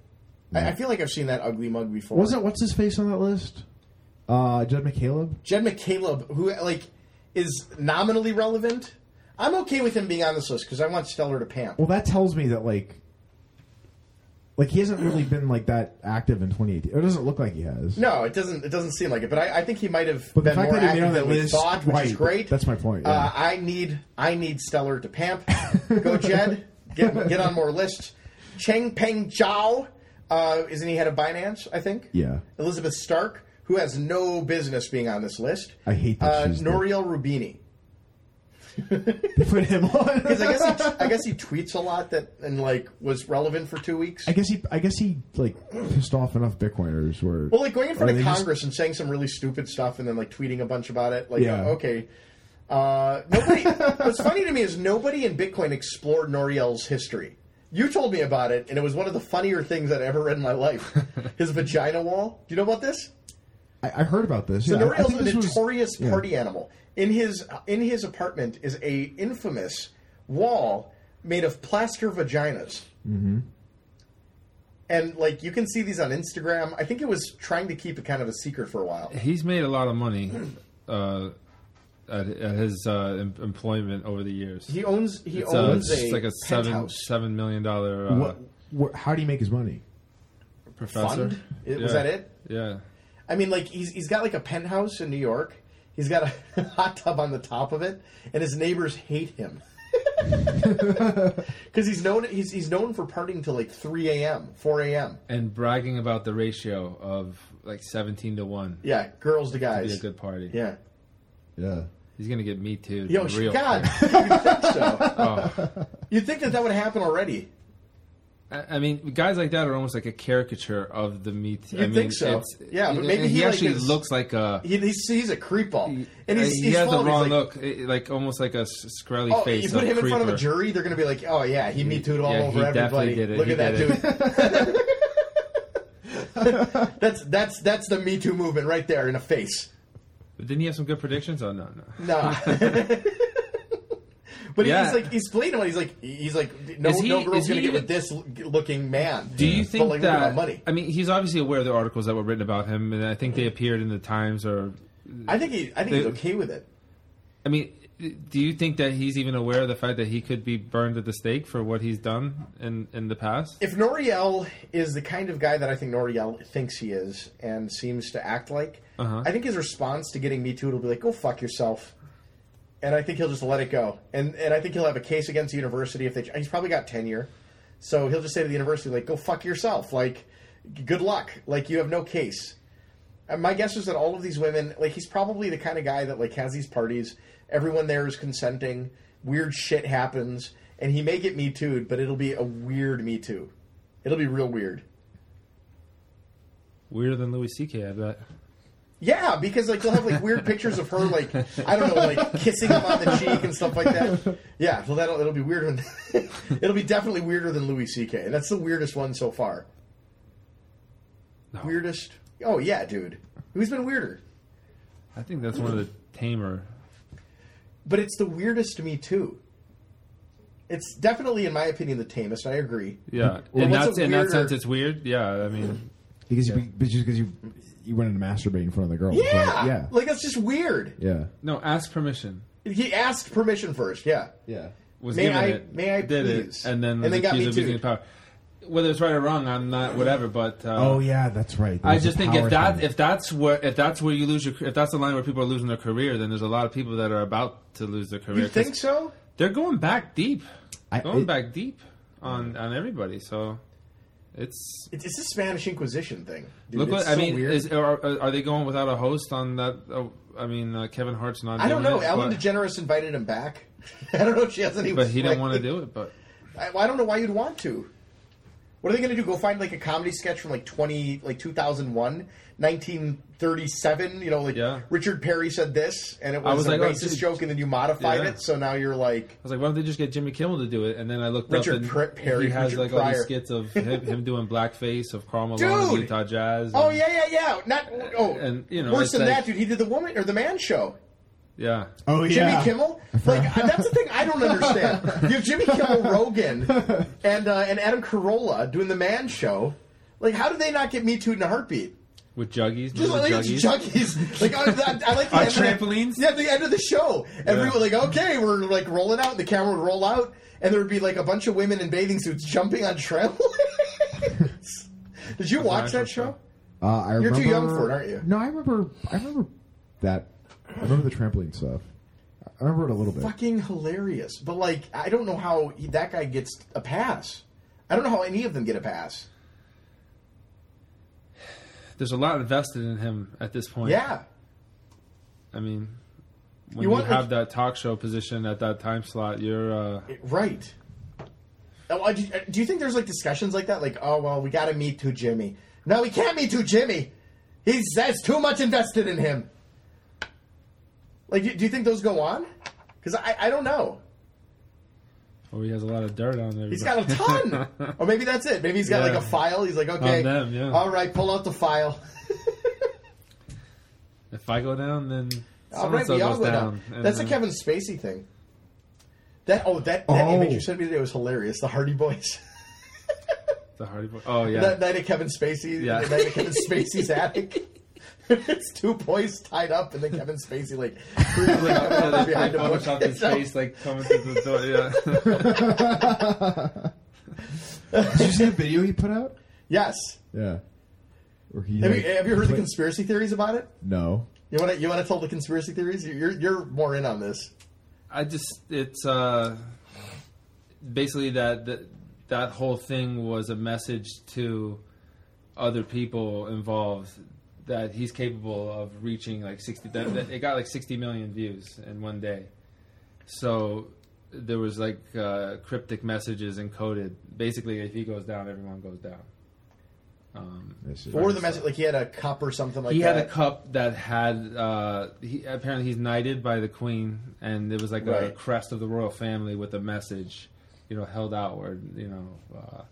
I, I feel like I've seen that ugly mug before. Wasn't what's his face on that list? Uh, Judd McCaleb. Jed McCaleb, who like is nominally relevant? I'm okay with him being on this list because I want Stellar to pamp. Well, that tells me that like Like he hasn't really been like that active in 2018. It doesn't look like he has. No, it doesn't. It doesn't seem like it. But I, I think he might have But the been fact more that he active made on that than we list, thought, which is right, great. that's my point, yeah. Uh, I need I need Stellar to pamp. Go Jed. Get get on more lists. Cheng Peng Zhao. Uh, isn't he head of Binance? I think. Yeah. Elizabeth Stark, who has no business being on this list. I hate that Uh, she's the- Noriel Rubini. [laughs] They put [laughs] him on. Because I guess he, I guess he tweets a lot that and like was relevant for two weeks. I guess he, I guess he like pissed off enough Bitcoiners where. Well, like going in or front they of just- Congress and saying some really stupid stuff, and then like tweeting a bunch about it. Like, Yeah. oh, okay. Uh, [laughs] nobody. what's funny to me is nobody in Bitcoin explored Noriel's history. You told me about it, and it was one of the funnier things I'd ever read in my life. [laughs] His vagina wall. Do you know about this? I, I heard about this. So yeah, I- I Noriel's think a this was- notorious yeah. party animal. In his in his apartment is a infamous wall made of plaster vaginas. Mm-hmm. And like you can see these on Instagram. I think it was trying to keep it kind of a secret for a while. He's made a lot of money uh, at, at his uh, em- employment over the years. He owns he it's, uh, owns it's a like a seven penthouse seven million dollar uh, What, what, how do you make his money? professor. fund. It- Was Yeah. that it? Yeah. I mean, like he's he's got like a penthouse in New York. He's got a [laughs] hot tub on the top of it, and his neighbors hate [laughs] him [laughs] because he's known he's he's known for partying till like three a.m., four a.m. And bragging about the ratio of like seventeen to one. Yeah, girls to Be a guys. good party. Yeah. Yeah. He's gonna get me too. Yo, real God, [laughs] quick. you think so? Oh. You think that that would happen already? I I mean, guys like that are almost like a caricature of the meat. I You'd mean, think so. it's- Yeah, but and maybe he, he, like, actually is- looks like a. He, he's, he's a creepo, and he's, he he's has the full of- he's wrong like, look, eh, like almost like a s- scrawly Oh, face. you put a him in front of a uh, creeper. jury, they're going to be like, "Oh yeah, he me too all yeah, over he everybody." definitely did it. Look He at that did dude. it. [laughs] that's that's that's the Me Too movement right there in a face. But didn't he have some good predictions? Oh no, no. No. [laughs] [laughs] But Yeah. he's like he's playing him. and He's like he's like no Is he- no girl's is gonna he get with this l- looking man. Do you think but like, look at my that? money? Mm-hmm. I mean, he's obviously aware of the articles that were written about him, and I think they appeared in the Times. Or, I think he I think he's They- okay with it. I mean, do you think that he's even aware of the fact that he could be burned at the stake for what he's done in in the past? If Noriel is the kind of guy that I think Noriel thinks he is and seems to act like, Uh-huh. I think his response to getting Me Too will be like, "Go fuck yourself," and I think he'll just let it go. And and I think he'll have a case against the university if they. He's probably got tenure, so he'll just say to the university like, "Go fuck yourself." Like, good luck. Like you have no case. And my guess is that all of these women, like he's probably the kind of guy that like has these parties. Everyone there is consenting. Weird shit happens, and he may get me too'd, but it'll be a weird me too. It'll be real weird. Weirder than Louis C.K. I bet. Yeah, because like they'll have like weird pictures of her, like I don't know, like kissing him on the cheek and stuff like that. Yeah, well that'll it'll be weirder. Than, [laughs] it'll be definitely weirder than Louis C.K. And that's the weirdest one so far. Weirdest. Oh yeah, dude. Who's been weirder? I think that's one of the tamer. but it's the weirdest to me too. It's definitely, in my opinion, the tamest. I agree. Yeah, Well, in what's that a in that weirder- sense, it's weird. Yeah, I mean, Because you, but just because you you went in to masturbate in front of the girl. Yeah, Like, yeah. like that's just weird. yeah. no, ask permission. He asked permission first. Yeah, Yeah. was May given I- it, may I did please? it, and then, And they got accused me of abusing too. power. Whether it's right or wrong, I'm not whatever. But uh, Oh yeah, that's right. I That's just a think if power that thing. if that's where if that's where you lose your if that's the line where people are losing their career, then there's a lot of people that are about to lose their career. you 'cause think so? They're going back deep, I- going it- back deep on on everybody. So it's. It's, it's a Spanish Inquisition thing. Dude. Look it's what so I mean. weird. Is, are, are they going without a host on that? Uh, I mean, uh, Kevin Hart's not. I don't doing know. it, Ellen but, DeGeneres invited him back. [laughs] I don't know if she has [laughs] any. but he didn't want to to do it. But I, I don't know why you'd want to. What are they going to do? Go find like a comedy sketch from like 20, like 2001, 1937, you know, like Yeah. Richard Perry said this and it was, was a like, oh, racist dude. joke and then you modified Yeah. it. So now you're like, I was like, why don't they just get Jimmy Kimmel to do it? And then I looked Richard up and Per- Perry, he has Richard like all Pryor. these skits of him, him doing blackface of Karl Malone, Dude! of Utah Jazz. oh and- yeah, yeah, yeah. Not, oh, And, you know, worse it's than like- that, dude. He did the woman or the man show. yeah. oh Jimmy yeah, Kimmel? Like that's the thing I don't [laughs] understand. You have Jimmy Kimmel, Rogan, and uh, and Adam Carolla doing the Man Show. Like, how do they not get Me Too in a heartbeat? with juggies, Just little like it's juggies. [laughs] junkies. Like I, I, I like the On end of the- trampolines? yeah, the end of the show. Everyone like, okay, we're like rolling out. The [laughs] camera would roll out, and there would be like a bunch of women in bathing suits jumping on trampolines. Did you watch actual that show? show. Uh, I You're remember, too young for it, aren't you? No, I remember. I remember that. I remember the trampoline stuff. I remember it a little bit. Fucking hilarious. But like, I don't know how he, that guy gets a pass. I don't know how any of them get a pass. There's a lot invested in him at this point. Yeah. I mean, when You you, want- have that talk show position at that time slot, you're uh, Right. Oh, I- Do you think there's like discussions like that? Like, oh well, we got to meet to Jimmy. No, we can't meet to Jimmy. He's that's too much invested in him. Like, do do you think those go on? Because I, I don't know. oh, he has a lot of dirt on there. He's got a [laughs] ton, or maybe that's it. Maybe he's got Yeah. like a file. He's like, okay, them, yeah. all right, pull out the file. [laughs] if I go down, then all right, so we all goes go down. down. That's a And, uh, Kevin Spacey thing. That oh that, that image Oh. you sent me today was hilarious. The Hardy Boys. [laughs] The Hardy Boy. Oh yeah. That night at Kevin Spacey, Yeah. the night at [laughs] Kevin Spacey's attic. it's two boys tied up, and then Kevin Spacey like, [laughs] creepily [laughs] like, comes uh, out behind a bush. Photoshopped his So, face, like coming through the door. Yeah. Did you see the video he put out? Yes. Yeah. Or he Have like, you, have you heard the put- conspiracy theories about it? No. You want to you want to tell the conspiracy theories? You- You're you're more in on this. [laughs] I just it's uh, basically that, that that whole thing was a message to other people involved that he's capable of reaching like sixty. That, that it got like sixty million views in one day, so there was like uh, cryptic messages encoded. Basically, if he goes down, everyone goes down. Um, This is- Or the message like he had a cup or something like he that. had a cup that had uh he apparently he's knighted by the queen and it was like a Right. crest of the royal family with a message you know held outward you know uh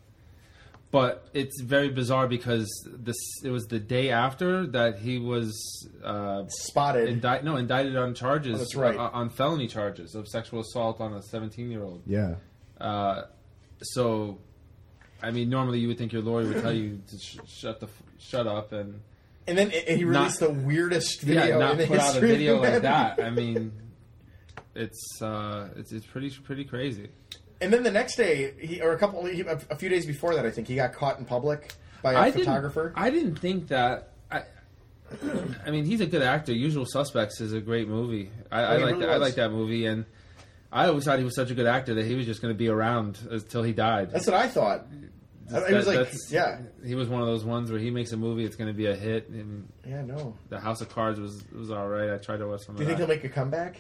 but it's very bizarre because this it was the day after that he was uh spotted. indicted no indicted on charges That's right. uh, on felony charges of sexual assault on a 17 year old Yeah. uh, so, I mean, normally you would think your lawyer would tell you to sh- shut the f- shut up and and then and he released Not- the weirdest video. yeah, not in the put out a history of video like humanity. that. I mean, it's uh, it's it's pretty pretty crazy. And then the next day, he, or a couple, he, a a few days before that, I think he got caught in public by a I photographer. Didn't, I didn't think that. I, I mean, he's a good actor. Usual Suspects is a great movie. I, I he like really that. I was. like that movie, and I always thought he was such a good actor that he was just going to be around until he died. That's what I thought. I- it was like, that's- yeah, He was one of those ones where he makes a movie, it's going to be a hit, and yeah, no. The House of Cards was was all right. I tried to watch some Do you of think that. he'll make a comeback?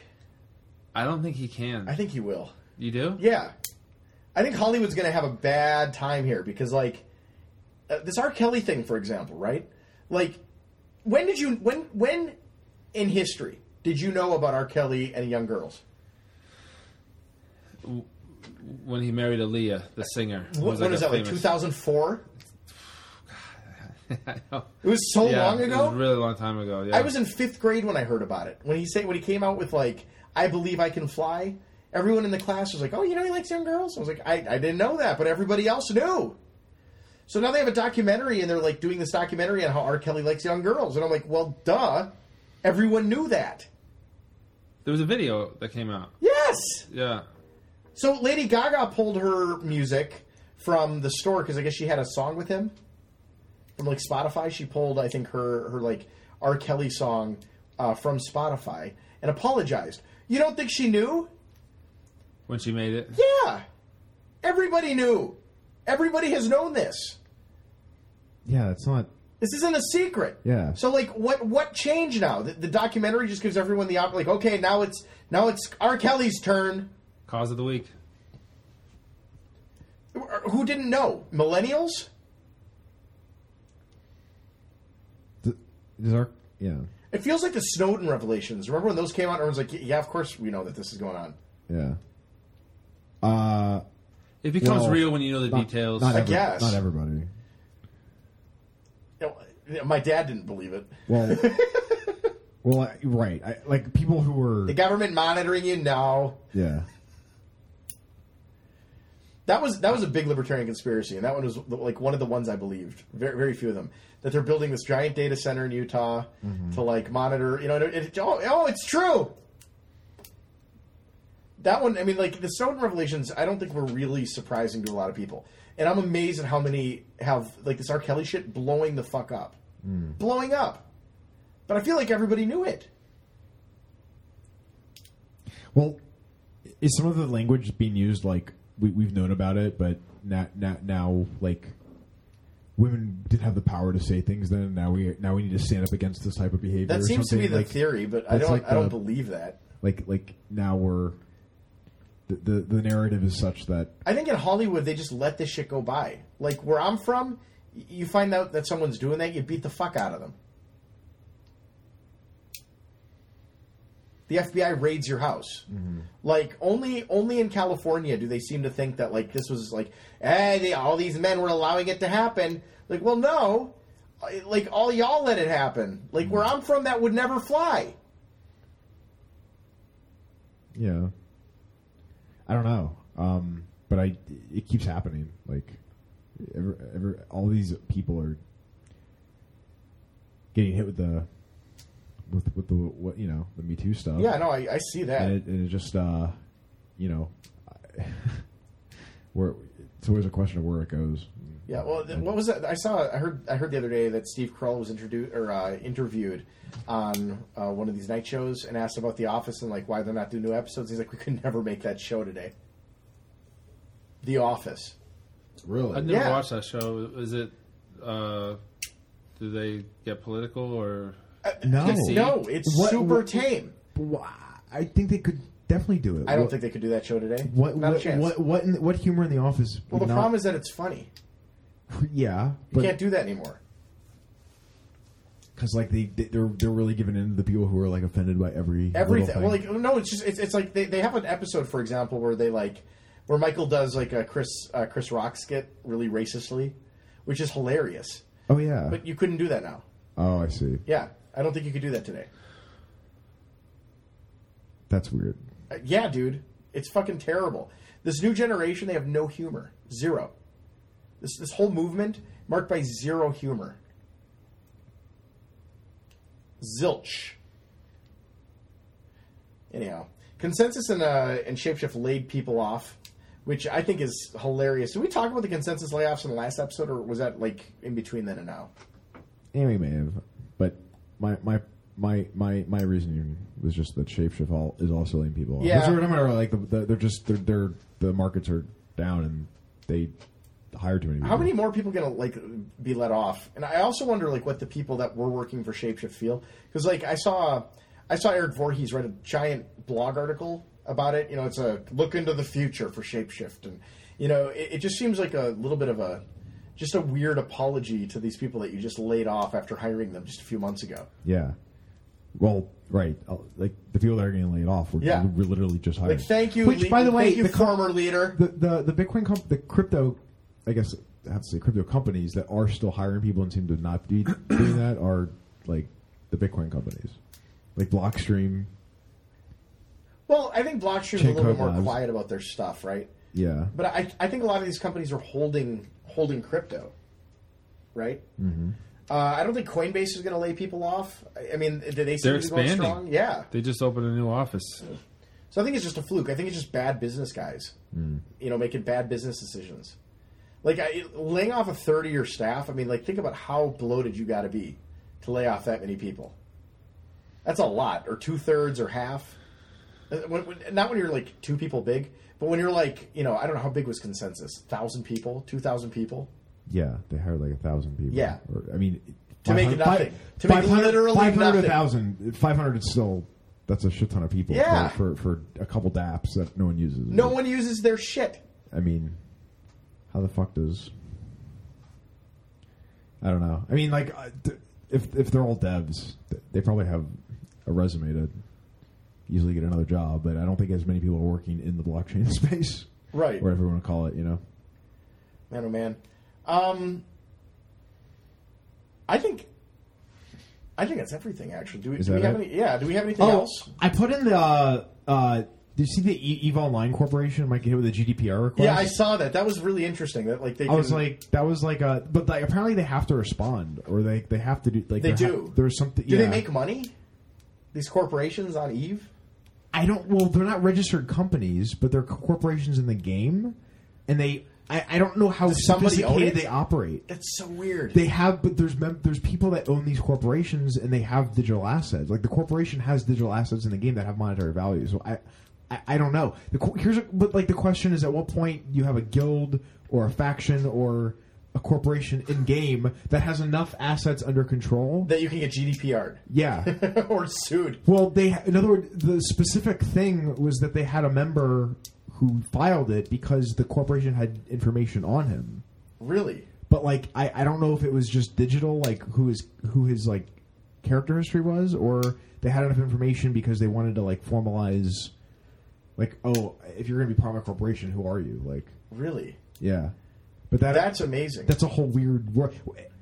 I don't think he can. I think he will. you do? Yeah, I think Hollywood's going to have a bad time here because, like, uh, this R. Kelly thing, for example, right? Like, when did you when when in history did you know about R. Kelly and young girls? When he married Aaliyah, the singer. who What, was, what is a that like? Two famous- thousand four? I know. It was so Yeah, long It ago. was a really long time ago. Yeah. I was in fifth grade when I heard about it. When he say when he came out with like "I Believe I Can Fly," everyone in the class was like, "Oh, you know he likes young girls." I was like, "I, I didn't know that," but everybody else knew. So now they have a documentary, and they're like doing this documentary on how R. Kelly likes young girls, and I'm like, "Well, duh, everyone knew that." there was a video that came out. Yes. Yeah. So Lady Gaga pulled her music from the store because I guess she had a song with him from like Spotify. She pulled I think her her like R. Kelly song uh, from Spotify and apologized. You don't think she knew? When she made it. Yeah, everybody knew. Everybody has known this. Yeah, that's not. This isn't a secret. Yeah. So like, what what changed now? The, the documentary just gives everyone the op. Like, okay, now it's now it's R. Kelly's turn. Cause of the week. Who didn't know? Millennials. th- Is our yeah It feels like the Snowden revelations. Remember when those came out? Everyone's like, "Yeah, of course we know that this is going on." yeah. Uh, It becomes Well, real when you know the not, details. Not, every- guess. not everybody. You know, my dad didn't believe it. [laughs] Well, well, I- right. I, like people who were The government monitoring you? No, yeah. that was that was a big libertarian conspiracy, and that one was like one of the ones I believed. Very, very few of them that they're building this giant data center in Utah Mm-hmm. to like monitor. You know, and it, it- oh, oh, it's true. that one, I mean, like the Snowden revelations, I don't think were really surprising to a lot of people. And I'm amazed at how many have like this R. Kelly shit blowing the fuck up, Mm. blowing up. But I feel like everybody knew it. Well, is some of the language being used like we, we've known about it, but now, now, now, like women did have the power to say things then. and Now we now we need to stand up against this type of behavior. That or seems to be something, the like, theory, but I that's don't. like I don't the- believe that. Like like now we're the, the the narrative is such that I think in Hollywood they just let this shit go by. Like where I'm from, y- you find out that someone's doing that, you beat the fuck out of them. The FBI raids your house. Like only only in California do they seem to think that like this was like hey they, all these men were allowing it to happen. Like well no, I- like all y'all let it happen. Like where I'm from that would never fly. yeah. I don't know, um, but I it keeps happening. Like ever, ever, all these people are getting hit with the with with the what you know the Me Too stuff. Yeah, no, I, I see that. and it, and it just uh, you know [laughs] where it's always a question of where it goes. Yeah. Well, th- what was that? I saw. I heard. I heard the other day that Steve Carell was introduced or uh, interviewed on uh, one of these night shows and asked about The Office and like why they're not doing new episodes. He's like, we could never make that show today. The Office. I Really? never Yeah. watched that show. Is it? Uh, do they get political or? No. See? No, it's What- super what- tame. Wha- I think they could definitely do it. I don't What- think they could do that show today. What not a what chance. what what, in, what humor in the office? well, the would not- problem is that it's funny. yeah, You can't do that anymore. because like they they- they're they're really giving in to the people who are like offended by every little Everything. thing. Well, like no, it's just it's, it's like they, they have an episode, for example, where they like where Michael does like a Chris uh, Chris Rock skit really racistly, which is hilarious. oh yeah. But you couldn't do that now. oh, I see. Yeah, I don't think you could do that today. That's weird. Uh, yeah, dude, it's fucking terrible. This new generation, they have no humor, zero. This this whole movement marked by zero humor. Zilch. Anyhow, consensus and uh, and shapeshift laid people off, which I think is hilarious. Did we talk about the consensus layoffs in the last episode, or was that like in between then and now? Anyway, may have, but my my. My, my my reasoning was just that shapeshift all is also laying people off. Yeah. That's what I'm gonna- like the, the, they're just they're, they're the markets are down and they hire too many. People. How many more people gonna like be let off? And I also wonder like what the people that were working for Shapeshift feel because like I saw I saw Eric Voorhees write a giant blog article about it. You know, it's a look into the future for Shapeshift, and you know it, it just seems like a little bit of a just a weird apology to these people that you just laid off after hiring them just a few months ago. Yeah. Well, right. uh, Like the people that are getting laid off were Yeah. were literally just hired. Like, thank you, Which, lea- by the way, thank you, the, com- former leader. the the the Bitcoin comp- the crypto, I guess I have to say crypto companies that are still hiring people and seem to not be doing that are like the Bitcoin companies, like Blockstream. Well, I think Blockstream's a Check little bit out more lives. quiet about their stuff, right? Yeah. But I, I think a lot of these companies are holding holding crypto, right? Mm-hmm. Uh, I don't think Coinbase is going to lay people off. I- I mean, do they seem They're to be going expanding. strong? Yeah. They just opened a new office. So I think it's just a fluke. I think it's just bad business guys, you know, making bad business decisions. Like I, laying off a third of your staff. I mean, like think about how bloated you got to be to lay off that many people. That's a lot, or two thirds, or half. Uh, When, when, not when you're like two people big, but when you're like, you know, I don't know how big was consensus. Thousand people, two thousand people. Yeah, they hired like a thousand people. Yeah. Or, I mean, To make 500 nothing. five- To make 500 literally 500 nothing. 1,000. 500 is still that's a shit ton of people. Yeah. For, for for a couple dApps that no one uses. No one uses their shit. I mean, how the fuck does? I don't know. I mean, like, uh, th- if if they're all devs, th- they probably have a resume to easily get another job. But I don't think as many people are working in the blockchain [laughs] space, Right. Whatever you want to call it, you know. Man, oh man. Um, I think, I think that's everything. Actually, do we, Is do we that have it? Oh, any? Yeah, do we have anything else? I put in the. Uh, uh, did you see the e- Eve Online Corporation might get hit with a GDPR request? Yeah, I saw that. That was really interesting. That like they. I was can- like, that was like a, but like, apparently they have to respond, or they they have to do like They there ha- do. there's something. do yeah. they make money? These corporations on Eve. I don't. Well, they're not registered companies, but they're corporations in the game, and they. I, I don't know how somebody own sophisticated it? they operate. That's so weird. They have, but there's mem- there's people that own these corporations and they have digital assets. Like the corporation has digital assets in the game that have monetary value. So I, I, I don't know. The qu- here's a, but like the question is, at what point you have a guild or a faction or a corporation in game that has enough assets under control? that you can get GDPR'd yeah, [laughs] or sued. Well, they, in other words, the specific thing was that they had a member who filed it because the corporation had information on him. Really? But like, I, I don't know if it was just digital, like who his who his like character history was, or they had enough information because they wanted to like formalize, like, oh, if you're going to be part of a corporation, who are you? Like, Really? yeah. But that That's amazing. that's a whole weird. wor-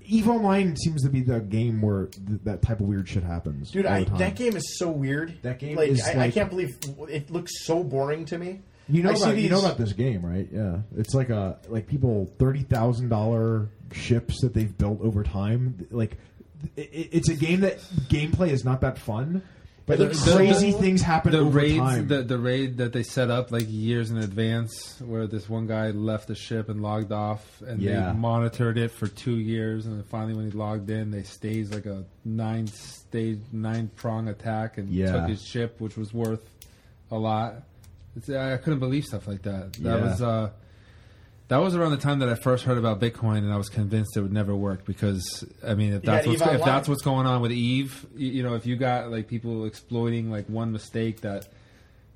Eve Online seems to be the game where th- that type of weird shit happens. Dude, all the I, time. that game is so weird. That game like, is I, I like- can't believe it looks so boring to me. You know, I see about, you these- know about this game, right? Yeah, it's like a like people thirty thousand dollar ships that they've built over time. Like, it, it's a game that gameplay is not that fun, but The- like, crazy the- things happen the over raids time. the, the raid that they set up like years in advance where this one guy left the ship and logged off and Yeah. they monitored it for two years and then finally when he logged in they staged like a nine stage nine prong attack and Yeah. took his ship which was worth a lot it's, I couldn't believe stuff like that that Yeah. was uh that was around the time that I first heard about Bitcoin, and I was convinced it would never work because I mean, if You that's got what's, Eve if Online. that's what's going on with Eve, y- you know, if you got like people exploiting like one mistake that,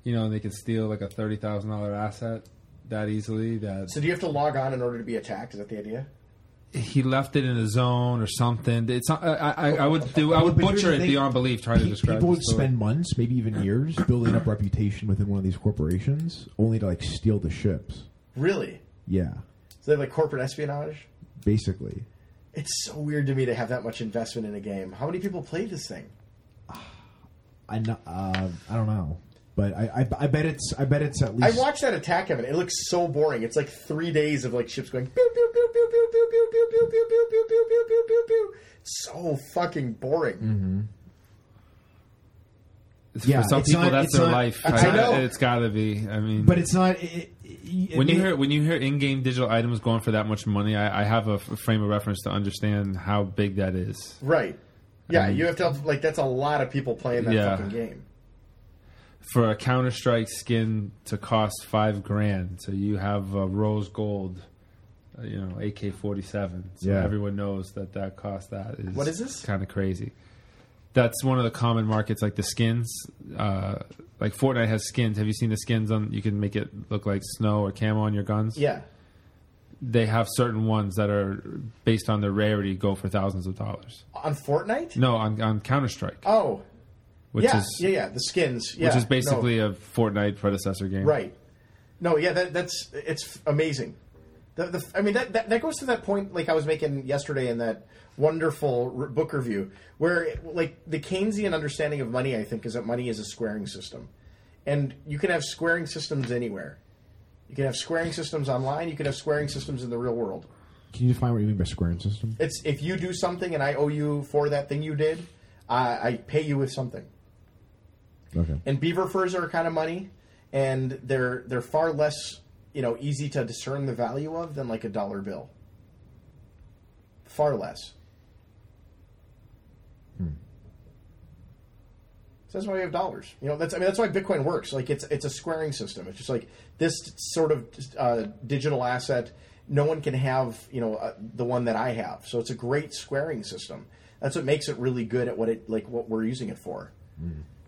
you know, they can steal like a thirty thousand dollar asset that easily, that So do you have to log on in order to be attacked? Is that the idea? he left it in a zone or something. It's not, I, I, I would do I would But here's butcher the it thing. beyond belief trying to Pe- describe. people the would story. spend months, maybe even years, building up reputation within one of these corporations, only to like steal the ships. Really? Yeah, So they have like corporate espionage? basically. It's so weird to me to have that much investment in a game. How many people play this thing? I kno- uh, I don't know, but I, I I bet it's I bet it's at I least watched that attack of it. It looks so boring. It's like three days of like ships going pew pew pew pew pew pew pew pew pew pew pew pew pew pew pew pew pew. So fucking boring. Mm-hmm. Yeah, for some it's people not- that's it's their not- life. I I- know. it's got to be. I mean, But it's not. It, it, it when you may- hear when you hear in-game digital items going for that much money, I, I have a f- frame of reference to understand how big that is. Right. Yeah, Um, you have to have, like that's a lot of people playing that Yeah. fucking game. For a Counter Strike skin to cost five grand, so you have uh, rose gold, uh, you know AK forty seven. So Yeah. everyone knows that that cost that is What is this? kind of crazy. That's one of the common markets, like the skins. Uh, like Fortnite has skins. Have you seen the skins on? You can make it look like snow or camo on your guns. Yeah. they have certain ones that are based on their rarity go for thousands of dollars. On Fortnite? No, on, on Counter Strike, Oh. which Yeah, is yeah, yeah. The skins. Yeah. which is no. basically a Fortnite predecessor game. Right. No, yeah, that, that's it's amazing. The, the, I mean, that, that that goes to that point like I was making yesterday in that wonderful r- book review, where like the Keynesian understanding of money, I think, is that money is a squaring system, and you can have squaring systems anywhere. You can have squaring systems online. You can have squaring systems in the real world. Can you define what you mean by squaring system? It's if you do something and I owe you for that thing you did, I, I pay you with something. Okay. and beaver furs are a kind of money, and they're they're far less you know easy to discern the value of than like a dollar bill. Far less. So that's why we have dollars. You know, that's I mean that's why Bitcoin works. Like it's it's a squaring system. It's just like this sort of uh, digital asset. No one can have you know uh, the one that I have. So it's a great squaring system. That's what makes it really good at what it like what we're using it for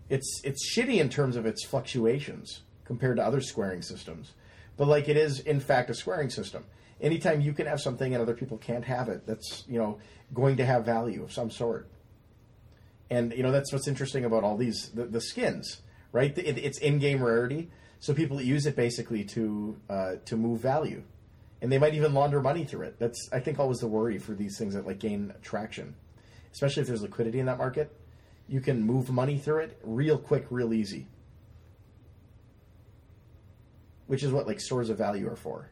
it's it's shitty in terms of its fluctuations compared to other squaring systems. But like it is in fact a squaring system. Anytime you can have something and other people can't have it, that's you know going to have value of some sort. And you know that's what's interesting about all these the, the skins, right? It, it's in-game rarity, so people use it basically to uh, to move value, and they might even launder money through it. That's I think always the worry for these things that like gain traction, especially if there's liquidity in that market you can move money through it real quick, real easy. Which is what like stores of value are for.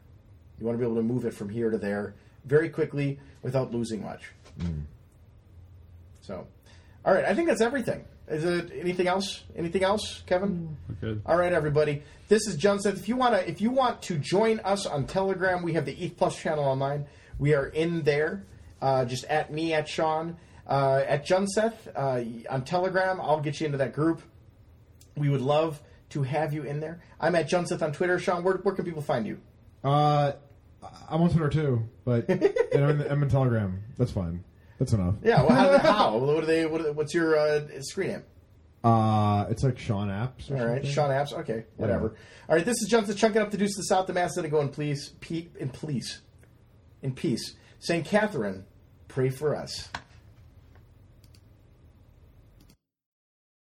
You want to be able to move it from here to there very quickly without losing much. So, all right, I think that's everything. Is it anything else? Anything else, Kevin? good. All right, everybody. This is John Seth. If you wanna, if you want to join us on Telegram, we have the ETH Plus channel online. We are in there. Uh, just at me at Sean uh, at John Seth uh, on Telegram. I'll get you into that group. We would love to have you in there. I'm at John Seth on Twitter. Sean, where, where can people find you? Uh, I'm on Twitter too, [laughs] but and I'm, in, I'm in Telegram. That's fine. That's enough. Yeah. Well, how, how? [laughs] What are they? What are, what's your uh, screen name? Uh, it's like Sean Apps. Or All right, something. Sean Apps. Okay, whatever. All right, this is Johnson chunking up the deuce to the south. The mass that go in please, pe- in please, in peace. Saint Catherine, pray for us.